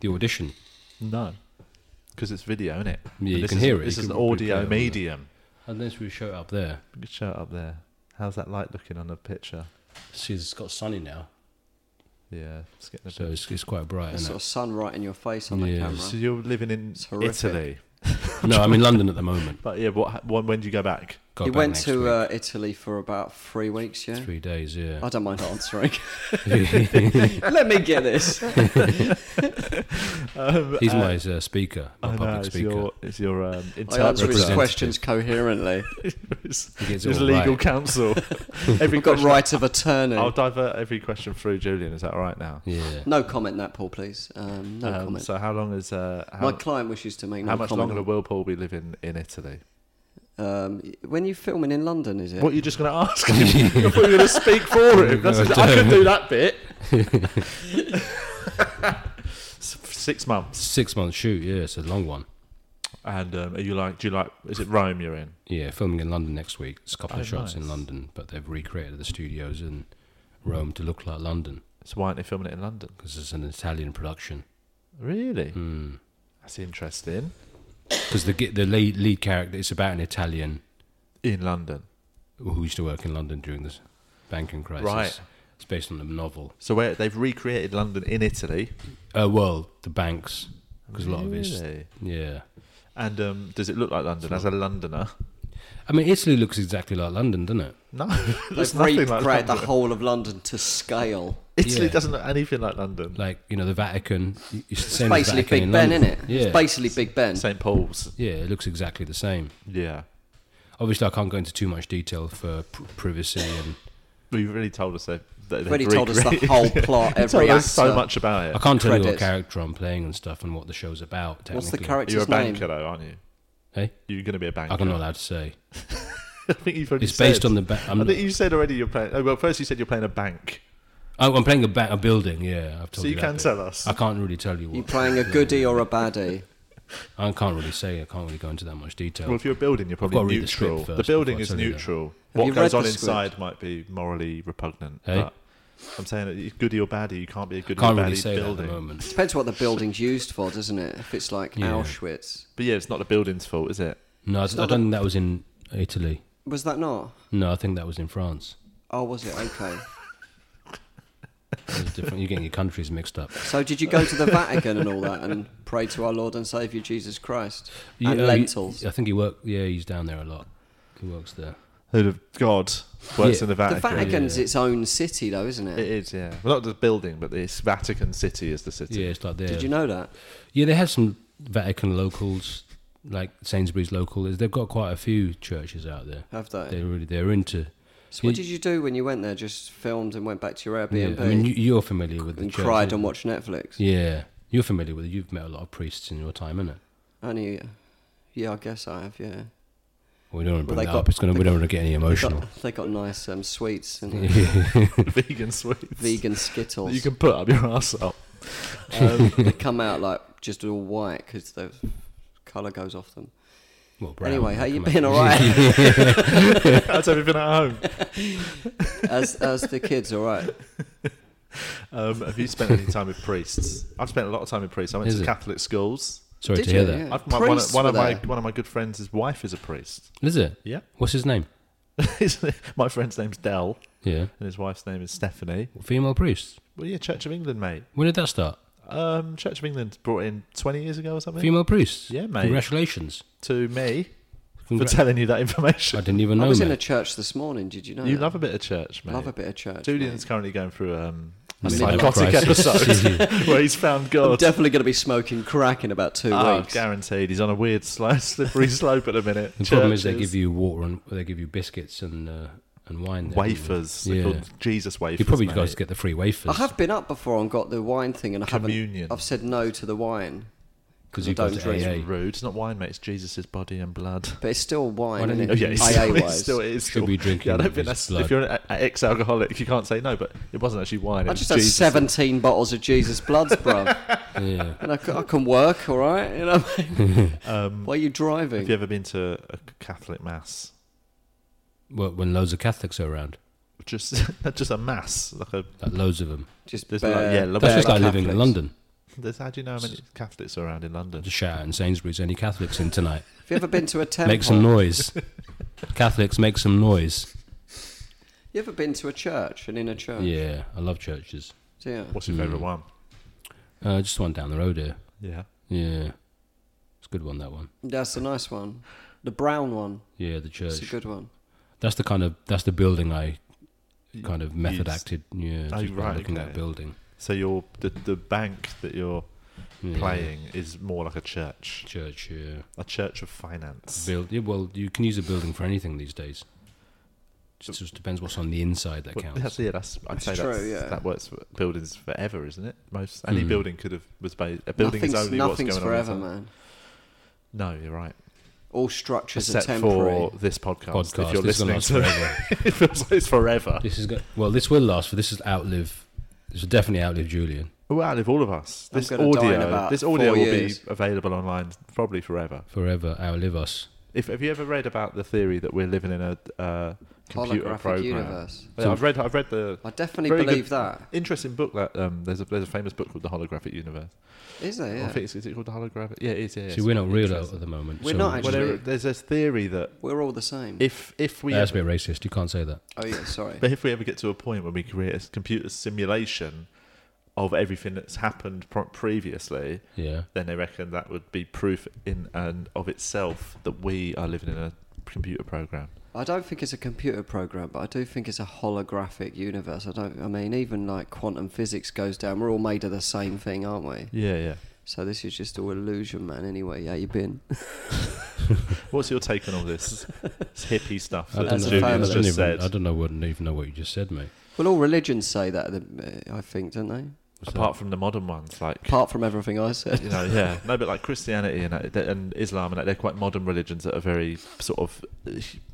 The audition. No, because it's video, isn't it? Yeah, you this can is, hear it. This You is can an audio replay it on medium. Unless we show it up there. You could show it up there. How's that light looking on the picture? See, it's got sunny now, Yeah, it's getting a so bit. it's, it's quite bright. The Isn't sort it? of sun right in your face on the Yeah. So camera. you're living in It's horrific. Italy, no, I'm in London at the moment. but yeah. What? When, when do you go back? Got He back went next to week. uh, Italy for about three weeks. Yeah, three days. Yeah. I don't mind answering. Let me get this. Um, He's my uh, speaker, my I know, public it's speaker. your it's your Oh, um, I answer his interpreter. representative. questions coherently. It's it's gets it all legal right. counsel. Every We've got question- right of attorney. I'll divert every question through Julian. Is that all right now? Yeah. No comment, that Paul, please. Um, no Um, comment. so how long is uh, My how, client wishes to make no how much comment. longer will Paul be living in Italy? Um, when you're filming in London, is it? What you're just going to ask him? You're probably going to speak for him. That's I could do that bit. S- Six months. Six month shoot. Yeah, it's a long one. And um, are you like? Do you like? Is it Rome you're in? Yeah, filming in London next week. It's a couple of Oh, shots in nice. London, but they've recreated the studios in Rome to look like London So why aren't they filming it in London? because it's an Italian production. Really? That's interesting. Because the ge- the lead, lead character it's about an Italian In London. who used to work in London during this banking crisis. Right. It's based on a novel. So where they've recreated London in Italy. Uh, well, the banks because a lot of it's Really? yeah. And um, does it look like London as a Londoner? I mean, Italy looks exactly like London, doesn't it? No, They've it's nothing recreated like the London. whole of London to scale. Italy Yeah. doesn't look anything like London. Like you know, the Vatican. It's the It's same basically as Vatican Big in Ben, London. isn't it? Yeah, It's basically Big Ben. St Paul's. yeah, it looks exactly the same. Yeah. Obviously, I can't go into too much detail for pr- privacy and Well, you've already told us they. they Already told us the whole plot, every told us so actor. much about it. I can't tell you what Uh, Credits. character I'm playing and stuff and what the show's about. Technically. What's the character's You're a name? banker, though, aren't you? Hey, You're going to be a banker. I'm not allowed to say. I think you've already It's based said. on the ba- I'm, I think you said already you're playing. Oh, well, first you said you're playing a bank, oh, I'm playing a, ba- a building. Yeah, I've told so you that can bit. tell us. I can't really tell you You're what. playing a goodie or a baddie. I can't really say. I can't really go into that much detail. Well, if you're building, you're got to probably read the script neutral. The, first building before I is tell you that. neutral. Have What you goes read on the script? inside might be morally repugnant. Hey? But I'm saying that you're goody or baddie, you can't be a goody can't or baddie really say that at the building. moment. Depends what the building's used for, doesn't it? If it's like Auschwitz, but yeah, it's not the building's fault, is it? No, I, I don't think that was in Italy. was that not? No, I think that was in France. Oh, was it? Okay. It was different. You're getting your countries mixed up. So did you go to the Vatican and all that and pray to our Lord and Saviour Jesus Christ Yeah, and uh, lentils? he- I think he worked. Yeah, he's down there a lot. He works there. Who'd have God works Yeah. in the the Vatican? Vatican's its own city, though, isn't it? It is, yeah. Well, not the building, but this Vatican City is the city. Yeah, it's like there. Did you know that? Yeah, they had some Vatican locals, like Sainsbury's locals. They've got quite a few churches out there. Have they? They're really they're into. So what did you do when you went there? Just filmed and went back to your Yeah, Airbnb I mean, you, you're familiar with the and church. cried and watched Netflix? Yeah, you're familiar with it. You've met a lot of priests in your time, innit? Only, yeah, I guess I have. Yeah, We don't want to Well, bring they that got- up. It's gonna, we don't want to get any emotional. got, they got nice um, sweets and uh, Vegan sweets. vegan that skittles. Um, You can put up your ass up. they come out like just all white because the color goes off them. Well, brown, anyway, how they you come out- been? All right? That's everything at home. as as the kids, all right? Um, have you spent any time with priests? I've spent a lot of time with priests. I went Is to it? Catholic schools. Sorry Did to hear you? that. Yeah. I've, my, one, of- Priests one of were my there. one of my good friends' wife is a priest. Is it? Yeah. What's his name? My friend's name's Dell, Yeah. and his wife's name is Stephanie. Female priests. Well, yeah, Church of England, mate. When did that start? Um, Church of England brought in 20 years ago or something Female priests. Yeah, mate. Congratulations. to me Congra- for telling you that I information. didn't even know. I was in mate. a church this morning. Did you know? You that? love a bit of church, mate. Love a bit of church. Julian's mate. currently going through um, a Midlife psychotic crisis. episode where he's found I'm God. definitely going to be smoking crack in about two Oh, weeks. guaranteed. He's on a weird, slow, slippery slope at the minute. The problem is they Churches, give you water and they give you biscuits and uh, and wine. there, don't they? wafers. They're Yeah. called Jesus wafers. You probably mate. guys get the free wafers. I have been up before and got the wine thing, and I Communion. haven't. I've said no to the wine, 'Cause I you don't go to drink. AA. rude. It's not wine, mate. It's Jesus' body and blood. but it's still wine. don't Isn't you- Oh, it? yeah, it's AA still, it's wise. still, it is Could still be drinking Yeah, I don't his think that's. blood. If you're an ex alcoholic, you can't say no, but it wasn't actually wine. It I was just had Jesus. 17 bottles of Jesus Bloods, bruv. Yeah. and I, c- I can work, all right? You know, Why are you driving? Have Um, you ever been to a Catholic mass? Well, when loads of Catholics are around, Just, just a mass, like a like loads of them. Just There's bare, like- yeah, love- That's They're just like like living in Catholics. London. There's, how do you know how many Catholics are around in London? Just shout out in Sainsbury's, any Catholics in tonight? Have you ever been to a temple? Make some noise. Catholics, make some noise. You ever been to a church, an inner church? Yeah, I love churches. Yeah. What's your favourite one? Uh, just one down the road here. Yeah. Yeah. It's a good one, that one. That's a nice one. The brown one. Yeah, the It's a church. good one. That's the kind of, that's the building I kind of method used. acted. Yeah, Oh, just by right, looking at okay. building. So your the, the bank that you're Yeah. playing is more like a church, Church, yeah. a church of finance. Build, yeah, well, you can use a building for anything these days. It just depends what's on the inside that Well, counts. that's yeah. That's I'd It's say true, that's, yeah. that works for buildings forever, isn't it? Most any Mm. building could have was based. A building nothing's is only nothing's what's going forever, on. at man. the time. No, you're right. All structures are Except temporary. for this podcast. Podcast, if you're this is gonna listening last to forever. it feels like it's forever. This is go- well. This will last for this is outlive. This will definitely outlive Julian We're out of all of us. I'm This gonna die in audio, about this audio four will years. be available online probably forever. forever. Outlive us. If have you ever read about the theory that we're living in a uh, computer Holographic program? universe. Yeah, I've read. I've read the. I definitely Very believe good- that. Interesting book that um, there's a there's a famous book called The Holographic Universe. Is there? I Yeah. think it's, is it called The Holographic? Yeah, it is. Yeah, yeah. See, It's we're not real at interesting. the moment. We're so not Well, actually. there, there's this theory that We're all the same. if if we That's a ever, bit racist. You can't say that. oh yeah, sorry. but if we ever get to a point where we create a computer simulation of everything that's happened pro- previously, Yeah. then they reckon that would be proof in and of itself that we are living in a computer program. I don't think it's a computer program, but I do think it's a holographic universe. I don't. I mean, even like quantum physics goes down. We're all made of the same thing, aren't we? Yeah, yeah. So this is just all illusion, man. Anyway, yeah, you been. What's your take on all this, this hippie stuff that I don't, That's a know, Julian's I, don't family. just even, said? I don't know. Wouldn't even know what you just said, mate. Well, all religions say that. uh, I think, don't they? Apart from the modern ones, like Apart from everything I said. you know, yeah, no, but like Christianity and, that- and Islam and that, they're quite modern religions that are very sort of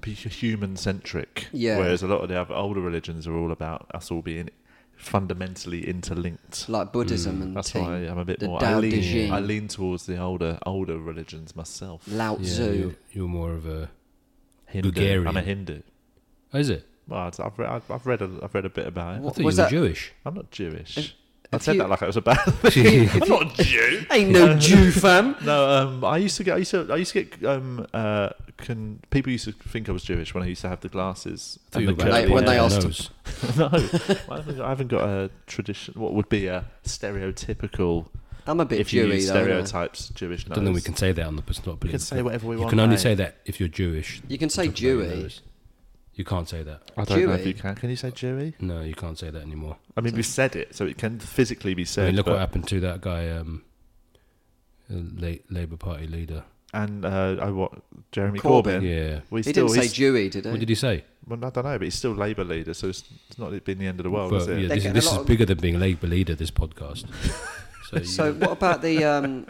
human centric. Yeah. Whereas a lot of the other older religions are all about us all being fundamentally interlinked. like Buddhism and mm, That's tea. why I'm a bit the more. I Tao Te lean, Ching, I lean towards the older older religions myself. Lao Yeah, Tzu. you're, you're more of a. Hindu. Gregarian. I'm a Hindu. Oh, is it? Well, it's- I've read, I've- I've read a, I've read a bit about it. I What thought you were was that? Jewish. I'm not Jewish. I if said you- that like it was a bad thing. I'm not Jew. Ain't no Jew, fam. No, um, I used to get, I used to, I used to get, um, uh, can people used to think I was Jewish when I used to have the glasses. I thought you and were the about Like, to curly when they blow hair. your asked him- nose. no, I haven't, got, I haven't got a tradition. What would be a stereotypical? I'm a bit if you Jewy use though. aren't I? stereotypes, Jewish. I don't think we nose. can say that on the. It's not. We can say whatever we You want. can only mate. say that if you're Jewish. You can say Talk about your Jewy. nose. You can't say that. I don't know if Jewy. you can. Can you say Jewy? No, you can't say that anymore. I mean, we said it, so it can physically be I said. mean, look but- what happened to that guy, um, uh, La- Labour Party leader. and uh, oh, what Jeremy Corbyn. Corbyn. Yeah. We He still, didn't say he's- Jewy, did he? What did he say? Well, I don't know, but he's still Labour leader, so it's, it's not been the end of the world, is Well, it? yeah, They're this is, getting this a is lot of- bigger than being a Labour leader. This podcast. So, So what about the? Um,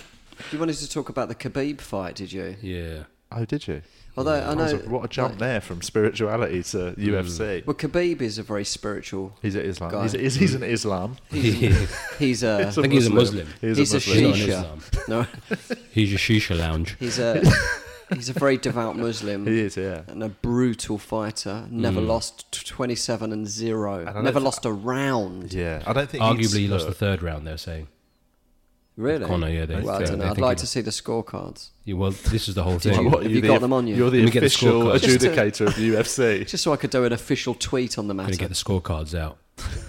you wanted to talk about the Khabib fight, did you? yeah, Oh, did you? Although I That was know a- what a jump like- there from spirituality to Hmm. UFC. Well, Khabib is a very spiritual. He's an Islam. Guy. He's, he's, he's an Islam. He's a I think he's a Muslim. he's a He's not an Shisha. Islam. no. He's a shisha lounge. He's a he's a very devout Muslim. He is, yeah. and a brutal fighter. Hmm. Never lost t- 27 and 0. don't Never know if- lost a round. Yeah, I don't think he's- uh, Arguably, he lost the look, third round. They're saying Really? Connor, yeah, they- well, I they- don't they know. I'd think like he- to see the scorecards. Yeah, well, this is the whole Did thing. you- What, have you're you the- got them on you? You're the Let me get the official scorecard. Just to- adjudicator of UFC. Just so I could do an official tweet on the going to matter. get the scorecards out,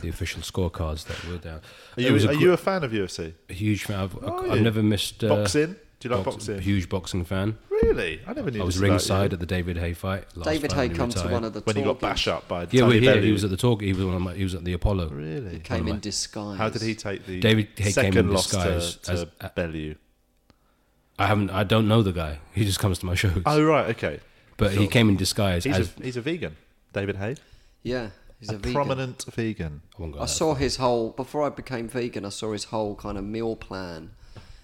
the official scorecards that were down. Are It you, was a are gr- you a fan of UFC? a huge fan? I've, Are I've you? never missed uh, Boxing? Do you like box- boxing? Huge boxing fan. Really? I never knew. I was this about ringside you. at the David Hay fight. Last David fight Hay when he come to retired. one of the when he got talk- bash up by. Yeah, we're Tony here. Bellew. He was at the talk. He was one of my, He was at the Apollo. Really? came in disguise. How did he take the David Hay second came in loss disguise to, as- to Bellew? I haven't. I don't know the guy. He just comes to my shows. Oh right, okay. but he came in disguise He's as. a he's a vegan. David Hay, Yeah, he's a, a vegan. prominent vegan. I won't go I that saw his whole before I became vegan. I saw his whole kind of meal plan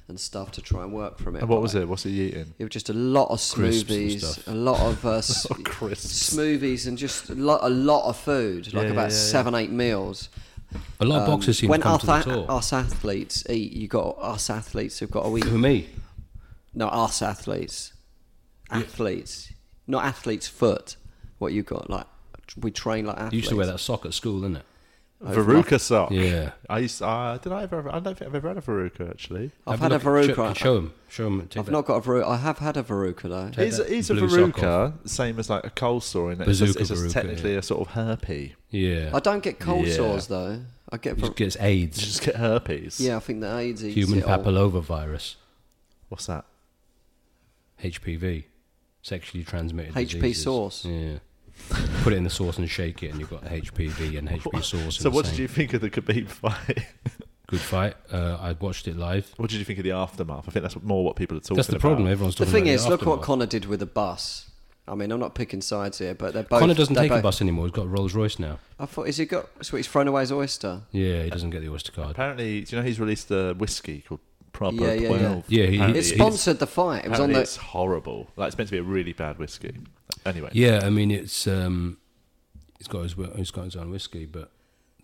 and stuff to try and work from it. And what But was it? What's he eating? Oh, It was just a lot of Crisps and smoothies, stuff. a lot of uh, s- crisps. smoothies, and just a lot, a lot of food, like Yeah, about yeah, yeah. seven, eight meals. far. A lot of boxers seem um, when to come us, to the a- tour. us athletes eat, you got us athletes who've got to eat. Who me? No, us athletes, athletes, not athletes' foot. What you got? Like we train like athletes. You used to wear that sock at school, didn't it? Veruca sock. Yeah. I used. Uh, did I ever? I don't think I've ever had a Veruca actually. I've Have had a look veruca. at- show- Show him. Show him. Take I've that. not got a veruca. I have had a veruca though. Take Is that is a blue sock Veruca same as like a cold sore in that it's Bazooka just, it's just Veruca, technically a sort of herpy. Yeah. I don't get cold Yeah. sores though. I get. Ver- just gets AIDS. You just get herpes. yeah, I think the AIDS eats human it all. papillova virus, What's that? HPV, sexually transmitted HP diseases. sauce. Yeah. Put it in the sauce and shake it, and you've got HPV and HP sauce. So in the what did same. you think of the Khabib fight? Good fight. Uh, I watched it live. what did you think of the aftermath? I think that's more what people are talking That's the about. problem. eh? Everyone's The talking thing about is, the look what aftermath. Connor did with the bus. I mean, I'm not picking sides here, but they're both. Connor doesn't they take a both- bus anymore. He's got a Rolls Royce now. I thought, is he got? So he's thrown away his oyster. Yeah, he doesn't get the oyster card. Apparently, do you know he's released a whiskey called Proper Yeah, yeah, yeah. 12? Yeah, he- Apparently It It's it's- sponsored the fight. It was on apparently the. it's horrible. Like, it's meant to be a really bad whiskey. Anyway, Yeah, I mean it's um, he's got his whi- he's got his own whiskey, but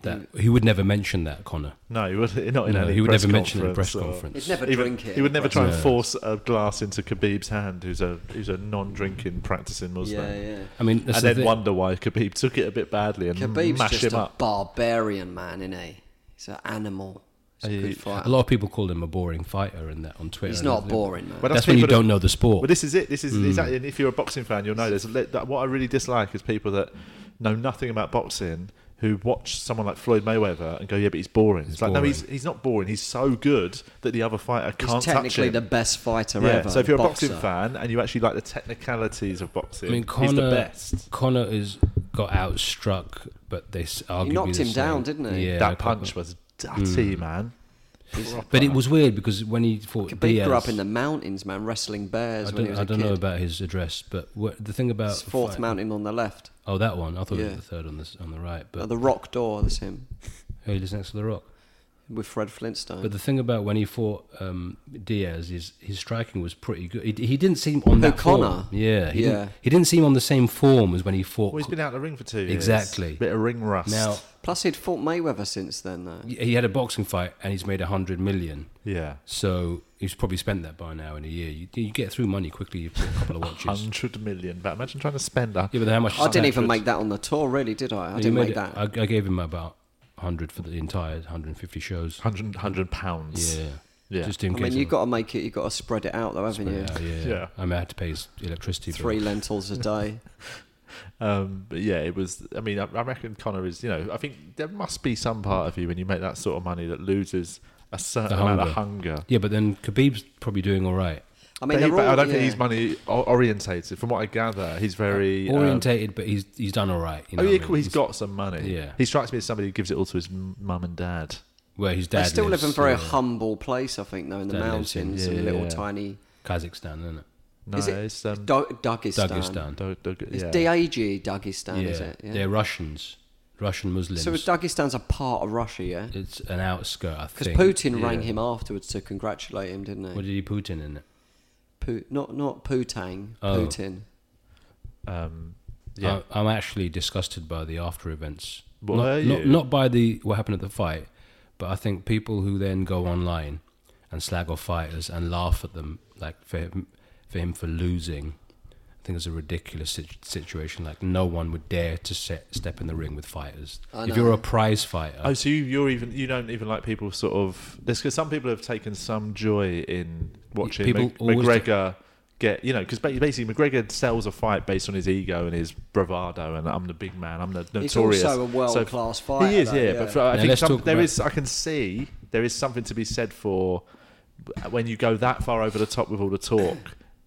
that he would never mention that Connor. no, he would not in No, a he would press never mention it in a press conference uh, or- conference. He'd never He would- drink it. He would never try and Yeah. force a glass into Khabib's hand, who's a who's a non-drinking practicing Muslim. Yeah, yeah. I mean, And that's the then thing. wonder why Khabib took it a bit badly and Khabib's mash just him a up. barbarian man, isn't he? He's an animal. He's a good Uh, a fighter. lot of people called him a boring fighter and that on Twitter. He's and not that- boring, man. But That's when you people that- don't know the sport. Well, this is it. This Hmm. is exactly. And if you're a boxing fan, you'll know this. Let- that- What I really dislike is people that know nothing about boxing who watch someone like Floyd Mayweather and go, "Yeah, but he's boring." It's like, no, boring. he's he's not boring. He's so good that the other fighter He's can't technically touch the him. best fighter yeah. ever. So if you're a boxer. boxing fan and you actually like the technicalities of boxing, I mean, Connor, he's the best. Connor is got outstruck, but they s- arguably knocked the him same. down, didn't he? Yeah, Hmm. that proper- punch was dirty, man. But it was weird because when he fought Khabib Diaz, grew up in the mountains, man, wrestling bears I when he don't, was I a don't kid. know about his address, but what, the thing about It's fourth fight- mountain on the left. Oh, that one. I thought it Yeah. was the third on the s- on the right, Uh, but the rock door, that's him. oh, he lives next to the rock. With Fred Flintstone. But the thing about when he fought um, Diaz is his striking was pretty good. He, he didn't seem on that Connor? form. Yeah, he Yeah. Didn't, he didn't seem on the same form as when he fought. Well, he's been out of the ring for two years. Exactly. Bit of ring rust. now Plus, he'd fought Mayweather since then, though. he had a boxing fight and he's made a hundred million. yeah, So he's probably spent that by now in a year. You, you get through money quickly. You put a couple of watches. yeah, hundred million. But imagine trying to spend that. but how much? I didn't even Sandra's- make that on the tour, really, did I? I You didn't made make it- that. I, I gave him about hundred for the entire 150 shows. 100, 100 pounds. Yeah, Yeah. Just in I case. mean, you've of- got to make it, you've got to spread it out, though, haven't you? Yeah, yeah, Yeah. I mean, I had to pay his electricity. bill. Three lentils a day. Um, but yeah, it was. I mean, I, I reckon Connor is. You know, I think there must be some part of you when you make that sort of money that loses a certain The amount of hunger. Yeah, but then Khabib's probably doing all right. I but, mean, he- they're but all, I don't think yeah. he's money o- orientated. From what I gather, he's very um, Orientated, but he's he's done all right. You know oh, what I yeah, mean? cool, he's got some money. Yeah. he strikes me as somebody who gives it all to his m- mum and dad. where his dad They still live lives, in a very yeah. humble place, I think, though, in the Dad lives in- mountains yeah, and a yeah, little yeah. tiny. Kazakhstan, isn't it? No, Is it it's um, Da- Dagestan. Dagestan. do- do- It's yeah. DAG Dagestan, yeah. E, is it? Yeah. they're Russians, Russian Muslims. So Dagestan's a part of Russia, yeah? it's an outskirt, I Because think. Putin yeah. rang him afterwards to congratulate him, didn't he? What did he Putin in it? Pu- not not Putang, Oh. Putin. um, yeah. I, I'm actually disgusted by the after events. Why not, are not you? not by the what happened at the fight, but I think people who then go online and slag off fighters and laugh at them, like for him, for him for losing, I think it was a ridiculous sit- situation. Like no one would dare to se- step in the ring with fighters. I If know. you're a prize fighter, Oh, so you, you're even you don't even like people sort of this because some people have taken some joy in watching People Mc- always McGregor get you know because basically McGregor sells a fight based on his ego and his bravado and I'm the big man I'm the He's notorious. also a world-class fighter, He is, though, yeah. yeah. But for, I Now, think let's some, talk there about- is I can see there is something to be said for when you go that far over the top with all the talk.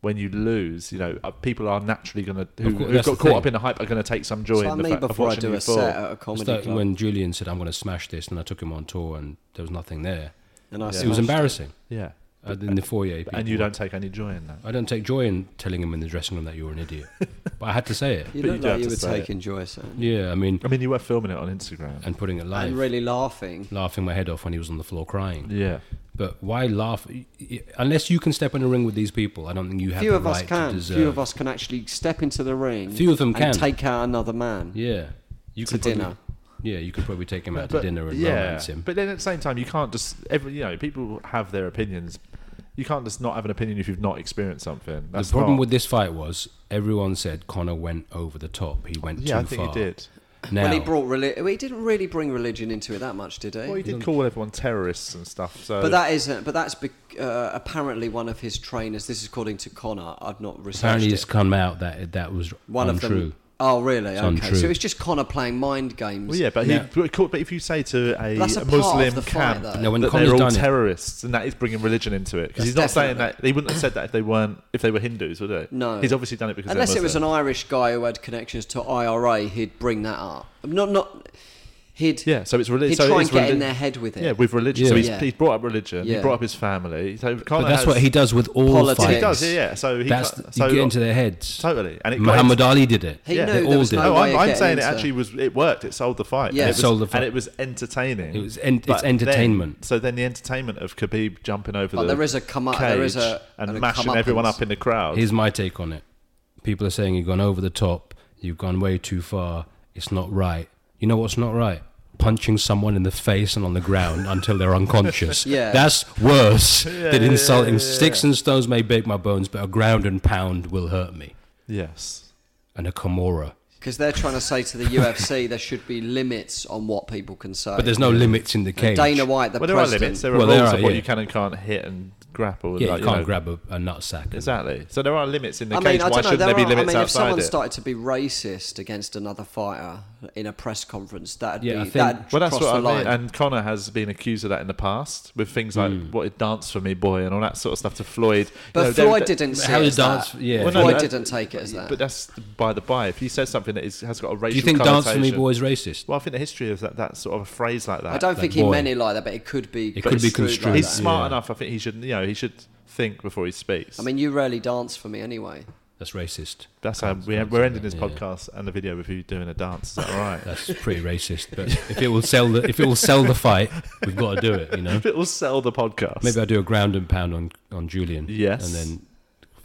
When you lose, you know uh, people are naturally going to who, course, who've that's got the caught thing. up in the hype are going to take some joy It's like in the me fact of before I watching do you a fall. set uh, at a It's comedy like club, when Julian said, "I'm going to smash this," and I took him on tour, and there was nothing there. and I It was smashed embarrassing. Yeah, Uh, in the foyer, people- and you don't take any joy in that. I don't take joy in telling him in the dressing room that you're an idiot, but I had to say it. You But look you do like have you to were say it. taking joy, son. Yeah, I mean, I mean, you were filming it on Instagram. and putting it live, And really laughing. laughing my head off when he was on the floor crying. Yeah. But why laugh? Y- y- Unless you can step in the ring with these people, I don't think you have Few the of right us can. to deserve. Few of us can actually step into the ring. Few of them and can. take out another man. yeah, you To could probably- dinner. Yeah, you could probably take him out to But- dinner and yeah. romance him. But then at the same time, you can't just every you know people have their opinions. You can't just not have an opinion if you've not experienced something. That's the problem not- with this fight was everyone said Connor went over the top. He went yeah, too I think far. he did. Now, Well, he brought reli- well, he didn't really bring religion into it that much, did he? Well, he did call everyone terrorists and stuff. So, but that is, but that's bec uh, apparently one of his trainers. This is according to Connor. I've not researched apparently it. it's come out that that was one untrue. of them. Oh, really? okay, untrue. so it's just Connor playing mind games. well, yeah, but Now- he but if you say to a, That's a part of Muslim the fight, camp though. No, when that Connor's they're all done it- terrorists, and that is bringing religion into it, because he's not That's saying definitely- that they wouldn't have said that if they weren't if they were Hindus, would they? No, he's obviously done it because unless they're it was an Muslim. Irish guy who had connections to IRA, he'd bring that up. Not not he'd yeah. So it's religion. he'd so try it's and get in reli- their head with it. Yeah, with religion. Yeah. So he's, Yeah. he's brought up religion. He Yeah. brought up his family. So Connor But that's has- what he does with all Politics. fights. He does, yeah, yeah. So he that's cut- you so get into their heads. totally, and it got Muhammad into- Ali did it. He Yeah. knew They there all was did. no No, way I'm, of I'm getting saying it Oh, into- actually was it worked. It sold the fight. and Yeah. It it was, sold the fight. and it was entertaining. It was en- it's But then- entertainment. so then the entertainment of Khabib jumping over But the there is a come up- cage there is a- and, and a mashing comeuppance. everyone up in the crowd. Here's my take on it. People are saying you've gone over the top. You've gone way too far. It's not right. You know what's not right? Punching someone in the face and on the ground until they're unconscious. Yeah. That's worse than insulting. Sticks and stones may break my bones, but a ground and pound will hurt me. yes, And a Kimura. Because they're trying to say to the UFC there should be limits on what people can say. But there's no limits in the cage. Dana White, the well there are president. limits. There are Well, rules there are, of what yeah. you can and can't hit and grapple. Yeah, like, you can't know. grab a, a nutsack. and- Exactly. So there are limits in the I cage. mean, I Why don't know. shouldn't There, there, be are, I mean, limits if outside someone it? started to be racist against another fighter in a press conference, that'd Yeah, I be think- that. Well, that's cross what I the mean. line. And Connor has been accused of that in the past with things like Hmm. what it dance for me, boy, and all that sort of stuff to Floyd. You but know, there- Floyd there- didn't see How it did as that. dance- yeah. Well, no, Floyd that- didn't take it as that. But that's by the by. If he says something that is, has got a racial Do you think Dance for Me connotation- Boy is racist? Well, I think the history of that, that sort of a phrase like that. I don't that think he boy. meant it like that, but it could be. It could be construed. He's that. smart Yeah. enough. I think he should. You know, he should think before he speaks. I mean, you rarely dance for me anyway. That's racist. that's how we, sounds we're like ending that, this yeah. podcast and the video with you doing a dance. Is that all right? That's pretty racist. But if it will sell the if it will sell the fight, we've got to do it. You know. If it will sell the podcast. Maybe I do a ground and pound on on Julian. Yes. And then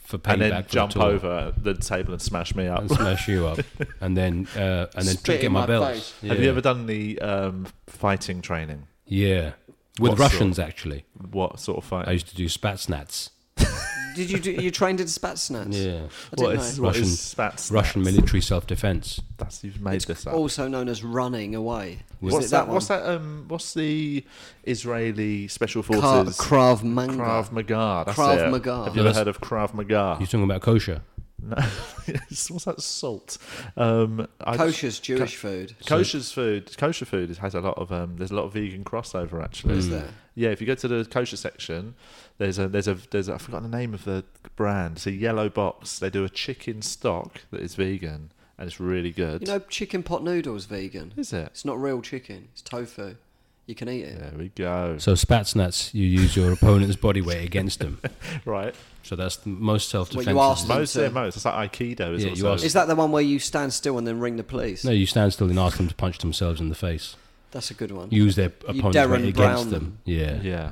for payback and then for jump the tour over the table and smash me up. and smash you up, and then uh, and then Spit trick in in my, my belt. face. Yeah. Have you ever done the um, fighting training? Yeah. With What Russians, actually, What sort of fight? I used to do spatsnats. Did you do? You trained in Spatsnats? I Yeah. didn't what is, know. what is Russian- spats? Russian military self-defense. That's you've made this up. Also known as running away. Was what's it that? that, one? what's that? Um, what's the Israeli special Kra- forces? Krav Maga. Krav Maga. That's Krav it. Maga. Have you No, ever heard of Krav You're Maga? talking about kosher. No. It's- What's that salt? Um, I- Kosher's Jewish food. Kosher's food. Kosher food is- has a lot of. Um, there's a lot of vegan crossover actually. Is there? Yeah, if you go to the kosher section, there's a there's a there's a, I forgot the name of the brand. It's a yellow box. They do a chicken stock that is vegan and it's really good. You know, chicken pot noodles vegan. is it? It's not real chicken. It's tofu. You can eat it. There we go. So spatsnats, you use your opponent's body weight against them. Right. So that's the most self-defense. ask is- them- Most to- yeah, most. It's like Aikido is Yeah, you also. ask- Is that the one where you stand still and then ring the police? No, you stand still and ask them to punch themselves in the face. That's a good one. Use their opponent's Darren weight Brown against them. them. Yeah. yeah.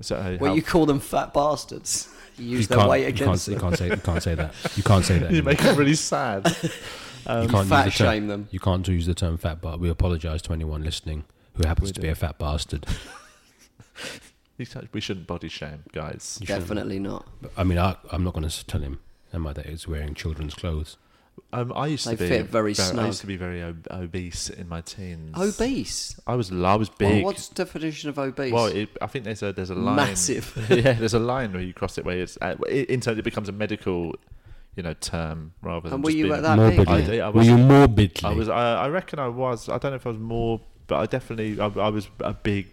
So, uh, Where how- you call them fat bastards. You use You their can't, weight you, can't, against you them. can't say you can't say that. You can't say that. you anymore. make it really sad. you can't fat use the term, shame them. You can't use the term fat bastard. We apologise to anyone listening who happens to be a fat bastard. We shouldn't body shame, guys. Definitely not. I mean, I, I'm not going to tell him. and by that it's wearing children's clothes. Um, I used They to be fit very I snug. used to be very ob- obese in my teens. Obese. I was I was Well, big. what's the definition of obese? Well, it, I think there's a there's a line. Massive. yeah, there's a line where you cross it where it's uh, it, in terms it becomes a medical, you know, term rather than. and were just you being- at that big? morbidly. I did- I Were was- you morbidly? I was. I, I reckon I was. I don't know if I was more, but I definitely. I, I was a big,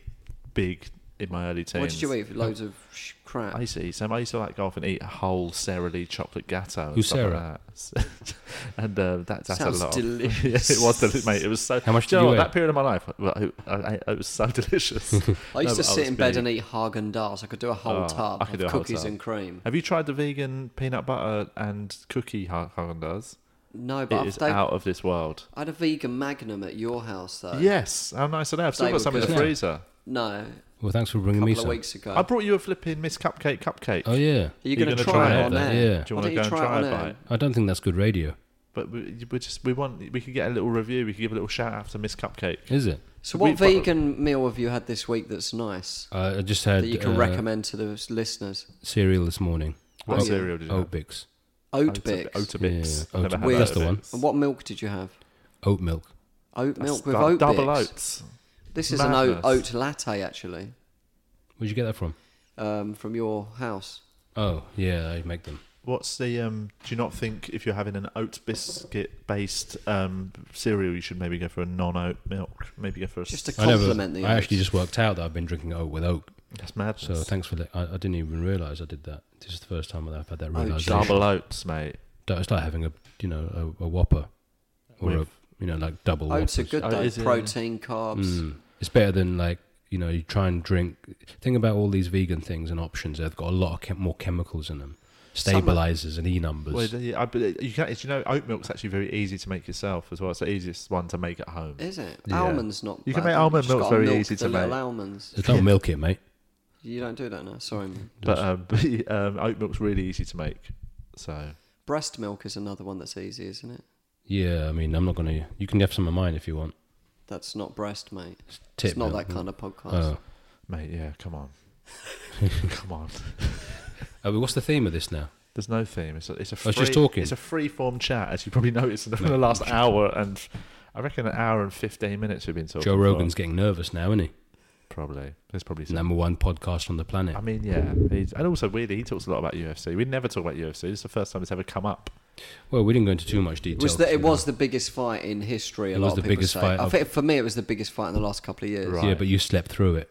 big in my early teens. What did you eat? Loads of sh- crap. I used to eat some. I used to like go off and eat whole Sara Lee chocolate gatto. And Who's stuff Sarah? Like that. and uh, that, that's Sounds a lot. delicious. yes, it was delicious, mate. It was so. How much Do did know you what? eat? That period of my life, well, I, I, I, it was so delicious. I used to sit in bed and eat Hagen Dazs. I could do a whole Oh, tub I could do of a whole cookies tub. and cream. Have you tried the vegan peanut butter and cookie Hagen Dazs? No, but It I've, is they, out of this world. I had a vegan Magnum at your house though. Yes, how nice are they? I've still They got were some in the good. Yeah. freezer. No, a well, thanks for bringing me couple of some. weeks ago. I brought you a flipping Miss Cupcake cupcake. Oh yeah, Are you You're going gonna to try, try it it on then? there? Yeah. Do you Why want to don't go and try try it a on bite? air? I don't think that's good radio, But we, we just we want we could get a little review. We could give a little shout out to Miss Cupcake. is it? So, We- what vegan meal have you had this week that's nice Uh, I just had that you can uh, recommend to the listeners? cereal this morning. What Oh, yeah. cereal did you have? Oat Bix, Oat Oat- bix. Oatabix. Oh, Yeah, I've never Oatabix. had That's Oatabix. the one. And what milk did you have? oat milk. Oat That's milk with du- oat double bix. oats. This is an Madness. oat, oat latte actually Where'd you get that from? um, from your house. Oh yeah, I make them. What's the um? Do you not think if you're having an oat biscuit based um cereal, you should maybe go for a non oat milk? Maybe go for a Just to I never. complement the. I actually oats. just worked out that I've been drinking oat with oat. that's madness. So thanks for that. I, I didn't even realize I did that. This is the first time that I've had that Oh, realization. double oats, mate. Don't- It's like having a you know a, a whopper or a With- you know like double. Oats are whoppers. good Oh, though. is it? Protein, carbs. Mm. It's better than like you know you try and drink. Think about all these vegan things and options. They've got a lot of chem- more chemicals in them, stabilizers and e numbers. Well, the- I, but you can. do You know, oat milk's actually very easy to make yourself as well. It's the easiest one to make at home. Is it? Yeah. Almonds not. You can bad, make though. almond Just milk gotta very milk easy the to little make. almonds. Just don't milk it, mate. You don't do that now. Sorry. man. But um, um, oat milk's really easy to make. So Breast milk is another one that's easy, isn't it? Yeah, I mean I'm not gonna. You can have some of mine if you want. That's not breast, mate. It's, tit it's not milk. that kind of podcast. Oh. Mate, yeah, come on. come on. Uh, but what's the theme of this now? There's no theme. It's a, it's a I free, was just talking. It's a free form chat, as you probably noticed in the last hour and I reckon an hour and 15 minutes we've been talking. Joe for. Rogan's getting nervous now, isn't he? Probably. There's probably some. Number one podcast on the planet. I mean, yeah. He's, and also, weirdly, he talks a lot about UFC. We never talk about UFC. This is the first time it's ever come up. Well, we didn't go into too much detail. It was the, you it know. was the biggest fight in history. A It lot was of the people biggest say. fight I of- think for me, it was the biggest fight in the last couple of years. Right. Yeah, but you slept through it.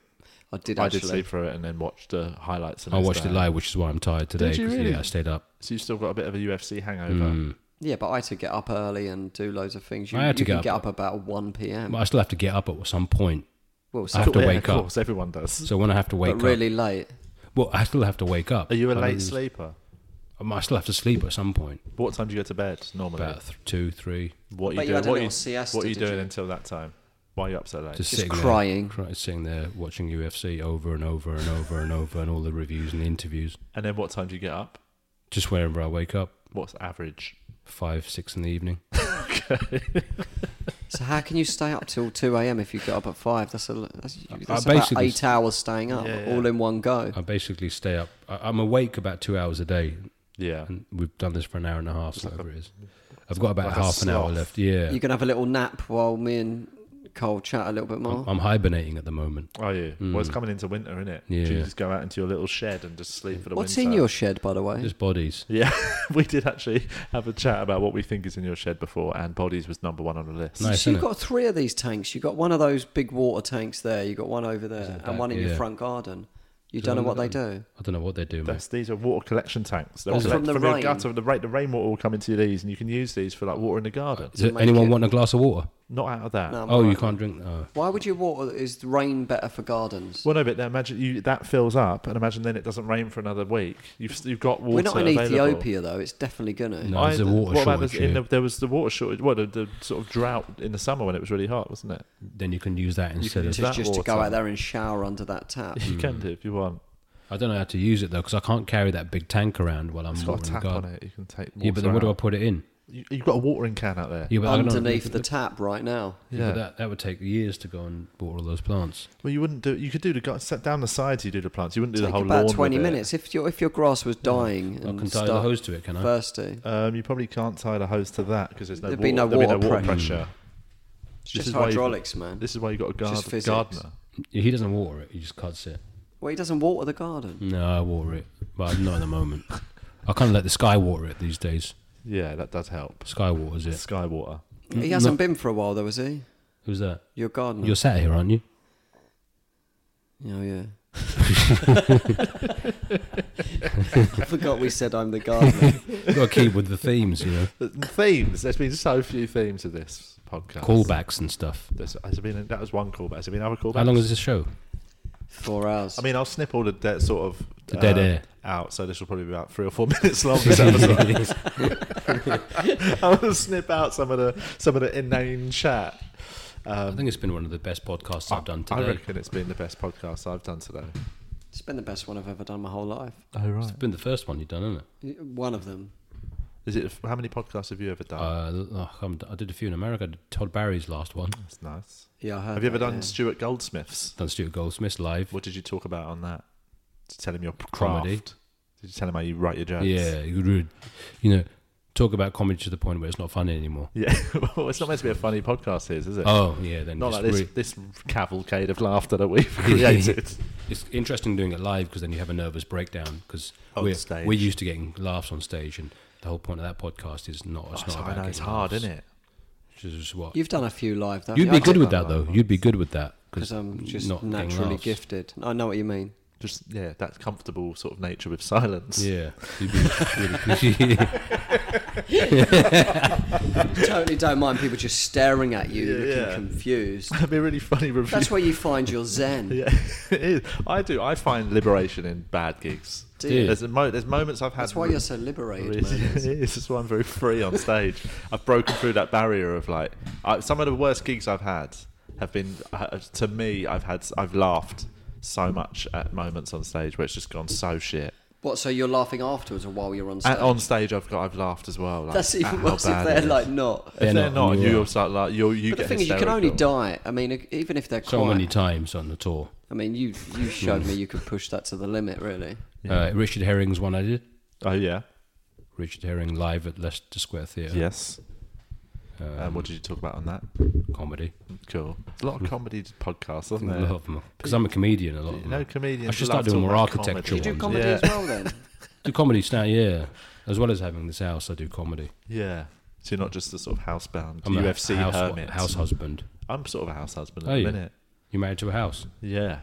I did I actually. did sleep through it and then watched the highlights. the I next watched it day. live, which is why I'm tired today. Did you 'cause, really? Yeah, I stayed up. Mm. So you've still got a bit of a UFC hangover. Hmm. Yeah, but I had to get up early and do loads of things. You, I had to you get can up- get up about one p.m. But I still have to get up at some point. well, I have so, to yeah, wake of up. course, everyone does. So when I have to wake but really late. up, well, I still have to wake up. Are you a I don't late really- sleeper? Um, I still have to sleep at some point. What time do you go to bed normally? About th- two, three, What But are you you doing? had What a are little you, siesta, what are you did doing you? until that time? Why are you up so late? just, Just sitting there, crying. cry- sitting there watching UFC over and over and over and over and all the reviews and the interviews. and then what time do you get up? Just whenever I wake up, What's average? five, six in the evening. So how can you stay up till two a.m. if you get up at five? That's a l- that's, that's about Uh, basically- eight hours staying up Yeah, yeah. all in one go. I basically stay up. I, I'm awake about two hours a day, Yeah. and we've done this for an hour and a half, whatever it is. I've got about like a half an hour sloth. left. Yeah, You can have a little nap while me and Cole chat a little bit more. I'm hibernating at the moment. Are you? Well, it's coming into winter, isn't it? Do Mm. Yeah. you just go out into your little shed and just sleep for the What's winter? in your shed, by the way? Just bodies. Yeah, we did actually have a chat about what we think is in your shed before, and bodies was number one on the list. Nice, so you've innit? got three of these tanks. You've got one of those big water tanks there. You've got one over there, and back, one in your yeah. front garden. You don't know what they do. I don't know what they do, mate. That's, these are water collection tanks. They're That's all from collect- the from rain. your gutter. The, ra- the rainwater will come into these, and you can use these for like water in the garden. Does make anyone it- want a glass of water? Not out of that. No, I'm Oh, you alright. can't drink. Oh. Why would you water? Is rain better for gardens? Well, no, but then imagine you that fills up, and imagine then it doesn't rain for another week. You've you've got water. We're not in available. Ethiopia though. It's definitely gonna. No. there's a water what about shortage this- in here. the, there was the water shortage. What the, the sort of drought in the summer when it was really hot, wasn't it? Then you can use that instead use of. it. Just, that just to go water? out there and shower under that tap. Hmm. You can do if you want. I don't know how to use it though, because I can't carry that big tank around while I'm It's got a watering the tap on garden. it. You can take. Water Yeah, but then where do I out. put it in? You, you've got a watering can out there. Yeah, but I don't know. underneath the tap right now. Yeah, but that, that would take years to go and water all those plants. Well, you wouldn't do. You could do the gu- set down the sides. You do the plants. You wouldn't do the Take whole about lawn twenty with it. minutes. If your if your grass was dying I and can tie stuck the hose to it, can I? thirsty, Um, you probably can't tie the hose to that because there's no There'd water, be no there'd water water pressure. pressure. this it's just is why you've- hydraulics, man. This is why you got a Just guard- physics. gardener. He doesn't water it. He just cuts it. Well, he doesn't water the garden. No, I water it, but I'm not at the moment. I kind of let the sky water it these days. Yeah, that does help. Sky waters it. Sky water. He hasn't been for a while, though, has he? Who's that? Your Mm. gardener. You're sat here, aren't you? Oh yeah. I forgot we said I'm the gardener. You've got to keep with the themes, you know, The- the themes. There's been so few themes of this podcast. callbacks and stuff. There's, has there been that was one callback. Has there been other callbacks? How long is this show? Four hours. I mean, I'll snip all the dead sort of uh, The dead air. out. So this will probably be about three or four minutes long. This episode. I'll just snip out some of the some of the inane chat. I think it's been one of the best podcasts I've done I today. reckon it's been the best podcast I've done today. it's been the best one I've ever done my whole life. Oh It's right. been the first one you've done, isn't it? One of them. Is it? How many podcasts have you ever done? Uh, oh, I'm- I did a few in America. I did Todd Barry's last one. That's nice. Yeah, I heard. Have you ever that, done yeah. Stuart Goldsmith's? Done Stuart Goldsmith live. What did you talk about on that? Did you tell him your craft? Comedy. Did you tell him how you write your jokes? Yeah, you could really, you know, talk about comedy to the point where it's not funny anymore. Yeah. well, it's not meant to be a funny podcast, is, is it? Oh yeah, then not just like this re- this cavalcade of laughter that we've created. it's interesting doing it live because then you have a nervous breakdown because On we're, Oh, stage. we're used to getting laughs on stage and the whole point of that podcast is not it's Oh, not I about know it's getting hard, laughs, isn't it? which is what You've done a few live. haven't you'd you? be I good did with that that though you'd be good with that because I'm just not getting naturally laughs. gifted. I know what you mean. Just yeah, that comfortable sort of nature with silence. yeah you'd be really good. totally don't mind people just staring at you, Yeah, looking yeah. confused. That'd be a really funny review. That's where you find your zen. yeah, it is. I do. I find liberation in bad gigs. Do you? There's, a mo- there's moments I've had. That's why you're so liberated, It man. is. It is. That's why I'm very free on stage. I've broken through that barrier of like I, some of the worst gigs I've had have been uh, to me. I've had I've laughed so much at moments on stage where it's just gone so shit. What? So you're laughing afterwards or while you're on stage? And on stage, I've got I've laughed as well. Like, That's at even how worse if bad they're it is. like not. If they're, They're not, not, you you'll are. start like you'll you But the get thing is, you can only hysterical. die. I mean, e- even if they're so quiet. many times on the tour I mean, you Hmm. you showed me you could push that to the limit, really. uh, Richard Herring's one I did Oh yeah, Richard Herring live at Leicester Square Theatre yes. Um, what did you talk about on that? comedy Cool. There's a lot of comedy podcasts, isn't a there? lot of them because I'm a comedian a lot of them No comedians. I should love start doing talking more about architecture Do you do ones. comedy yeah. as well then? do comedy stand yeah as well as having this house I do comedy Yeah. So you're not just a sort of housebound I'm a UFC house, hermit. house husband I'm sort of a house husband Are at the you? minute. you married to a house Yeah.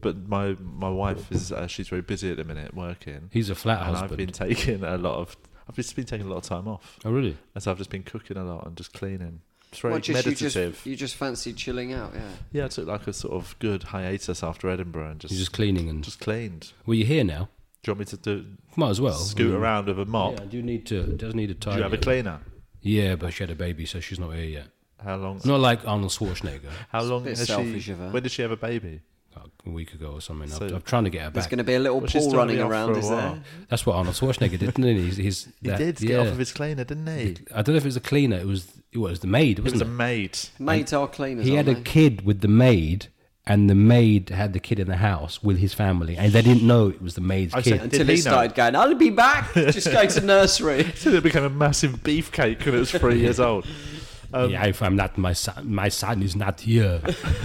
But my my wife is uh, she's very busy at the minute working, he's a flat and I've husband been taking a lot of I've just been taking a lot of time off, oh really and so I've just been cooking a lot and just cleaning. It's very Well, just, you, meditative. just, you just fancy chilling out, yeah. Yeah, I took like a sort of good hiatus after Edinburgh and just You're just cleaning and just cleaned. well, you're here now. Do you want me to do Might as well scoot I mean, around with a mop? Yeah, I do need to. it Does need a do tidy. you have a up. cleaner? Yeah, but she had a baby, so she's not here yet. How long? Not like Arnold Schwarzenegger how long bit has selfish she? of her. When did she have a baby? like a week ago or something. So- I'm, I'm trying to get her There's back. going to be a little Well, she's pool still gonna be running off around, for a is while. there? That's what Arnold Schwarzenegger did, didn't he? He's, he's He that- did yeah. get off of his cleaner, didn't he? I don't know if it was a cleaner. It was it was the maid, It wasn't was it? a maid. Mate, our cleaners. he had aren't a they? kid with the maid, and the maid had the kid in the house with his family, and they didn't know it was the maid's I kid. said- until Did he he know? started going, I'll be back. Just go to nursery. So it became a massive beefcake when it was three years old. yeah, if I'm not my son, my son is not here.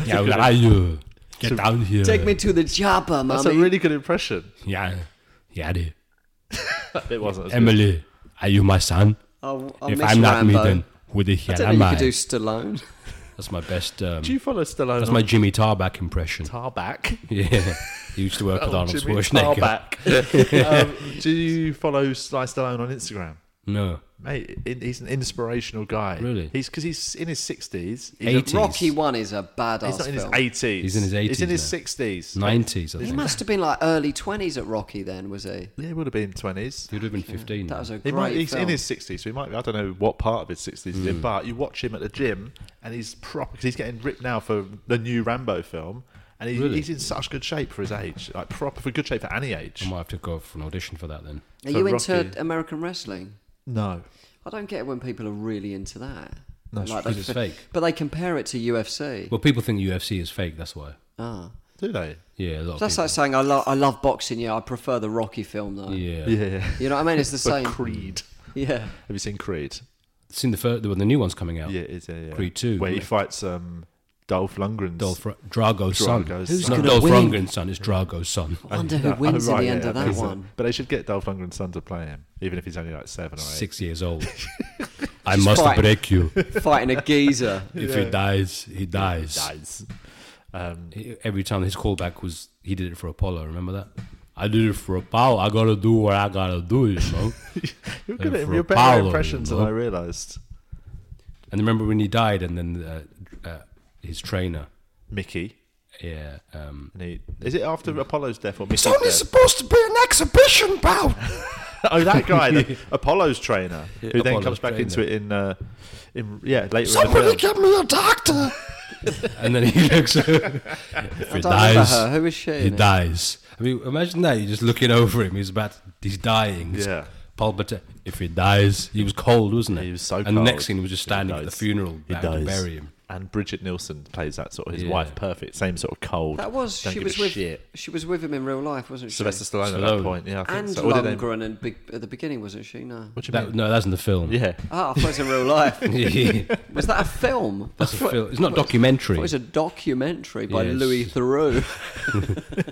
yeah, where are you? Get down here. Take me to the chopper, mummy. That's a really good impression. Yeah, yeah, dude. It wasn't. As good. Emily, are you my son? I'll, I'll if miss I'm not Rambo. me, then with the I hell don't am know, you I? could do Stallone. That's my best. Um, Do you follow Stallone? that's on my Jimmy Tarback impression. Tarback. yeah, he used to work with Oh, Arnold Jimmy Schwarzenegger. Tarback. um, do you follow Sly Stallone on Instagram? No, Mate, in- he's an inspirational guy. Really? He's because he's in his sixties. 80s. Rocky One is a badass He's not in his film. eighties. He's in his He's in 80s his now. sixties. nineties. I He think must have been like early twenties at Rocky then, was he? Yeah, he would have been twenties. he would have been fifteen. That was a He great might, he's film. in his sixties, so he might. be I don't know what part of his sixties Mm. he's in, but you watch him at the gym, and he's proper because he's getting ripped now for the new Rambo film, and he, Really? he's in such good shape for his age, like proper for good shape for any age. Oh I might have to go for an audition for that then. Are for you into Rocky. American wrestling? No, I don't get it when people are really into that. No, it's they, because it's fake. But they compare it to UFC. Well, people think UFC is fake. That's why. ah. Do they? Yeah, a lot. That's of like saying I, lo- I love boxing. Yeah, I prefer the Rocky film though. people. yeah. Yeah. You know what I mean? It's the But same. Creed. Yeah. Have you seen Creed? Seen the first, the, the new one's coming out. Yeah, it is. Yeah, yeah. Creed 2, Where he isn't it? fights um, Dolph Lundgren's. Dolph Ra- Drago's, son. Drago's Who's son. not gonna Dolph win? Lundgren's son. It's Drago's son. I wonder No, who wins oh, right, in the yeah, end of yeah, that so- one. But they should get Dolph Lundgren's son to play him, even if he's only like seven or eight. Six years old. I must fight. break you. Fighting a geezer. If he dies, he dies. Dies. Um, He- Every time his callback was, he did it for Apollo. Remember that? I did it for Apollo. I gotta do what I gotta do, you know. you're good Uh, at for you're better at Apollo, impressions you than I know. realised. and remember when he died, and then uh, uh, his trainer, Mickey. yeah, um, And he, is it after Apollo's death or Mickey's death? supposed to be an exhibition bout. oh, that guy, the Apollo's trainer, who then Apollo's comes back trainer. into it in, uh, in yeah, later in the film. get me a doctor. and then he looks. if he don't remember dies, her. Who is she He in it? dies. I mean, imagine that. You're just looking over him. He's about. He's dying. He's Yeah. palpita- If he dies, he was cold, wasn't he? He was so And the cold. next scene was just He standing at the dies. funeral about to bury him. And Bridget Nielsen plays that sort of his Yeah. wife, perfect, same sort of cold. That was don't she give was a with shit. she was with him in real life, wasn't she? Sylvester Stallone, at Stallone. that point. Yeah, I think and so. Or did they- Lundgren and big, at the beginning, wasn't she? No. What do you That, mean? no, that's in the film. Yeah, Ah, I thought it was in real life. that's Was that a film? a film. It's not documentary. It was a documentary by Yeah, it's- Louis Theroux.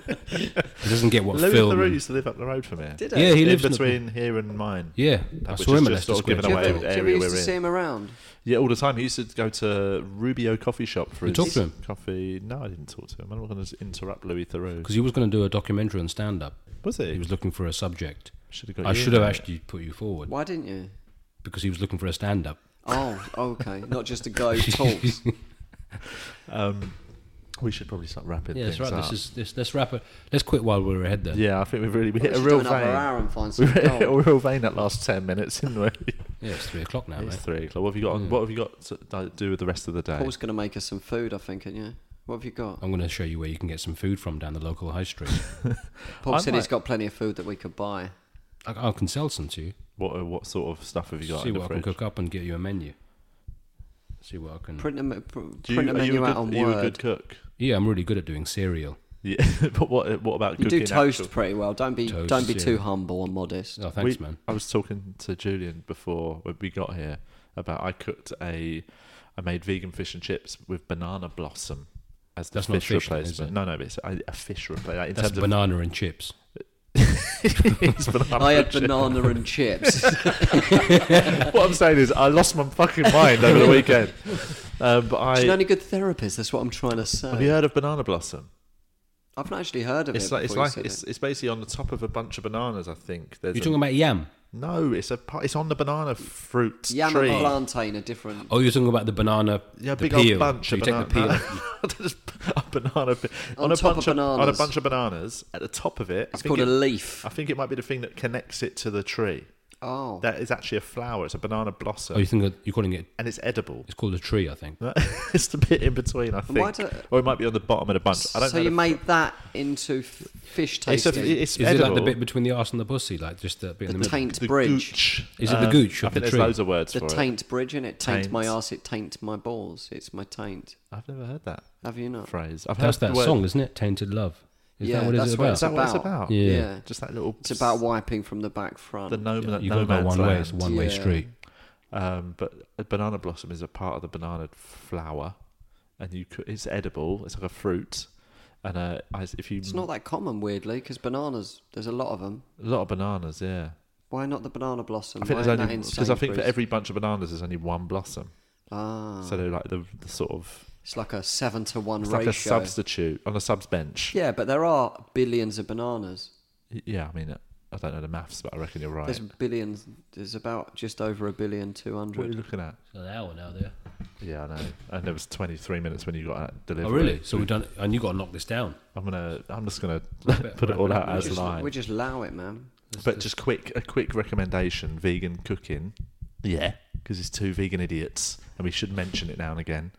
It doesn't get what Louis film. Theroux used to live up the road from here. Did Yeah, it? he in lives in the- between here and mine. Yeah, I Which saw is him at just Leicester sort of Square. given Do you away ever, with do the you ever area used we're to in. see him around? Yeah, all the time. He used to go to Rubio Coffee Shop for You his talked to him? coffee. No, I didn't talk to him. I'm not going to interrupt Louis Theroux. Because he was going to do a documentary on stand-up. Was he? He was looking for a subject. Should've got I you should in have there. actually put you forward Why didn't you? because he was looking for a stand-up. Oh, okay. Not just a guy who talks. Um, we should probably start wrapping Yeah, things that's right. up. This is uh, this. Let's wrap it. Let's quit while we're ahead. Then. yeah, I think we've really we We hit a should real do another hour Oh. vein. and find We some hit a gold. real vein that last ten minutes, didn't we? Yeah, it's three o'clock now, it's mate. three o'clock. What have you got? on- What have you got to di- do with the rest of the day? Paul's going to make us some food, I think, aren't you? What have you got? I'm going to show you where you can get some food from down the local high street. Paul Uh, I said he's might- got plenty of food that we could buy. I, I can sell some to you. What uh, what sort of stuff have you got See in the what I can fridge? cook up and get you a menu. See what I can. Print a, me- pr- Mm. print Do you, a are menu you a out good, on are you a Word. good cook? Yeah, I'm really good at doing cereal. Yeah, but what what about You cooking? do toast actual- pretty well. Don't be Toast, don't be yeah. too humble and modest. Oh, thanks, we, man. I was talking to Julian before when we got here about I cooked a, I made vegan fish and chips with banana blossom as the That's not fish fish, then, is replacement. it? No, no, but it's a, a fish replacement. Like, in That's terms banana and chips. of it's banana. I had and chip. banana and chips. What I'm saying is I lost my fucking mind over the weekend. Um, but I Do you know any good therapists? That's what I'm trying to say. have you heard of banana blossom? I've not actually heard of It's it. like it's before you like said it's, it. it's basically on the top of a bunch of bananas. I think there's You're a- talking about yam. no. It's a pa- it's on the banana fruit yam tree. and plantain are different. Oh, you're talking about the banana. Yeah, the big peel. old bunch So of you take the banana- peel. Just a banana pe- On on, a top of bunch of, on a bananas. bunch of bananas at the top of it. I It's think called a it- leaf. I think it might be the thing that connects it to the tree. Oh, That is actually a flower. It's a banana blossom, Oh, you think that- you're calling it? and it's edible. It's called a tree, I think. it's the bit in between, I why think, do- or it might be on the bottom of the bunch. I don't so know. you the- made that into f- fish it's, tasting. a, it's Is it edible. like the bit between the arse and the pussy, like just the bit the in the middle? taint The bridge. gooch. Um, Is it the gooch I of the think there's tree? loads of words The for taint bridge, and it taint my Taint. ass. It taint my balls. It's my taint. it. I've never heard that Have you not? phrase. I've That's heard that the word- song, isn't it? Tainted love. Is Yeah, that what it's that's what about? Is that what it's about. about? Yeah. Just that little. It's about wiping from the back front. the no, You no go by man's one way. land. It's a one-way Yeah. street. Um, but a banana blossom is a part of the banana flower, and you could, it's edible. It's like a fruit, and uh, I- if you it's not that common, weirdly, because bananas. There's a lot of them. a lot of bananas, yeah. Why not the banana blossom? I think Why there's ain't that only in because I think for Sainsbury's? every bunch of bananas there's only one blossom, ah, so they're like the, the sort of it's like a seven to one it's ratio. like a substitute on a subs bench. yeah, but there are billions of bananas. Yeah, I mean uh, I don't know the maths, but I reckon you're right. There's billions. There's about just over a billion two What are hundred. you looking at? An hour now there. Yeah, I know. And there was 23 minutes when you got that delivery. Oh, really? So we've done, and you got to knock this down. I'm gonna. I'm just gonna Wrap it- put it all wrap out it. We as just, live. we just allow it, man. But just quick, a quick recommendation: vegan cooking. Yeah, because it's two vegan idiots, and we should mention it now and again.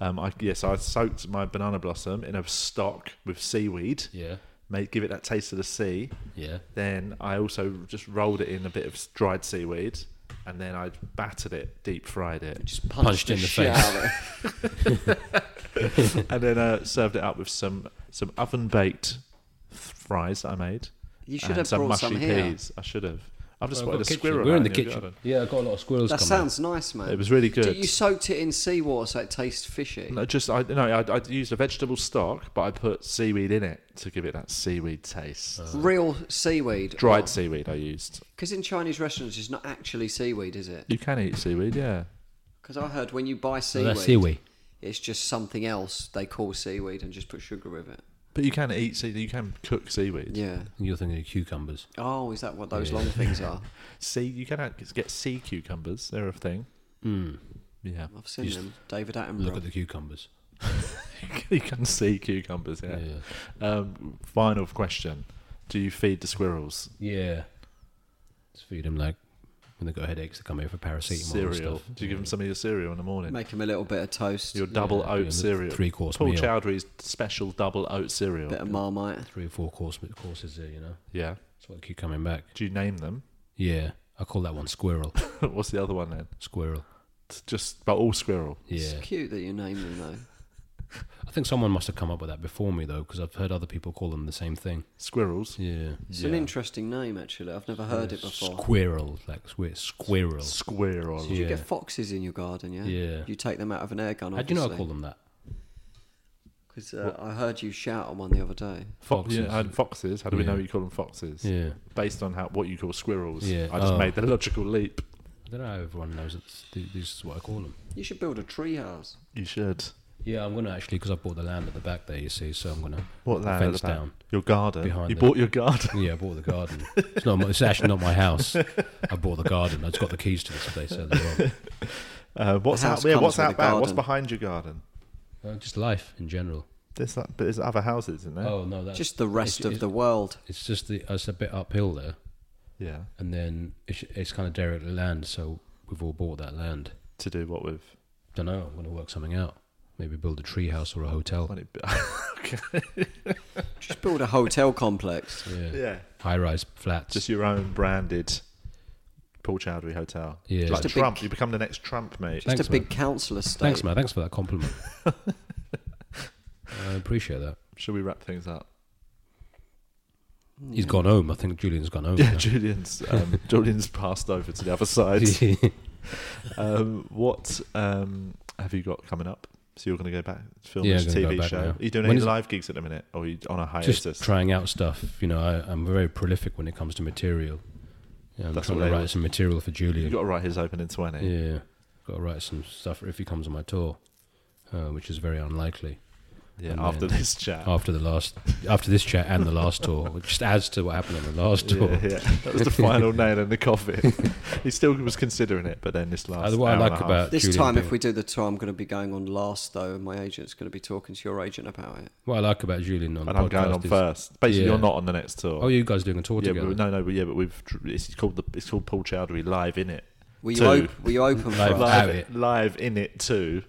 Um, I, yes, I soaked my banana blossom in a stock with seaweed. Yeah, Made give it that taste of the sea. yeah. Then I also just rolled it in a bit of dried seaweed and then I battered it, deep fried it, Just punched, Punched the in the shit face. out of it. and then uh, served it up with some some oven baked fries that I made. You should and have some brought mushy some here. peas. I should have. I've just I've spotted got a kitchen. squirrel. We're out in the your kitchen. garden. Yeah, I've got a lot of squirrels That coming. sounds nice, man. It was really good. Did you soaked it in seawater so it tastes fishy? No, just I no, I, I used a vegetable stock, but I put seaweed in it to give it that seaweed taste. Oh. Real seaweed. Dried seaweed I used. Because in Chinese restaurants, it's not actually seaweed, is it? You can eat seaweed, yeah. Because I heard when you buy So seaweed, that's seaweed. it's just something else they call seaweed and just put sugar with it. But you can eat seaweed. You can cook seaweed. Yeah. You're thinking of cucumbers. Oh, is that what those long things are? Sea, you can act- get sea cucumbers. They're a thing. Hmm. Yeah, I've seen them. David Attenborough. Look at the cucumbers. you can see cucumbers. Yeah. Um, final question: Do you feed the squirrels? Yeah. Just feed them like when they got headaches, they come here for paracetamol and cereal. stuff. Do you give them some of your cereal in the morning? Make him a little bit of toast, your double yeah, oat the cereal. three-course Paul meal. Chowdhury's special double oat cereal. bit of marmite. Three or four course, courses there, you know. Yeah. That's why they keep coming back. Do you name them? Yeah. I call that one squirrel. What's the other one then? squirrel. It's just but all squirrel. Yeah. It's cute that you name them though. I think someone must have come up with that before me, though, because I've heard other people call them the same thing. Squirrels. Yeah. It's an interesting name actually. I've never heard it before. Squirrel. Like squir- squirrel. Squirrel. Yeah. you get foxes in your garden, yeah? Yeah. You take them out of an air gun. How do you know I call them that? Because uh, I heard you shout on one the other day. Foxes. Foxes. and foxes. How do we Yeah. know you call them foxes? Yeah. Based on how what you call squirrels. Yeah. I just Oh. made the logical leap. I don't know how everyone knows it's, th- this is what I call them. You should build a tree house. You should. Yeah, I'm going to actually, because I bought the land at the back there, you see, so I'm going to. What that? Fence down. Your garden. Behind you the- bought your garden. Yeah, I bought the garden. It's not. My, it's actually not my house. I bought the garden. I just got the keys to this place earlier Uh, what's The out? house Yeah, comes what's with a out back? What's garden. behind your garden? on. Uh, Just life in general. There's that, but there's other houses in there. Oh no, that's Just the rest it's- of it's- the world. It's just the. It's a bit uphill there, Yeah. and then it's, it's kind of derelict land. So we've all bought that land. To do what with? Don't know. I'm going to work something out. Maybe build a tree house or a hotel. Money. Just build a hotel complex. Yeah. yeah. High rise flats. Just your own branded Paul Chowdhury hotel. Yeah. Like Just a big- Trump. You become the next Trump, mate. Just Thanks, a big council estate. Thanks, man. Thanks for that compliment. I appreciate that. Should we wrap things up? Mm. He's gone home. I think Julian's gone home. Yeah, now. Julian's um, Julian's passed over to the other side. um, what um, have you got coming up? So you're going to go back to film Yeah, this I'm gonna go TV back show. now. Are you doing When any is- live gigs at the minute, or are you on a hiatus? just trying out stuff. You know, I, I'm very prolific when it comes to material. Yeah, I'm That's trying what to they write all- some material for You've Julian. got to write his opening twenty. yeah, got to write some stuff if he comes on my tour, uh, which is very unlikely. Yeah, And after then- this chat. Oh, After the last, after this chat and the last tour, which just adds to what happened on the last tour. yeah, yeah, that was the final nail in the coffin. he still was considering it, but then this last. Uh, hour what I and like a half- about This Julian time, being, if we do the tour, I'm going to be going on last though, and my agent's going to be talking to your agent about it. what I like about Julian on and the I'm going podcast on is- first. Basically, yeah. you're not on the next tour. Oh, you guys doing a tour yeah, together? but, no, no, but yeah, but we've it's called the it's called Paul Chowdhury live in it. Were you, Two. op- were you open for Live. us? Have Live, it. live in it too.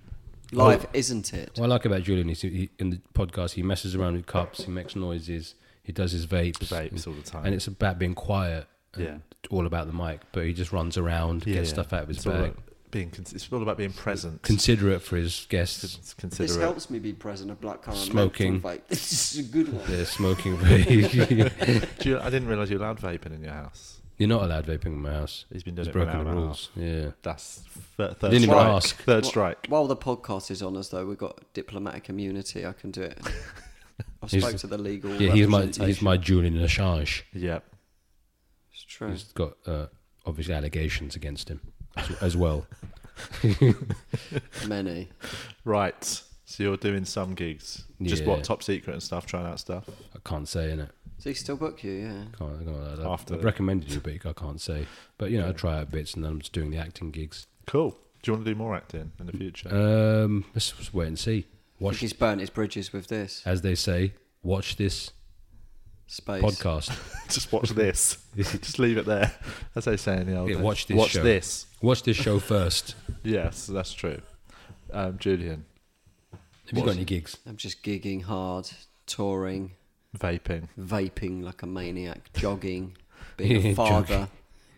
Live, isn't it? What I like about Julian is he, he, in the podcast he messes around with cups, he makes noises, he does his vapes, Vapes all the time. and it's about being quiet. And Yeah. all about the mic, but he just runs around, Yeah, gets yeah. stuff out of his It's all bag, about being cons- it's all about being present. considerate for his guests. It's This considerate. helps me be present of blackcurrant Smoking. menthol vape. This is a good one. They're smoking. vape. Do you, I didn't realize you're allowed vaping in your house. You're not allowed vaping in my house. He's been doing He's it for an broken the hour and a rules. Yeah. That's th- third Didn't even strike. ask. Third strike. While the podcast is on us, though, we've got diplomatic immunity. I can do it. I He's- spoke to the legal. Yeah, he's my he's representation. my Julian Assange. Yeah. It's true. He's got uh, obviously allegations against him as, as well. Many. Right. So you're doing some gigs. Just Yeah. what top secret and stuff, trying out stuff. I can't say in it. Does he still book you? Yeah. Can't, I can't, I've, After- I've recommended you, but I can't say. But you know, I try out bits, and then I'm just doing the acting gigs. Cool. Do you want to do more acting Mm. in the future? Um, let's just wait and see. I think Watch, Uh, he's burnt his bridges with this as they say, watch this space. podcast. just watch this. just leave it there. That's how you say in the old Yeah, days. watch this Watch show. this. Watch this show first. Yes, that's true. Um, Julian, Have you got any gigs? I'm just gigging hard, touring, vaping. vaping like a maniac, jogging, being a Yeah, father, jogging.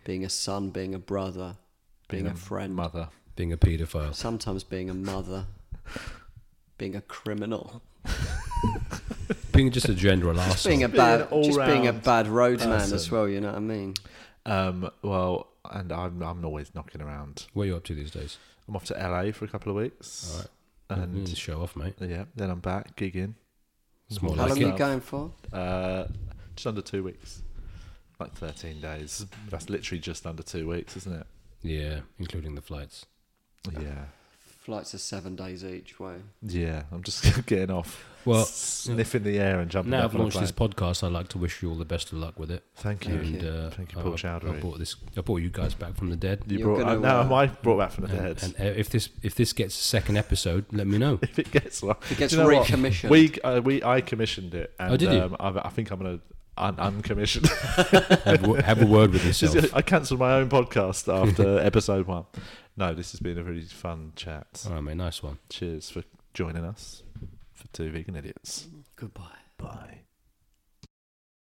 being a son, being a brother, being, a friend, mother. being a paedophile. sometimes being a mother, being a criminal, Being just a general just being being a arsehole. an bad, just being a all-round bad roadman as person. well. You know what I mean? Um, well, and I'm I'm always knocking around. What are you up to these days? I'm off to LA for a couple of weeks. And And Mm-hmm. show off, mate. yeah, then I'm back gigging. It's more How like long are you it. going for? Uh, just under two weeks, like 13 days. That's literally just under two weeks, isn't it? Yeah, including the flights. Yeah, Flights are seven days each way. yeah. I'm just getting off. Well, sniffing the air and jumping. Now up I've on a launched this plane. podcast. I'd like to wish you all the best of luck with it. Thank you. and uh, Thank you, I- Paul I, I Chowdhury. brought this. I brought you guys back from the dead. You You're brought gonna, uh, no, uh, am I brought back from the dead? And, and uh, if this if this gets a second episode, let me know. if it gets one, It gets Do you know what? recommissioned. We uh, we I commissioned it. And, Oh, did you? Um, I've, I think I'm gonna un- uncommission. Have, a- have a word with yourself. I cancelled my own podcast after episode one. No, this has been a really fun chat. All right, mate. Nice one. Cheers for joining us for two vegan idiots. Goodbye.